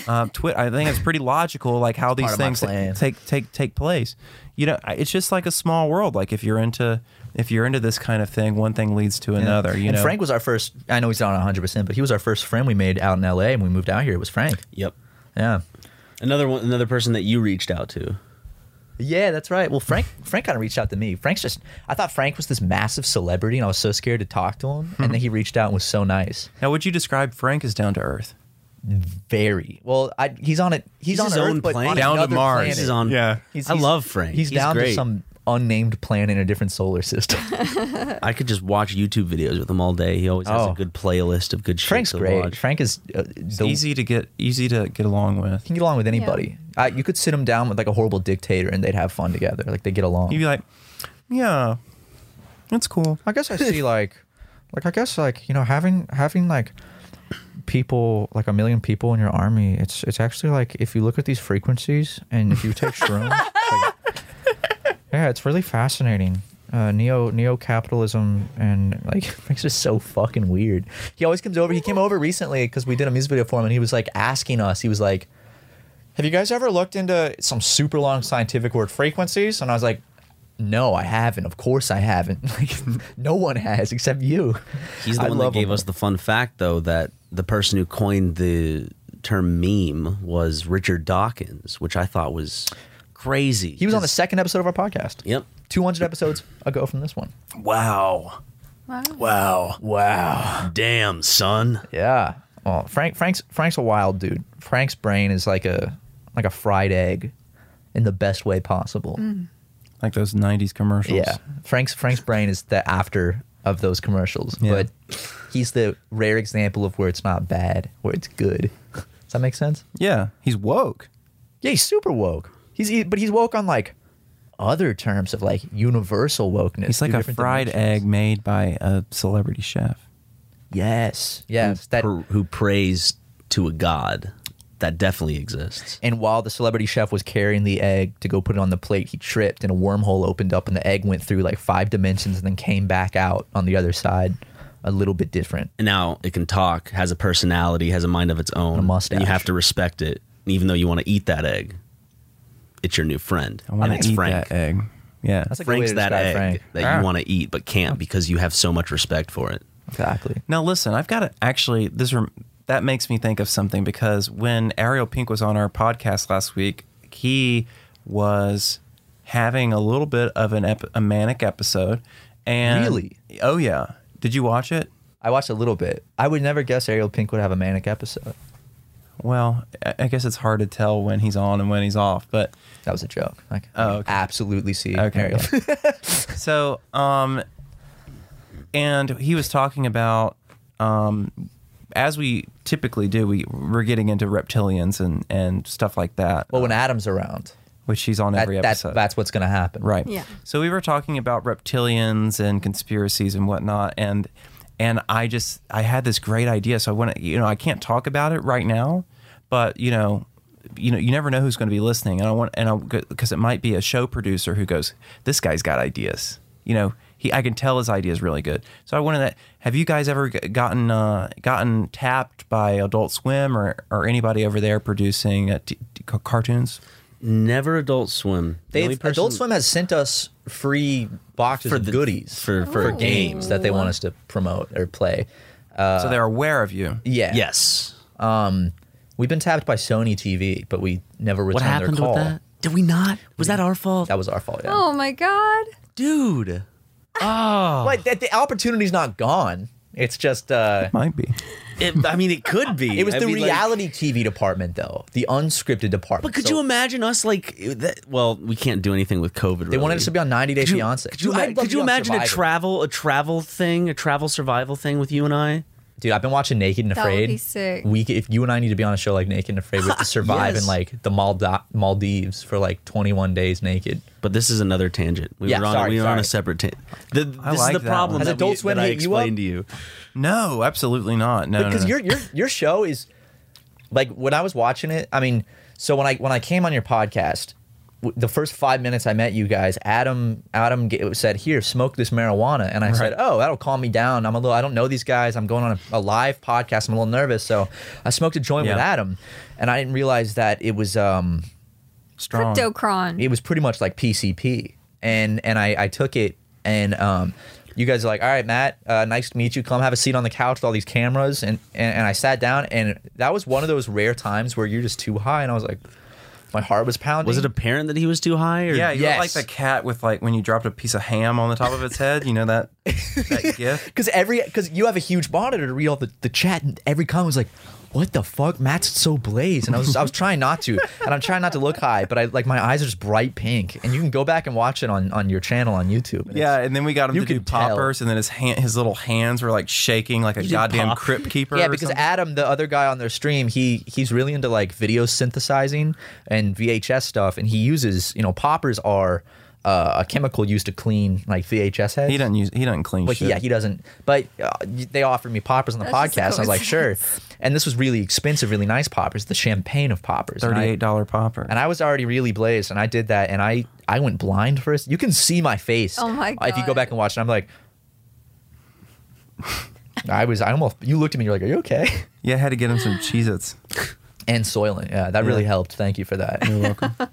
[SPEAKER 1] uh, Twitter. I think it's pretty logical, like how these
[SPEAKER 2] part of my
[SPEAKER 1] things
[SPEAKER 2] plan.
[SPEAKER 1] take take take place. You know, I- it's just like a small world. Like if you're into if you're into this kind of thing, one thing leads to another. You
[SPEAKER 2] and
[SPEAKER 1] know,
[SPEAKER 2] Frank was our first. I know he's not 100, percent but he was our first friend we made out in L.A. and we moved out here. It was Frank.
[SPEAKER 3] Yep.
[SPEAKER 2] Yeah,
[SPEAKER 3] Another one another person that you reached out to.
[SPEAKER 2] yeah, that's right. Well, Frank, Frank kind of reached out to me. Frank's just. I thought Frank was this massive celebrity, and I was so scared to talk to him. and then he reached out and was so nice.
[SPEAKER 1] now would you describe Frank as down to earth?
[SPEAKER 2] Very well. I, he's on it. He's,
[SPEAKER 3] He's
[SPEAKER 2] on
[SPEAKER 3] his
[SPEAKER 2] Earth,
[SPEAKER 3] own
[SPEAKER 2] but
[SPEAKER 3] plane.
[SPEAKER 2] on
[SPEAKER 1] Down to
[SPEAKER 2] another
[SPEAKER 1] Mars.
[SPEAKER 2] planet.
[SPEAKER 3] This is on
[SPEAKER 1] Yeah.
[SPEAKER 2] He's-
[SPEAKER 3] I
[SPEAKER 2] he's-
[SPEAKER 3] love Frank.
[SPEAKER 2] He's, down
[SPEAKER 3] great.
[SPEAKER 2] to some unnamed planet in a different solar system.
[SPEAKER 3] I could just watch YouTube videos with him all day. He always has
[SPEAKER 2] Oh.
[SPEAKER 3] a good playlist of good shit
[SPEAKER 2] Frank's
[SPEAKER 3] to
[SPEAKER 2] great.
[SPEAKER 3] watch.
[SPEAKER 2] Frank is uh, the
[SPEAKER 1] Easy to get easy to get along with.
[SPEAKER 2] Can get along with anybody. I, you could sit him down with like a horrible dictator, and they'd have fun together. Like they get along.
[SPEAKER 1] You'd be like, yeah, that's cool.
[SPEAKER 2] I guess I see like, like I guess like you know having having like people like a million people in your army. It's it's actually like if you look at these frequencies and if you take shrooms. like- yeah, it's really fascinating. Uh, neo neo capitalism and like Frank's just so fucking weird. He always comes over. He came over recently because we did a music video for him, and he was like asking us. He was like, have you guys ever looked into some super long scientific word frequencies? And I was like, no, I haven't. Of course I haven't. Like, no one has except you.
[SPEAKER 3] He's the
[SPEAKER 2] I
[SPEAKER 3] one that
[SPEAKER 2] love
[SPEAKER 3] gave
[SPEAKER 2] him.
[SPEAKER 3] us the fun fact, though, that the person who coined the term meme was Richard Dawkins, which I thought was crazy.
[SPEAKER 2] He was on the
[SPEAKER 3] Just-
[SPEAKER 2] second episode of our podcast.
[SPEAKER 3] Yep.
[SPEAKER 2] 200 episodes ago from this one.
[SPEAKER 3] Wow.
[SPEAKER 4] Wow.
[SPEAKER 3] Wow. Wow. Damn, son.
[SPEAKER 2] Yeah. Oh, Frank Frank's Frank's a wild dude. Frank's brain is like a like a fried egg in the best way possible.
[SPEAKER 1] Mm. Like those '90s commercials.
[SPEAKER 2] Yeah. Frank's Frank's brain is the after of those commercials,
[SPEAKER 1] Yeah.
[SPEAKER 2] but he's the rare example of where it's not bad, where it's good. Does that make sense?
[SPEAKER 1] yeah. He's woke.
[SPEAKER 2] Yeah, he's super woke. He's he, but he's woke on like other terms of like universal wokeness.
[SPEAKER 1] He's like
[SPEAKER 2] through
[SPEAKER 1] a
[SPEAKER 2] different
[SPEAKER 1] fried egg
[SPEAKER 2] dimensions.
[SPEAKER 1] made by a celebrity chef.
[SPEAKER 2] Yes, yes. That
[SPEAKER 3] Who- who prays to a god that definitely exists.
[SPEAKER 2] and while the celebrity chef was carrying the egg to go put it on the plate, he tripped and a wormhole opened up and the egg went through like five dimensions and then came back out on the other side, a little bit different.
[SPEAKER 3] And now it can talk, has a personality, has a mind of its own.
[SPEAKER 2] mustache.
[SPEAKER 3] And you have to respect it, even though you want to eat that egg. it's your new friend.
[SPEAKER 1] I want
[SPEAKER 3] and it's
[SPEAKER 1] to eat
[SPEAKER 3] Frank.
[SPEAKER 1] that egg. Yeah.
[SPEAKER 2] That's a good way
[SPEAKER 3] Frank's
[SPEAKER 2] to
[SPEAKER 3] that
[SPEAKER 2] describe
[SPEAKER 3] egg
[SPEAKER 2] Frank.
[SPEAKER 3] that
[SPEAKER 1] Ah.
[SPEAKER 3] you want to eat but can't because you have so much respect for it.
[SPEAKER 2] Exactly.
[SPEAKER 1] Now listen, I've got to actually this rem- that makes me think of something because when Ariel Pink was on our podcast last week, he was having a little bit of an ep- a manic episode, and
[SPEAKER 2] Really?
[SPEAKER 1] oh yeah, did you watch it?
[SPEAKER 2] I watched a little bit. I would never guess Ariel Pink would have a manic episode.
[SPEAKER 1] Well, I I guess it's hard to tell when he's on and when he's off, but
[SPEAKER 2] That was a joke. Like,
[SPEAKER 1] Oh, okay.
[SPEAKER 2] absolutely see
[SPEAKER 1] Okay.
[SPEAKER 2] Ariel.
[SPEAKER 1] so um and he was talking about um as we typically do, we we're getting into reptilians and and stuff like that,
[SPEAKER 2] well, when Adam's around,
[SPEAKER 1] which he's on
[SPEAKER 2] that,
[SPEAKER 1] every
[SPEAKER 2] that's
[SPEAKER 1] episode.
[SPEAKER 2] that's what's going to happen.
[SPEAKER 1] Right.
[SPEAKER 4] Yeah.
[SPEAKER 1] So we were talking about reptilians and conspiracies and whatnot, and and I just I had this great idea. So I want to, you know, I can't talk about it right now, but you know, you know, you never know who's going to be listening, and I want and I because it might be a show producer who goes, this guy's got ideas, you know. He, I can tell his idea is really good. So I wanted to. Have you guys ever g- gotten uh, gotten tapped by Adult Swim or, or anybody over there producing uh, t- t- cartoons?
[SPEAKER 3] Never Adult Swim. The
[SPEAKER 2] They've,
[SPEAKER 3] only person-
[SPEAKER 2] Adult Swim has sent us free boxes
[SPEAKER 3] For
[SPEAKER 2] of
[SPEAKER 3] the-
[SPEAKER 2] goodies
[SPEAKER 3] for- for
[SPEAKER 2] Oh.
[SPEAKER 3] a game.
[SPEAKER 2] games that they want us to promote or play.
[SPEAKER 1] so they're aware of you.
[SPEAKER 2] Yeah.
[SPEAKER 3] Yes.
[SPEAKER 2] Um, We've been tapped by Sony TV, but we never returned
[SPEAKER 3] What happened
[SPEAKER 2] their call.
[SPEAKER 3] with that? Did we not? Was that our fault?
[SPEAKER 2] That was our fault. Yeah.
[SPEAKER 4] Oh my god.
[SPEAKER 3] Dude.
[SPEAKER 4] Oh.
[SPEAKER 2] But the, the opportunity's not gone. It's just uh,
[SPEAKER 1] Might be.
[SPEAKER 3] It, I mean, it could be.
[SPEAKER 2] it was
[SPEAKER 3] I
[SPEAKER 2] the
[SPEAKER 3] mean, like-
[SPEAKER 2] reality TV department though, the unscripted department.
[SPEAKER 3] but could
[SPEAKER 2] So
[SPEAKER 3] you imagine us like? That, well, we can't do anything with COVID.
[SPEAKER 2] They wanted us to be on 90 Day Fiance.
[SPEAKER 3] Could you,
[SPEAKER 2] Dude, I'd
[SPEAKER 3] could
[SPEAKER 2] love to
[SPEAKER 3] you
[SPEAKER 2] be on
[SPEAKER 3] imagine a
[SPEAKER 2] Survivor.
[SPEAKER 3] travel, a travel thing, a travel survival thing with you and I?
[SPEAKER 2] Dude, I've been watching Naked and
[SPEAKER 4] That would
[SPEAKER 2] Afraid.
[SPEAKER 4] be sick.
[SPEAKER 2] We, c- if you and I need to be on a show like Naked and Afraid, we have to survive
[SPEAKER 3] Yes.
[SPEAKER 2] in like the Malda- Maldives for like 21 days naked.
[SPEAKER 3] But this is another tangent. We
[SPEAKER 2] Yeah,
[SPEAKER 3] were on,
[SPEAKER 2] sorry,
[SPEAKER 3] we were on a
[SPEAKER 2] sorry.
[SPEAKER 3] separate tangent. This
[SPEAKER 1] like
[SPEAKER 3] is
[SPEAKER 1] that
[SPEAKER 3] the problem
[SPEAKER 1] one.
[SPEAKER 2] Has
[SPEAKER 3] that, we,
[SPEAKER 2] Adult Swim
[SPEAKER 3] that I
[SPEAKER 2] hit you up?
[SPEAKER 3] explained to you.
[SPEAKER 1] No, absolutely not. No,
[SPEAKER 2] because
[SPEAKER 1] no, no.
[SPEAKER 2] your your your show is like when I was watching it. I mean, so when I when I came on your podcast, w- the first five minutes I met you guys, Adam Adam g- said, "Here, smoke this marijuana," and I said, "Oh, that'll calm me down. I'm a little. I don't know these guys. I'm going on a, a live podcast. I'm a little nervous, so I smoked a joint with
[SPEAKER 1] Yeah.
[SPEAKER 2] Adam, and I didn't realize that it was um
[SPEAKER 1] strong.
[SPEAKER 4] Cryptocron.
[SPEAKER 2] it was pretty much like PCP, and and I, I took it, and um, you guys are like, all right, Matt, uh, nice to meet you. Come have a seat on the couch with all these cameras, and, and and I sat down, and that was one of those rare times where you're just too high, and I was like, my heart was pounding.
[SPEAKER 3] Was it apparent that he was too high? Or?
[SPEAKER 1] Yeah, you look like
[SPEAKER 2] Yes.
[SPEAKER 1] the cat with like when you dropped a piece of ham on the top of its head. You know that that gif.
[SPEAKER 2] Because every because you have a huge monitor to read all the, the chat, and every comment was like, "What the fuck, Matt's so blazed." And I was I was trying not to, and I'm trying not to look high, but I like my eyes are just bright pink, and you can go back and watch it on on your channel on YouTube. and
[SPEAKER 1] Yeah,
[SPEAKER 2] it's-
[SPEAKER 1] and then we got him
[SPEAKER 2] You
[SPEAKER 1] to do
[SPEAKER 2] could tell.
[SPEAKER 1] poppers, and then his hand, his little hands were like shaking like a
[SPEAKER 3] did
[SPEAKER 1] goddamn
[SPEAKER 3] pop-
[SPEAKER 1] crypt keeper.
[SPEAKER 2] Yeah,
[SPEAKER 1] or
[SPEAKER 2] because
[SPEAKER 1] something.
[SPEAKER 2] Adam, the other guy on their stream, he he's really into like video synthesizing and VHS stuff, and he uses you know poppers are uh, a chemical used to clean like VHS heads.
[SPEAKER 1] he doesn't use he doesn't clean
[SPEAKER 2] but
[SPEAKER 1] shit.
[SPEAKER 2] yeah, he doesn't. But uh, y- they offered me poppers on the
[SPEAKER 4] That's just
[SPEAKER 2] podcast. and I was like, sure. And this was really expensive, really nice poppers, the champagne of poppers. and I-
[SPEAKER 1] thirty-eight dollar popper.
[SPEAKER 2] and I was already really blazed, and I did that, and I I went blind for a. s- You can see my face.
[SPEAKER 4] Oh my
[SPEAKER 2] If you go
[SPEAKER 4] God.
[SPEAKER 2] back and watch, it, I'm like, I was. I almost. You looked at me. You're like, are you okay?
[SPEAKER 1] yeah, I had to get him some Cheez-Its.
[SPEAKER 2] And Soylent. Yeah, that really helped. Thank you for that.
[SPEAKER 1] You're welcome.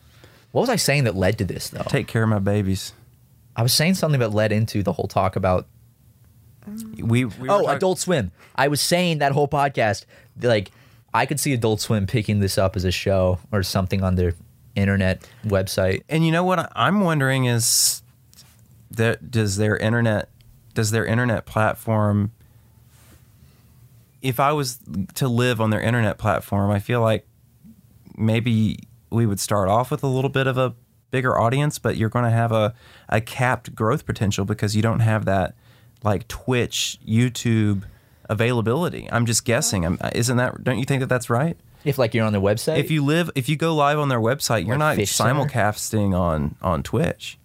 [SPEAKER 2] What was I saying that led to this though?
[SPEAKER 1] Take care of my babies.
[SPEAKER 2] I was saying something that led into the whole talk about
[SPEAKER 1] We, we were
[SPEAKER 2] oh
[SPEAKER 1] talk-
[SPEAKER 2] Adult Swim. I was saying that whole podcast like I could see Adult Swim picking this up as a show or something on their internet website.
[SPEAKER 1] And you know what I- I'm wondering is that does their internet does their internet platform if I was to live on their internet platform, I feel like maybe we would start off with a little bit of a bigger audience, but you're going to have a, a capped growth potential because you don't have that like Twitch, YouTube availability. I'm just guessing. I'm, isn't that, don't you think that that's right?
[SPEAKER 2] If like you're on their website,
[SPEAKER 1] if you live if you go live on their website you're not
[SPEAKER 2] Like Fish Center?
[SPEAKER 1] simulcasting on on twitch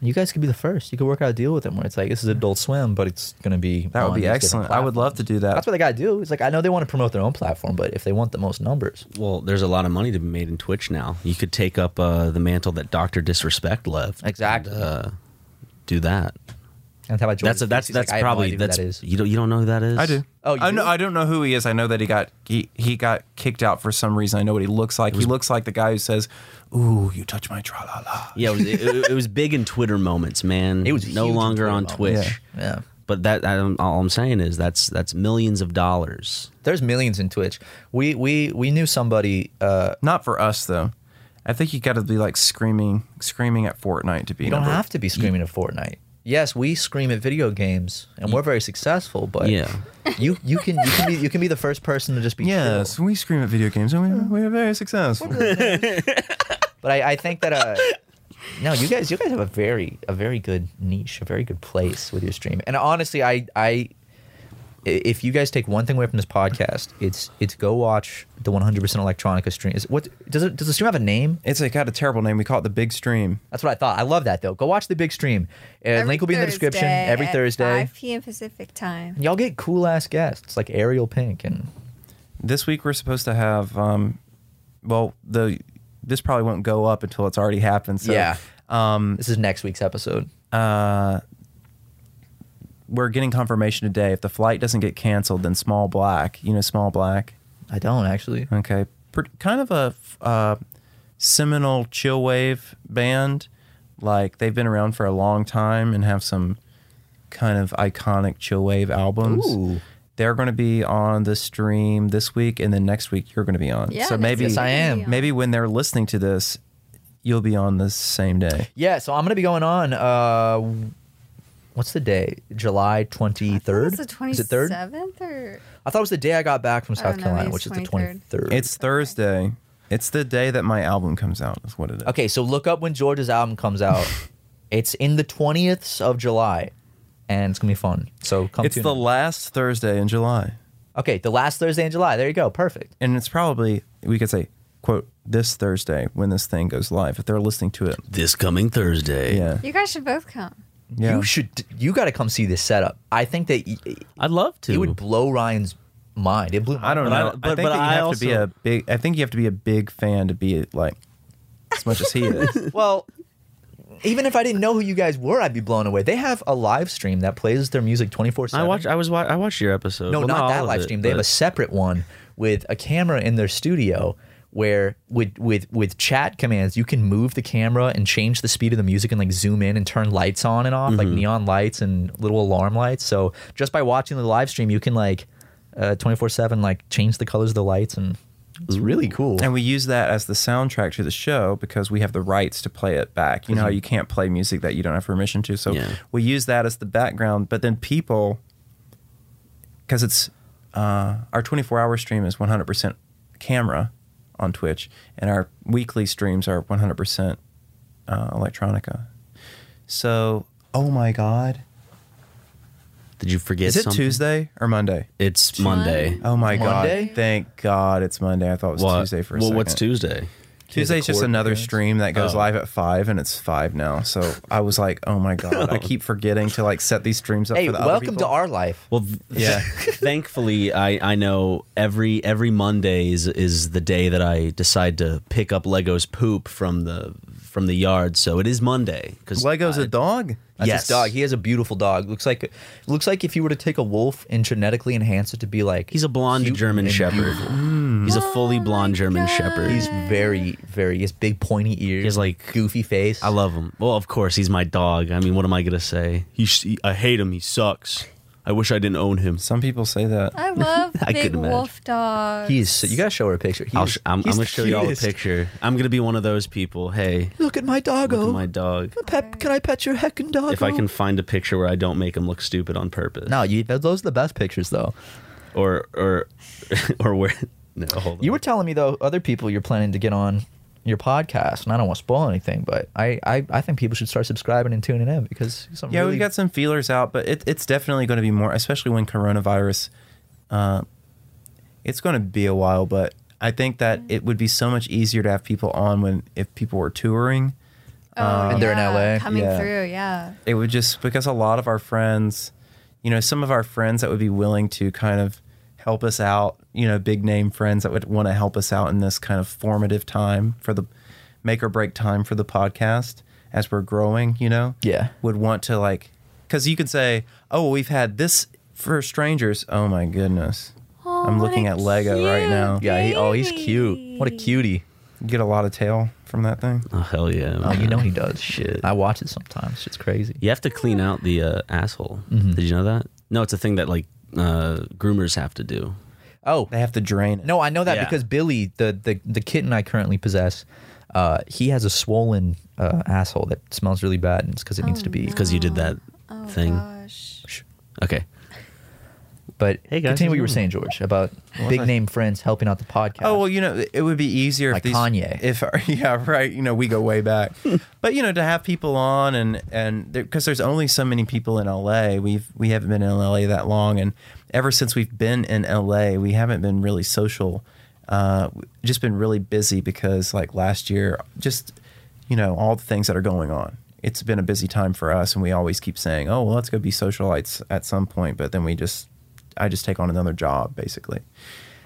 [SPEAKER 2] you guys could be the first. You could work out a deal with them where it's like this is Adult Swim, but it's gonna be
[SPEAKER 1] that
[SPEAKER 2] on
[SPEAKER 1] would be
[SPEAKER 2] these different
[SPEAKER 1] excellent i would love to
[SPEAKER 2] platforms.
[SPEAKER 1] do that
[SPEAKER 2] That's what they gotta do. It's like I know they want to promote their own platform, but if they want the most numbers,
[SPEAKER 3] Well, there's a lot of money to be made in Twitch now. You could take up uh, the mantle that Doctor Disrespect left.
[SPEAKER 2] Exactly.
[SPEAKER 3] And, uh, do that.
[SPEAKER 2] And how about Jordan
[SPEAKER 3] That's a, that's
[SPEAKER 2] Speaks? He's
[SPEAKER 3] that's
[SPEAKER 2] like, I have no
[SPEAKER 3] probably
[SPEAKER 2] idea who
[SPEAKER 3] that's
[SPEAKER 2] that is.
[SPEAKER 3] you don't you don't know who that is.
[SPEAKER 1] I do.
[SPEAKER 2] Oh, you
[SPEAKER 1] I know.
[SPEAKER 2] do?
[SPEAKER 1] I don't know who he is. I know that he got he, he got kicked out for some reason. I know what he looks like. he looks like the guy who says, "Ooh, you touch my tra la la."
[SPEAKER 3] Yeah, it was, it, it was big in Twitter moments, man.
[SPEAKER 2] It was
[SPEAKER 3] no
[SPEAKER 2] huge in
[SPEAKER 3] longer
[SPEAKER 2] Twitter
[SPEAKER 3] on
[SPEAKER 2] moments.
[SPEAKER 3] Twitch.
[SPEAKER 2] Yeah.
[SPEAKER 3] But that I don't- all I'm saying is that's that's millions of dollars.
[SPEAKER 2] There's millions in Twitch. We we we knew somebody. Uh,
[SPEAKER 1] Not for us though. I think you got to be like screaming, screaming at Fortnite to be.
[SPEAKER 2] you don't
[SPEAKER 1] number-
[SPEAKER 2] have to be screaming at Fortnite. Yes, we scream at video games, and we're very successful. But
[SPEAKER 3] Yeah.
[SPEAKER 2] you you can you can be you can be the first person to just be
[SPEAKER 1] Yes,
[SPEAKER 2] chill.
[SPEAKER 1] we scream at video games, and we, we're very successful.
[SPEAKER 2] But I, I think that uh, no, you guys you guys have a very a very good niche, a very good place with your stream. And honestly, I I i- if you guys take one thing away from this podcast, it's it's go watch the 100% Electronica stream. Is what does it does the stream have a name?
[SPEAKER 1] It's like got a terrible name. We call it the Big Stream.
[SPEAKER 2] That's what I thought. I love that though. Go watch the big stream. Uh,
[SPEAKER 4] Every
[SPEAKER 2] link will be in the description
[SPEAKER 4] Thursday
[SPEAKER 2] every
[SPEAKER 4] at
[SPEAKER 2] Thursday.
[SPEAKER 4] 5 p.m. Pacific time.
[SPEAKER 2] Y'all get cool ass guests like Ariel Pink and
[SPEAKER 1] This week we're supposed to have, um, well, the this probably won't go up until it's already happened. So
[SPEAKER 2] Yeah. Um, this is next week's episode.
[SPEAKER 1] we're getting confirmation today. If the flight doesn't get canceled, then Small Black, you know, Small Black.
[SPEAKER 2] I don't actually.
[SPEAKER 1] Okay. Pr- kind of a f- uh, seminal chill wave band. Like they've been around for a long time and have some kind of iconic chill wave albums.
[SPEAKER 2] Ooh.
[SPEAKER 1] They're going to be on the stream this week, and then next week you're going to be on.
[SPEAKER 4] Yeah,
[SPEAKER 1] so
[SPEAKER 4] next
[SPEAKER 1] maybe,
[SPEAKER 4] week
[SPEAKER 2] Yes, I am.
[SPEAKER 4] Yeah.
[SPEAKER 1] maybe when they're listening to this, you'll be on the same day.
[SPEAKER 2] Yeah, so I'm gonna be going on. Uh, what's the day? July 23rd.
[SPEAKER 4] Is it
[SPEAKER 2] Is it third?
[SPEAKER 4] 27th or
[SPEAKER 2] I thought it was the day I got back from
[SPEAKER 4] Oh,
[SPEAKER 2] South
[SPEAKER 4] no,
[SPEAKER 2] Carolina,
[SPEAKER 4] it's
[SPEAKER 2] which is the
[SPEAKER 4] 23rd.
[SPEAKER 2] 23rd.
[SPEAKER 1] It's Thursday. It's the day that my album comes out. Is what it is.
[SPEAKER 2] okay. So look up when George's album comes out. it's in the 20th of July, and it's gonna be fun. So come.
[SPEAKER 1] It's
[SPEAKER 2] tune
[SPEAKER 1] the
[SPEAKER 2] in.
[SPEAKER 1] last Thursday in July.
[SPEAKER 2] okay, the last Thursday in July. There you go. Perfect.
[SPEAKER 1] and it's probably we could say quote this Thursday when this thing goes live if they're listening to it.
[SPEAKER 3] This coming Thursday.
[SPEAKER 1] Yeah,
[SPEAKER 4] you guys should both come.
[SPEAKER 1] yeah.
[SPEAKER 2] You should. You got to come see this setup. I think that y-
[SPEAKER 3] I'd love to.
[SPEAKER 2] it would blow Ryan's mind. It blew.
[SPEAKER 1] I don't
[SPEAKER 3] But I-
[SPEAKER 1] know. I, think
[SPEAKER 3] but- but
[SPEAKER 1] that you
[SPEAKER 3] I
[SPEAKER 1] have to be
[SPEAKER 3] also-
[SPEAKER 1] a big. I think you have to be a big fan to be like as much as he is.
[SPEAKER 2] Well, even if I didn't know who you guys were, I'd be blown away. They have a live stream that plays their music twenty four
[SPEAKER 3] I
[SPEAKER 2] seven.
[SPEAKER 3] watch. I was. wa- I watched your episode.
[SPEAKER 2] No,
[SPEAKER 3] Well,
[SPEAKER 2] not
[SPEAKER 3] all
[SPEAKER 2] that
[SPEAKER 3] of
[SPEAKER 2] live
[SPEAKER 3] it,
[SPEAKER 2] stream. They have
[SPEAKER 3] but-
[SPEAKER 2] a separate one with a camera in their studio where with with with chat commands you can move the camera and change the speed of the music and like zoom in and turn lights on and off like
[SPEAKER 3] Mm-hmm.
[SPEAKER 2] neon lights and little alarm lights. So just by watching the live stream you can like uh 24/7 like change the colors of the lights and it's really cool.
[SPEAKER 1] and we use that as the soundtrack to the show because we have the rights to play it back. You know, how you can't play music that you don't have permission to. So
[SPEAKER 3] Mm-hmm. Yeah.
[SPEAKER 1] we use that as the background. But then people, because it's uh, our 24 hour stream is 100% camera on Twitch, and our weekly streams are 100% uh, electronica. So, oh my God.
[SPEAKER 3] Did you forget?
[SPEAKER 1] Is it
[SPEAKER 3] something?
[SPEAKER 1] Tuesday or Monday?
[SPEAKER 3] It's Monday.
[SPEAKER 1] Oh my
[SPEAKER 2] Monday?
[SPEAKER 1] God. Thank God it's Monday. I thought it was
[SPEAKER 3] What?
[SPEAKER 1] Tuesday for a
[SPEAKER 3] well,
[SPEAKER 1] second.
[SPEAKER 3] what's Tuesday?
[SPEAKER 1] Tuesday's just
[SPEAKER 2] court
[SPEAKER 1] another
[SPEAKER 2] appearance?
[SPEAKER 1] stream that goes
[SPEAKER 3] Oh.
[SPEAKER 1] live at five, and it's five now. So I was like, "Oh my god!" I keep forgetting to like set these streams up.
[SPEAKER 2] hey,
[SPEAKER 1] for the other
[SPEAKER 2] welcome
[SPEAKER 1] people.
[SPEAKER 2] to our life.
[SPEAKER 3] Well, th-
[SPEAKER 1] Yeah.
[SPEAKER 3] thankfully, I, I know every every Monday is, is the day that I decide to pick up Lego's poop from the from the yard. So it is Monday because
[SPEAKER 1] Lego's a dog.
[SPEAKER 2] That's
[SPEAKER 3] Yes.
[SPEAKER 2] his dog. He has a beautiful dog. Looks like looks like if you were to take a wolf and genetically enhance it to be like
[SPEAKER 3] He's a blonde
[SPEAKER 2] cute
[SPEAKER 3] German
[SPEAKER 2] and
[SPEAKER 3] Shepherd. He's a fully blonde German Shepherd.
[SPEAKER 2] He's very, very. He has big pointy ears.
[SPEAKER 3] He has, like-
[SPEAKER 2] goofy face.
[SPEAKER 3] I love him. Well, of course, he's my dog. I mean, what am I gonna say? He, sh- he- I hate him. He sucks. I wish I didn't own him.
[SPEAKER 1] Some people say that.
[SPEAKER 4] I love
[SPEAKER 3] I
[SPEAKER 4] big
[SPEAKER 3] couldn't imagine.
[SPEAKER 4] wolf dogs.
[SPEAKER 2] He's. so- You gotta show her a picture. He
[SPEAKER 3] I'll
[SPEAKER 2] is-
[SPEAKER 3] sh- I'm, I'm
[SPEAKER 2] he's
[SPEAKER 3] gonna
[SPEAKER 2] the
[SPEAKER 3] show y'all a
[SPEAKER 2] cutest.
[SPEAKER 3] picture. I'm gonna be one of those people. Hey,
[SPEAKER 2] Look at my doggo.
[SPEAKER 3] look at my dog.
[SPEAKER 2] Pet, can I pet your heckin' doggo?
[SPEAKER 3] If I can find a picture where I don't make him look stupid on purpose,
[SPEAKER 2] No, you. Those are the best pictures, though.
[SPEAKER 3] or or or where? No, hold on.
[SPEAKER 2] You were telling me though, other people you're planning to get on your podcast, and I don't want to spoil anything, but I, I, I think people should start subscribing and tuning in because some
[SPEAKER 1] Yeah,
[SPEAKER 2] really
[SPEAKER 1] we've got some feelers out, but it, it's definitely going to be more, especially when coronavirus. Uh, it's going to be a while, but I think that it would be so much easier to have people on when if people were touring.
[SPEAKER 4] Oh,
[SPEAKER 2] And they're in
[SPEAKER 4] yeah,
[SPEAKER 2] LA.
[SPEAKER 4] Coming
[SPEAKER 1] Yeah.
[SPEAKER 4] through, yeah.
[SPEAKER 1] it would just because a lot of our friends, you know, some of our friends that would be willing to kind of help us out, you know, big name friends that would want to help us out in this kind of formative time for the make or break time for the podcast as we're growing, you know,
[SPEAKER 2] Yeah.
[SPEAKER 1] would want to like, because you could say, "Oh, we've had this for strangers." Oh my goodness, I'm looking at Lego right now.
[SPEAKER 2] Yeah, he, oh, he's cute. What a cutie.
[SPEAKER 1] Get a lot of tail from that thing.
[SPEAKER 3] Oh hell yeah!
[SPEAKER 2] Oh,
[SPEAKER 3] man.
[SPEAKER 2] you know he does. Shit. I watch it sometimes. It's crazy.
[SPEAKER 3] You have to clean out the uh, asshole.
[SPEAKER 2] Mm-hmm.
[SPEAKER 3] Did you know that? No, it's a thing that like uh, groomers have to do.
[SPEAKER 2] Oh,
[SPEAKER 1] They have to drain it.
[SPEAKER 2] No, I know that
[SPEAKER 3] Yeah.
[SPEAKER 2] because Billy, the, the the kitten I currently possess, uh, he has a swollen uh, asshole that smells really bad, and it's because it needs to be.
[SPEAKER 3] because you did that
[SPEAKER 4] Oh,
[SPEAKER 3] thing.
[SPEAKER 4] gosh.
[SPEAKER 3] Okay.
[SPEAKER 2] But
[SPEAKER 3] Hey,
[SPEAKER 2] continue
[SPEAKER 3] guys,
[SPEAKER 2] what
[SPEAKER 3] how's
[SPEAKER 2] you
[SPEAKER 3] it
[SPEAKER 2] were
[SPEAKER 3] going?
[SPEAKER 2] saying, George, about big name friends helping out the podcast.
[SPEAKER 1] Oh well, you know, it would be easier
[SPEAKER 2] Like
[SPEAKER 1] if these,
[SPEAKER 2] Kanye.
[SPEAKER 1] If yeah, right. You know, we go way back, but you know, to have people on and and because there's only so many people in LA. We've we haven't been in LA that long, and ever since we've been in LA, we haven't been really social. Uh, just been really busy because like last year, just you know, all the things that are going on. It's been a busy time for us, and we always keep saying, "Oh, well, let's go be socialites at some point," but then we just, I just take on another job basically.
[SPEAKER 2] I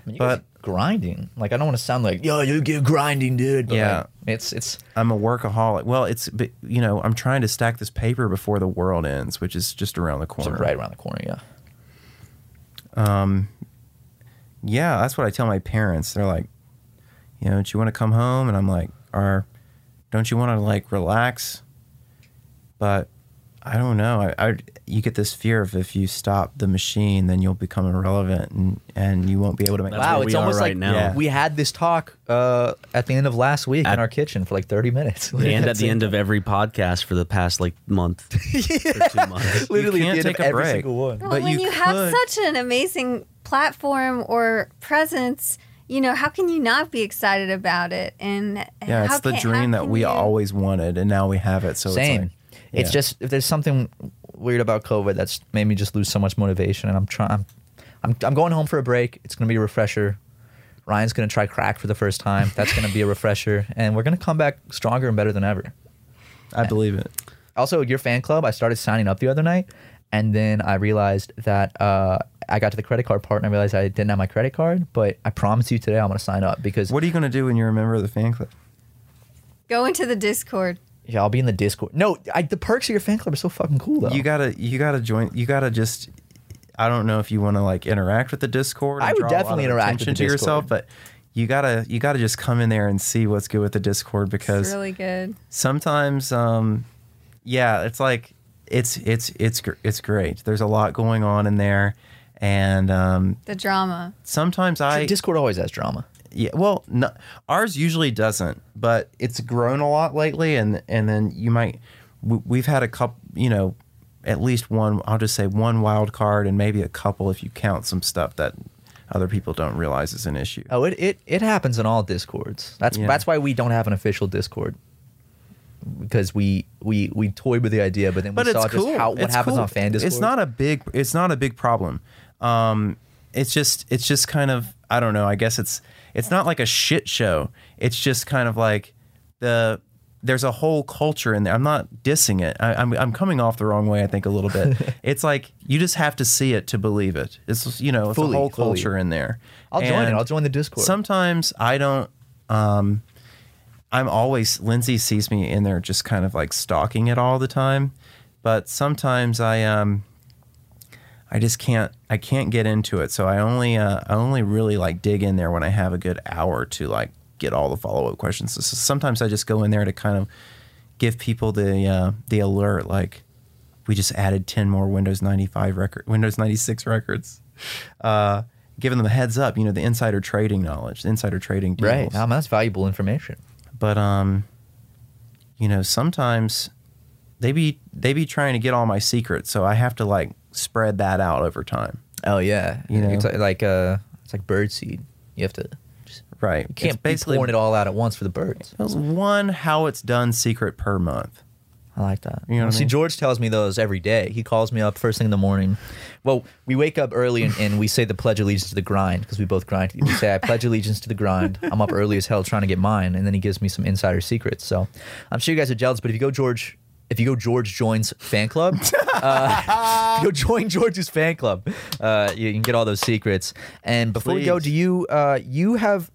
[SPEAKER 2] mean, you guys
[SPEAKER 1] but-
[SPEAKER 2] are grinding. Like I don't want to sound like yo, you get grinding, dude. But
[SPEAKER 1] Yeah.
[SPEAKER 2] like, it's it's
[SPEAKER 1] I'm a workaholic. Well, it's but, you know I'm trying to stack this paper before the world ends, which is just around the
[SPEAKER 2] it's
[SPEAKER 1] corner.
[SPEAKER 2] right around the corner. Yeah.
[SPEAKER 1] Yeah, that's what I tell my parents. They're like, you know, do you want to come home? And I'm like, or don't you want to like relax? But I don't know. I, I you get this fear of if you stop the machine, then you'll become irrelevant and and you won't be able to make.
[SPEAKER 3] That's
[SPEAKER 2] wow,
[SPEAKER 3] where
[SPEAKER 2] it's
[SPEAKER 3] we are
[SPEAKER 2] almost
[SPEAKER 3] right
[SPEAKER 2] like
[SPEAKER 3] now.
[SPEAKER 1] Yeah.
[SPEAKER 2] we had this talk uh, at the end of last week in
[SPEAKER 3] At-
[SPEAKER 2] our kitchen for like thirty minutes.
[SPEAKER 3] And at the end of every podcast for the past like month, or two months.
[SPEAKER 2] literally
[SPEAKER 1] can't
[SPEAKER 2] at the end
[SPEAKER 1] take
[SPEAKER 2] of
[SPEAKER 1] a
[SPEAKER 2] every
[SPEAKER 1] break.
[SPEAKER 2] single one.
[SPEAKER 4] Well,
[SPEAKER 1] But
[SPEAKER 4] when
[SPEAKER 1] you
[SPEAKER 4] you, have
[SPEAKER 1] could-
[SPEAKER 4] such an amazing platform or presence, you know, how can you not be excited about it? And
[SPEAKER 1] yeah,
[SPEAKER 4] how
[SPEAKER 1] it's the
[SPEAKER 4] can- how
[SPEAKER 1] dream that
[SPEAKER 4] can
[SPEAKER 1] we
[SPEAKER 4] you-
[SPEAKER 1] always wanted, and now we have it. So
[SPEAKER 2] Same.
[SPEAKER 1] it's
[SPEAKER 2] It's,
[SPEAKER 1] like, yeah.
[SPEAKER 2] just if there's something weird about COVID that's made me just lose so much motivation, and I'm trying. I'm, I'm I'm going home for a break. It's gonna be a refresher. Ryan's gonna try crack for the first time. That's gonna be a refresher, and we're gonna come back stronger and better than ever.
[SPEAKER 1] I believe it.
[SPEAKER 2] Also, your fan club. I started signing up the other night, and then I realized that uh, I got to the credit card part, and I realized I didn't have my credit card. But I promise you today, I'm gonna sign up because
[SPEAKER 1] What are you gonna do when you're a member of the fan club?
[SPEAKER 4] Go into the Discord.
[SPEAKER 2] yeah, I'll be in the Discord. No, I, the perks of your fan club are so fucking cool though.
[SPEAKER 1] You gotta you gotta join you gotta just I don't know if you wanna like interact with the Discord. and
[SPEAKER 2] I would
[SPEAKER 1] draw a lot
[SPEAKER 2] definitely
[SPEAKER 1] of
[SPEAKER 2] interact with
[SPEAKER 1] attention
[SPEAKER 2] the
[SPEAKER 1] to yourself, but you gotta you gotta just come in there and see what's good with the Discord
[SPEAKER 4] It's
[SPEAKER 1] because
[SPEAKER 4] really good.
[SPEAKER 1] sometimes um yeah, it's like it's it's it's gr- it's great. There's a lot going on in there and um
[SPEAKER 4] The drama.
[SPEAKER 1] sometimes I
[SPEAKER 2] Discord always has drama.
[SPEAKER 1] yeah, well, no, ours usually doesn't, but it's grown a lot lately, and and then you might we- we've had a couple, you know, at least one. I'll just say one wild card, and maybe a couple if you count some stuff that other people don't realize is an issue.
[SPEAKER 2] Oh, it it, it happens in all discords. That's
[SPEAKER 1] Yeah.
[SPEAKER 2] that's why we don't have an official discord because we we we toyed with the idea, but then
[SPEAKER 1] but
[SPEAKER 2] we
[SPEAKER 1] it's
[SPEAKER 2] saw
[SPEAKER 1] cool.
[SPEAKER 2] just how what
[SPEAKER 1] It's
[SPEAKER 2] happens
[SPEAKER 1] cool.
[SPEAKER 2] on fan discord.
[SPEAKER 1] It's not a big. It's not a big problem. Um, it's just. It's just kind of. I don't know. I guess it's. It's not like a shit show. It's just kind of like the. There's a whole culture in there. I'm not dissing it. I, I'm. I'm coming off the wrong way. I think a little bit. it's like you just have to see it to believe it. It's you know. It's
[SPEAKER 2] Fully,
[SPEAKER 1] a whole
[SPEAKER 2] fully.
[SPEAKER 1] culture in there.
[SPEAKER 2] I'll join it.
[SPEAKER 1] And
[SPEAKER 2] I'll join the discord.
[SPEAKER 1] Sometimes I don't. Um, I'm always Lindsay sees me in there just kind of like stalking it all the time, but sometimes I um I just can't I can't get into it. So I only uh, I only really like dig in there when I have a good hour to like get all the follow up questions. So sometimes I just go in there to kind of give people the uh, the alert like we just added 10 more Windows 95 record Windows 96 records. Uh giving them a heads up, you know, the insider trading knowledge, the insider trading deals
[SPEAKER 2] right. Um, that's valuable information.
[SPEAKER 1] but um you know sometimes they be they be trying to get all my secrets so i have to like spread that out over time
[SPEAKER 2] Oh yeah,
[SPEAKER 1] You know.
[SPEAKER 2] it's like, like uh, it's like bird seed. You have to just
[SPEAKER 1] right
[SPEAKER 2] you can't be pouring it all out at once for the birds.
[SPEAKER 1] it's one how it's done secret per month
[SPEAKER 2] I like that.
[SPEAKER 1] You know what I
[SPEAKER 2] See,
[SPEAKER 1] mean?
[SPEAKER 2] George tells me those every day. He calls me up first thing in the morning. Well, we wake up early and, and we say the pledge allegiance to the grind because we both grind. We say I pledge allegiance to the grind. I'm up early as hell trying to get mine, and then he gives me some insider secrets. So I'm sure you guys are jealous. But if you go George, if you go George joins fan club, uh, if you go join George's fan club. Uh, you, you can get all those secrets. And before we go,
[SPEAKER 1] Please.
[SPEAKER 2] do you uh, you have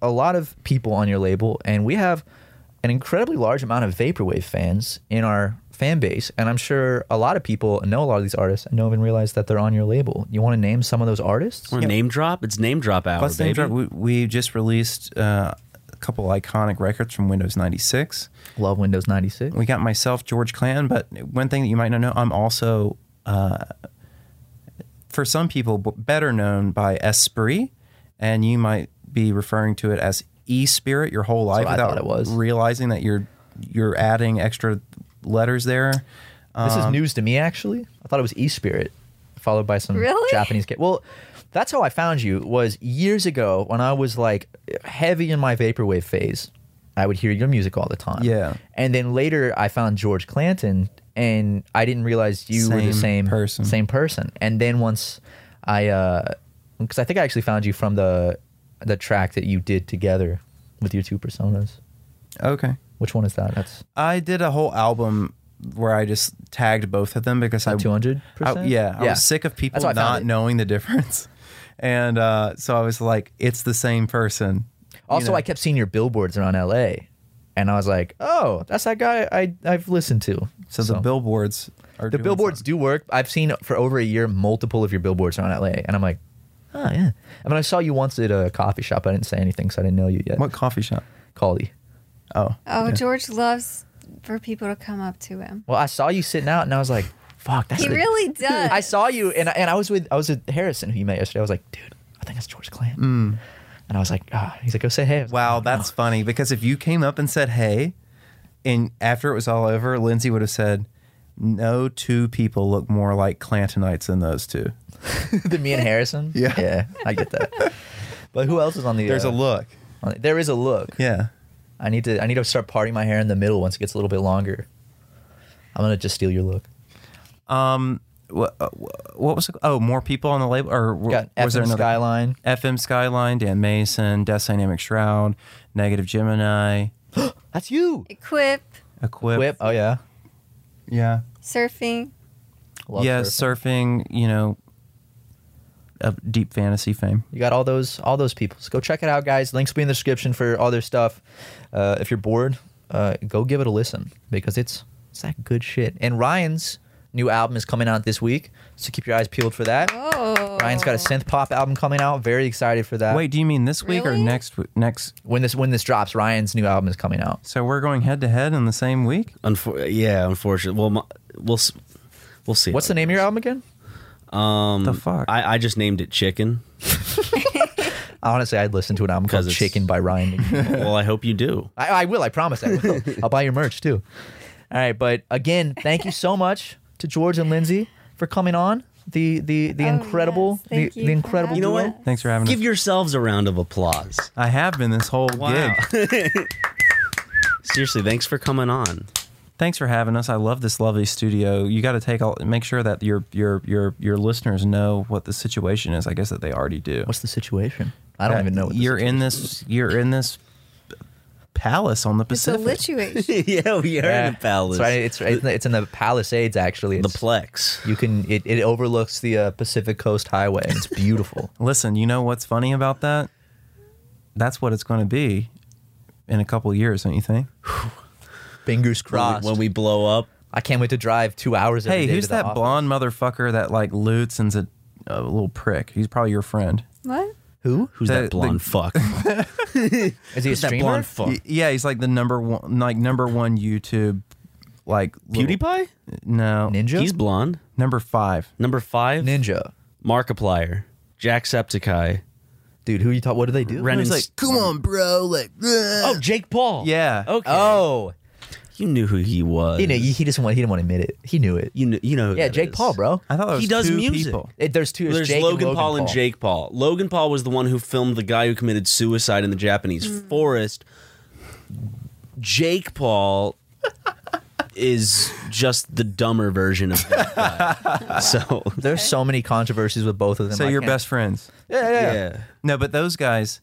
[SPEAKER 2] a lot of people on your label, and we have an incredibly large amount of vaporwave fans in our fan base, and I'm sure a lot of people know a lot of these artists and don't even realize that they're on your label. You want to name some of those artists?
[SPEAKER 3] Or name drop? It's name drop
[SPEAKER 2] Oh,
[SPEAKER 3] hour,
[SPEAKER 1] Let's name
[SPEAKER 3] baby.
[SPEAKER 1] drop- We, we just released uh, a couple iconic records from Windows 96.
[SPEAKER 2] Love Windows 96.
[SPEAKER 1] We got myself, George Clan, but one thing that you might not know, I'm also, uh, for some people, b- better known by Esprit, and you might be referring to it as E Spirit your whole life
[SPEAKER 2] what I
[SPEAKER 1] without
[SPEAKER 2] thought it was.
[SPEAKER 1] realizing that you're you're adding extra letters there.
[SPEAKER 2] This
[SPEAKER 1] Um,
[SPEAKER 2] is news to me, actually. I thought it was E Spirit, followed by some
[SPEAKER 4] Really?
[SPEAKER 2] Japanese kid. Well, that's how I found you. Was years ago when I was like heavy in my vaporwave phase. I would hear your music all the time.
[SPEAKER 1] Yeah.
[SPEAKER 2] and then later I found George Clanton, and I didn't realize you were the
[SPEAKER 1] Same
[SPEAKER 2] same
[SPEAKER 1] person.
[SPEAKER 2] Same person. And then once I, because I think I actually found you from the the track that you did together with your two personas.
[SPEAKER 1] Okay.
[SPEAKER 2] Which one is that? That's
[SPEAKER 1] I did a whole album where I just tagged both of them because I
[SPEAKER 2] 200%?
[SPEAKER 1] I- Yeah, I
[SPEAKER 2] Yeah.
[SPEAKER 1] was sick of people
[SPEAKER 2] That's how I found
[SPEAKER 1] not
[SPEAKER 2] it.
[SPEAKER 1] knowing the difference, and uh, so I was like, it's the same person. You
[SPEAKER 2] Also,
[SPEAKER 1] know?
[SPEAKER 2] I kept seeing your billboards around LA, and I was like, "Oh, that's that guy I I've listened to."
[SPEAKER 1] so, the billboards are
[SPEAKER 2] the
[SPEAKER 1] doing
[SPEAKER 2] billboards
[SPEAKER 1] something.
[SPEAKER 2] do work. I've seen for over a year multiple of your billboards around LA, and I'm like, "Oh yeah." I mean, I saw you once at a coffee shop. I didn't say anything, so I didn't know you yet.
[SPEAKER 1] What coffee shop?
[SPEAKER 2] Callie?
[SPEAKER 1] Oh,
[SPEAKER 4] Oh, George loves for people to come up to him.
[SPEAKER 2] Well, I saw you sitting out, and I was like, "Fuck, that's."
[SPEAKER 4] He
[SPEAKER 2] the-
[SPEAKER 4] really does.
[SPEAKER 2] I saw you, and I, and I was with I was with Harrison, who you met yesterday. I was like, "Dude, I think that's George Clan." And I was like, "Ah," he's like, "Go say hey." I was like,
[SPEAKER 1] Mm. wow,
[SPEAKER 2] "Oh,
[SPEAKER 1] that's funny because if you came up and said hey, and after it was all over, Lindsay would have said. No two people look more like Clantonites than those two.
[SPEAKER 2] than me and Harrison.
[SPEAKER 1] Yeah.
[SPEAKER 2] yeah, I get that. But who else is on the?
[SPEAKER 1] There's
[SPEAKER 2] uh,
[SPEAKER 1] a look.
[SPEAKER 2] on it? There is a look.
[SPEAKER 1] Yeah.
[SPEAKER 2] I need to. I need to start parting my hair in the middle once it gets a little bit longer. I'm gonna just steal your look.
[SPEAKER 1] What, uh, wh- what was it? Oh, more people on the label? Or w-
[SPEAKER 2] Got
[SPEAKER 1] was there
[SPEAKER 2] FM
[SPEAKER 1] another?
[SPEAKER 2] Skyline.
[SPEAKER 1] FM Skyline, Dan Mason, Death Dynamic Shroud, Negative Gemini,
[SPEAKER 2] That's you.
[SPEAKER 4] Equip,
[SPEAKER 1] Equip.
[SPEAKER 2] Whip. Oh yeah.
[SPEAKER 1] Yeah.
[SPEAKER 4] surfing.
[SPEAKER 2] Love
[SPEAKER 1] yeah,
[SPEAKER 2] her.
[SPEAKER 1] surfing, you know, of deep fantasy fame.
[SPEAKER 2] You got all those all those people. So go check it out, guys. Links will be in the description for all their stuff. Uh, if you're bored, uh, go give it a listen because it's it's that good shit. And Ryan's new album is coming out this week, so keep your eyes peeled for that.
[SPEAKER 4] Oh,
[SPEAKER 2] Ryan's got a synth pop album coming out. Very excited for that.
[SPEAKER 1] Wait, do you mean this week or
[SPEAKER 4] Really?
[SPEAKER 1] next w- next
[SPEAKER 2] when this when this drops, Ryan's new album is coming out.
[SPEAKER 1] so we're going head to head in the same week?
[SPEAKER 3] Unfor- yeah, unfortunately. Well, my, we'll s- we'll see.
[SPEAKER 2] What's the name of your album again? Um,
[SPEAKER 1] the fuck?
[SPEAKER 3] I, I just named it Chicken.
[SPEAKER 2] Honestly, I'd listen to an album called
[SPEAKER 3] 'Cause it's-
[SPEAKER 2] Chicken by Ryan. McNeil.
[SPEAKER 3] well, I hope you do.
[SPEAKER 2] I, I will. I promise. I will. I'll buy your merch too. All right, but again, thank you so much to George and Lindsay for coming on the the the
[SPEAKER 4] Oh,
[SPEAKER 2] incredible
[SPEAKER 4] yes. Thank
[SPEAKER 2] the,
[SPEAKER 4] you
[SPEAKER 2] the
[SPEAKER 4] for
[SPEAKER 2] incredible.
[SPEAKER 4] having
[SPEAKER 3] You know
[SPEAKER 2] duo.
[SPEAKER 3] what?
[SPEAKER 1] Thanks for having
[SPEAKER 3] Give
[SPEAKER 1] us.
[SPEAKER 3] yourselves a round of applause.
[SPEAKER 1] I have been this whole gig.
[SPEAKER 3] Seriously, thanks for coming on.
[SPEAKER 1] Thanks for having us. I love this lovely studio. You got to take all make sure that your your your your listeners know what the situation is. I guess that they already do.
[SPEAKER 2] What's the situation? I don't
[SPEAKER 1] Uh,
[SPEAKER 2] even know. What this
[SPEAKER 1] you're in this you're in this palace on the
[SPEAKER 4] it's a
[SPEAKER 1] Pacific.
[SPEAKER 4] lituation.
[SPEAKER 3] yeah, we are
[SPEAKER 2] Yeah.
[SPEAKER 3] in a palace.
[SPEAKER 2] That's right. It's it's, it's in the Palisades actually.
[SPEAKER 3] The
[SPEAKER 2] It's,
[SPEAKER 3] Plex.
[SPEAKER 2] you can it, it overlooks the uh, Pacific Coast Highway. It's beautiful.
[SPEAKER 1] Listen, you know what's funny about that? That's what it's going to be in a couple years, don't you think?
[SPEAKER 2] Fingers
[SPEAKER 3] When
[SPEAKER 2] crossed.
[SPEAKER 3] we, when we blow up,
[SPEAKER 2] I can't wait to drive two hours. every
[SPEAKER 1] Hey,
[SPEAKER 2] day
[SPEAKER 1] who's
[SPEAKER 2] to the
[SPEAKER 1] that
[SPEAKER 2] office.
[SPEAKER 1] blonde motherfucker that like loots and's a, a little prick? He's probably your friend.
[SPEAKER 4] what?
[SPEAKER 2] Who
[SPEAKER 3] who's
[SPEAKER 1] The-
[SPEAKER 3] that
[SPEAKER 1] the-
[SPEAKER 3] blonde fuck?
[SPEAKER 2] is he? A
[SPEAKER 3] Who's that
[SPEAKER 2] streamer?
[SPEAKER 3] blonde fuck?
[SPEAKER 1] Y- Yeah, he's like the number one, like number one YouTube, like little-
[SPEAKER 3] PewDiePie?
[SPEAKER 1] No,
[SPEAKER 2] Ninja.
[SPEAKER 3] He's blonde.
[SPEAKER 1] number five.
[SPEAKER 3] Number five,
[SPEAKER 2] Ninja.
[SPEAKER 3] Markiplier, Jacksepticeye.
[SPEAKER 2] Dude, who you thought? What do they do?
[SPEAKER 3] Renan's
[SPEAKER 1] come on, bro, like.
[SPEAKER 3] Oh, Jake Paul.
[SPEAKER 1] Yeah.
[SPEAKER 3] Okay.
[SPEAKER 2] Uh, Oh,
[SPEAKER 3] You knew who he was.
[SPEAKER 2] you know, he, he just want he didn't want to admit it. He knew it.
[SPEAKER 3] You know, you know who
[SPEAKER 2] Yeah,
[SPEAKER 3] that
[SPEAKER 2] Jake
[SPEAKER 3] is.
[SPEAKER 2] Paul, bro.
[SPEAKER 1] I thought that was
[SPEAKER 3] He does
[SPEAKER 1] two
[SPEAKER 3] music.
[SPEAKER 1] people.
[SPEAKER 2] It- there's two.
[SPEAKER 3] There's
[SPEAKER 2] Jake and
[SPEAKER 3] Logan, Paul and
[SPEAKER 2] Paul.
[SPEAKER 3] Jake Paul. Logan Paul was the one who filmed the guy who committed suicide in the Japanese forest. Jake Paul is just the dumber version of that guy. so
[SPEAKER 2] There's so many controversies with both of them.
[SPEAKER 1] So
[SPEAKER 2] I
[SPEAKER 1] you're
[SPEAKER 2] can't-
[SPEAKER 1] best friends.
[SPEAKER 2] Yeah, yeah. yeah.
[SPEAKER 3] yeah.
[SPEAKER 1] No, but those guys,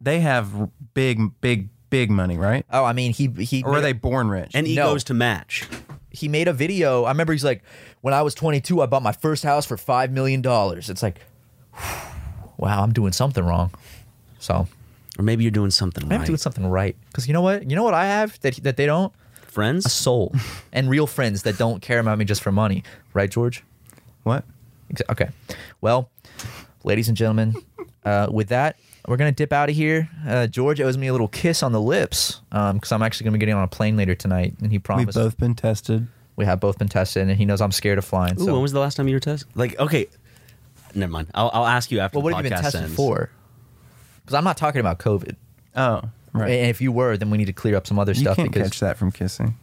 [SPEAKER 1] they have big, big, big money, right?
[SPEAKER 2] Oh, I mean, he he
[SPEAKER 1] Or are
[SPEAKER 2] made,
[SPEAKER 1] they born rich?
[SPEAKER 3] And
[SPEAKER 2] No.
[SPEAKER 3] egos to match.
[SPEAKER 2] he made a video. I remember he's like, when I was 22, I bought my first house for five million dollars. It's like, wow, I'm doing something wrong. So
[SPEAKER 3] Or maybe you're doing something
[SPEAKER 2] I'm
[SPEAKER 3] right.
[SPEAKER 2] doing something right. Because you know what? You know what I have that that they don't? A
[SPEAKER 3] Friends?
[SPEAKER 2] soul and real friends that don't care about me just for money. Right, George?
[SPEAKER 1] What?
[SPEAKER 2] Exa- Okay. Well, ladies and gentlemen, uh, with that, we're going to dip out of here. Uh, George owes me a little kiss on the lips because I'm actually going to be getting on a plane later tonight. And he
[SPEAKER 1] We've
[SPEAKER 2] promised
[SPEAKER 1] both been tested.
[SPEAKER 2] we have both been tested, and he knows I'm scared of flying.
[SPEAKER 3] Ooh,
[SPEAKER 2] so.
[SPEAKER 3] when was the last time you were tested? Like, okay, never mind. I'll, I'll ask you after
[SPEAKER 2] well, what
[SPEAKER 3] the
[SPEAKER 2] have you been
[SPEAKER 3] podcast
[SPEAKER 2] tested
[SPEAKER 3] ends.
[SPEAKER 2] for? Because I'm not talking about COVID.
[SPEAKER 1] Oh, right.
[SPEAKER 2] And if you were, then we need to clear up some other
[SPEAKER 1] you
[SPEAKER 2] stuff
[SPEAKER 1] can't
[SPEAKER 2] because
[SPEAKER 1] catch that from kissing.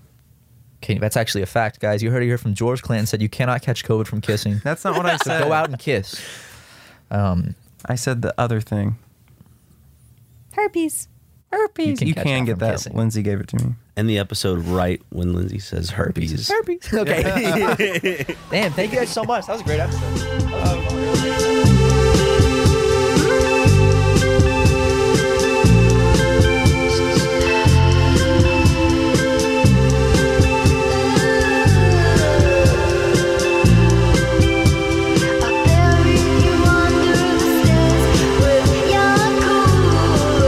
[SPEAKER 2] Can- that's actually a fact, guys. You heard it here from George Clinton said you cannot catch COVID from kissing.
[SPEAKER 1] That's not what I
[SPEAKER 2] so
[SPEAKER 1] said.
[SPEAKER 2] go out and kiss. Um,
[SPEAKER 1] I said the other thing.
[SPEAKER 4] Herpes.
[SPEAKER 2] herpes.
[SPEAKER 1] You can get that. Lindsay gave it to me.
[SPEAKER 3] End the episode right when Lindsay says herpes.
[SPEAKER 2] Herpes. Okay. Damn. Thank you guys so much. That was a great episode.
[SPEAKER 5] I bury you under the stairs with your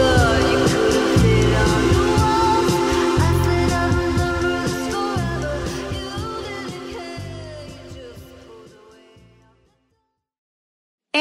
[SPEAKER 5] cool You couldn't fit on the walls. I slid under the roof forever. You didn't care. You just pulled away.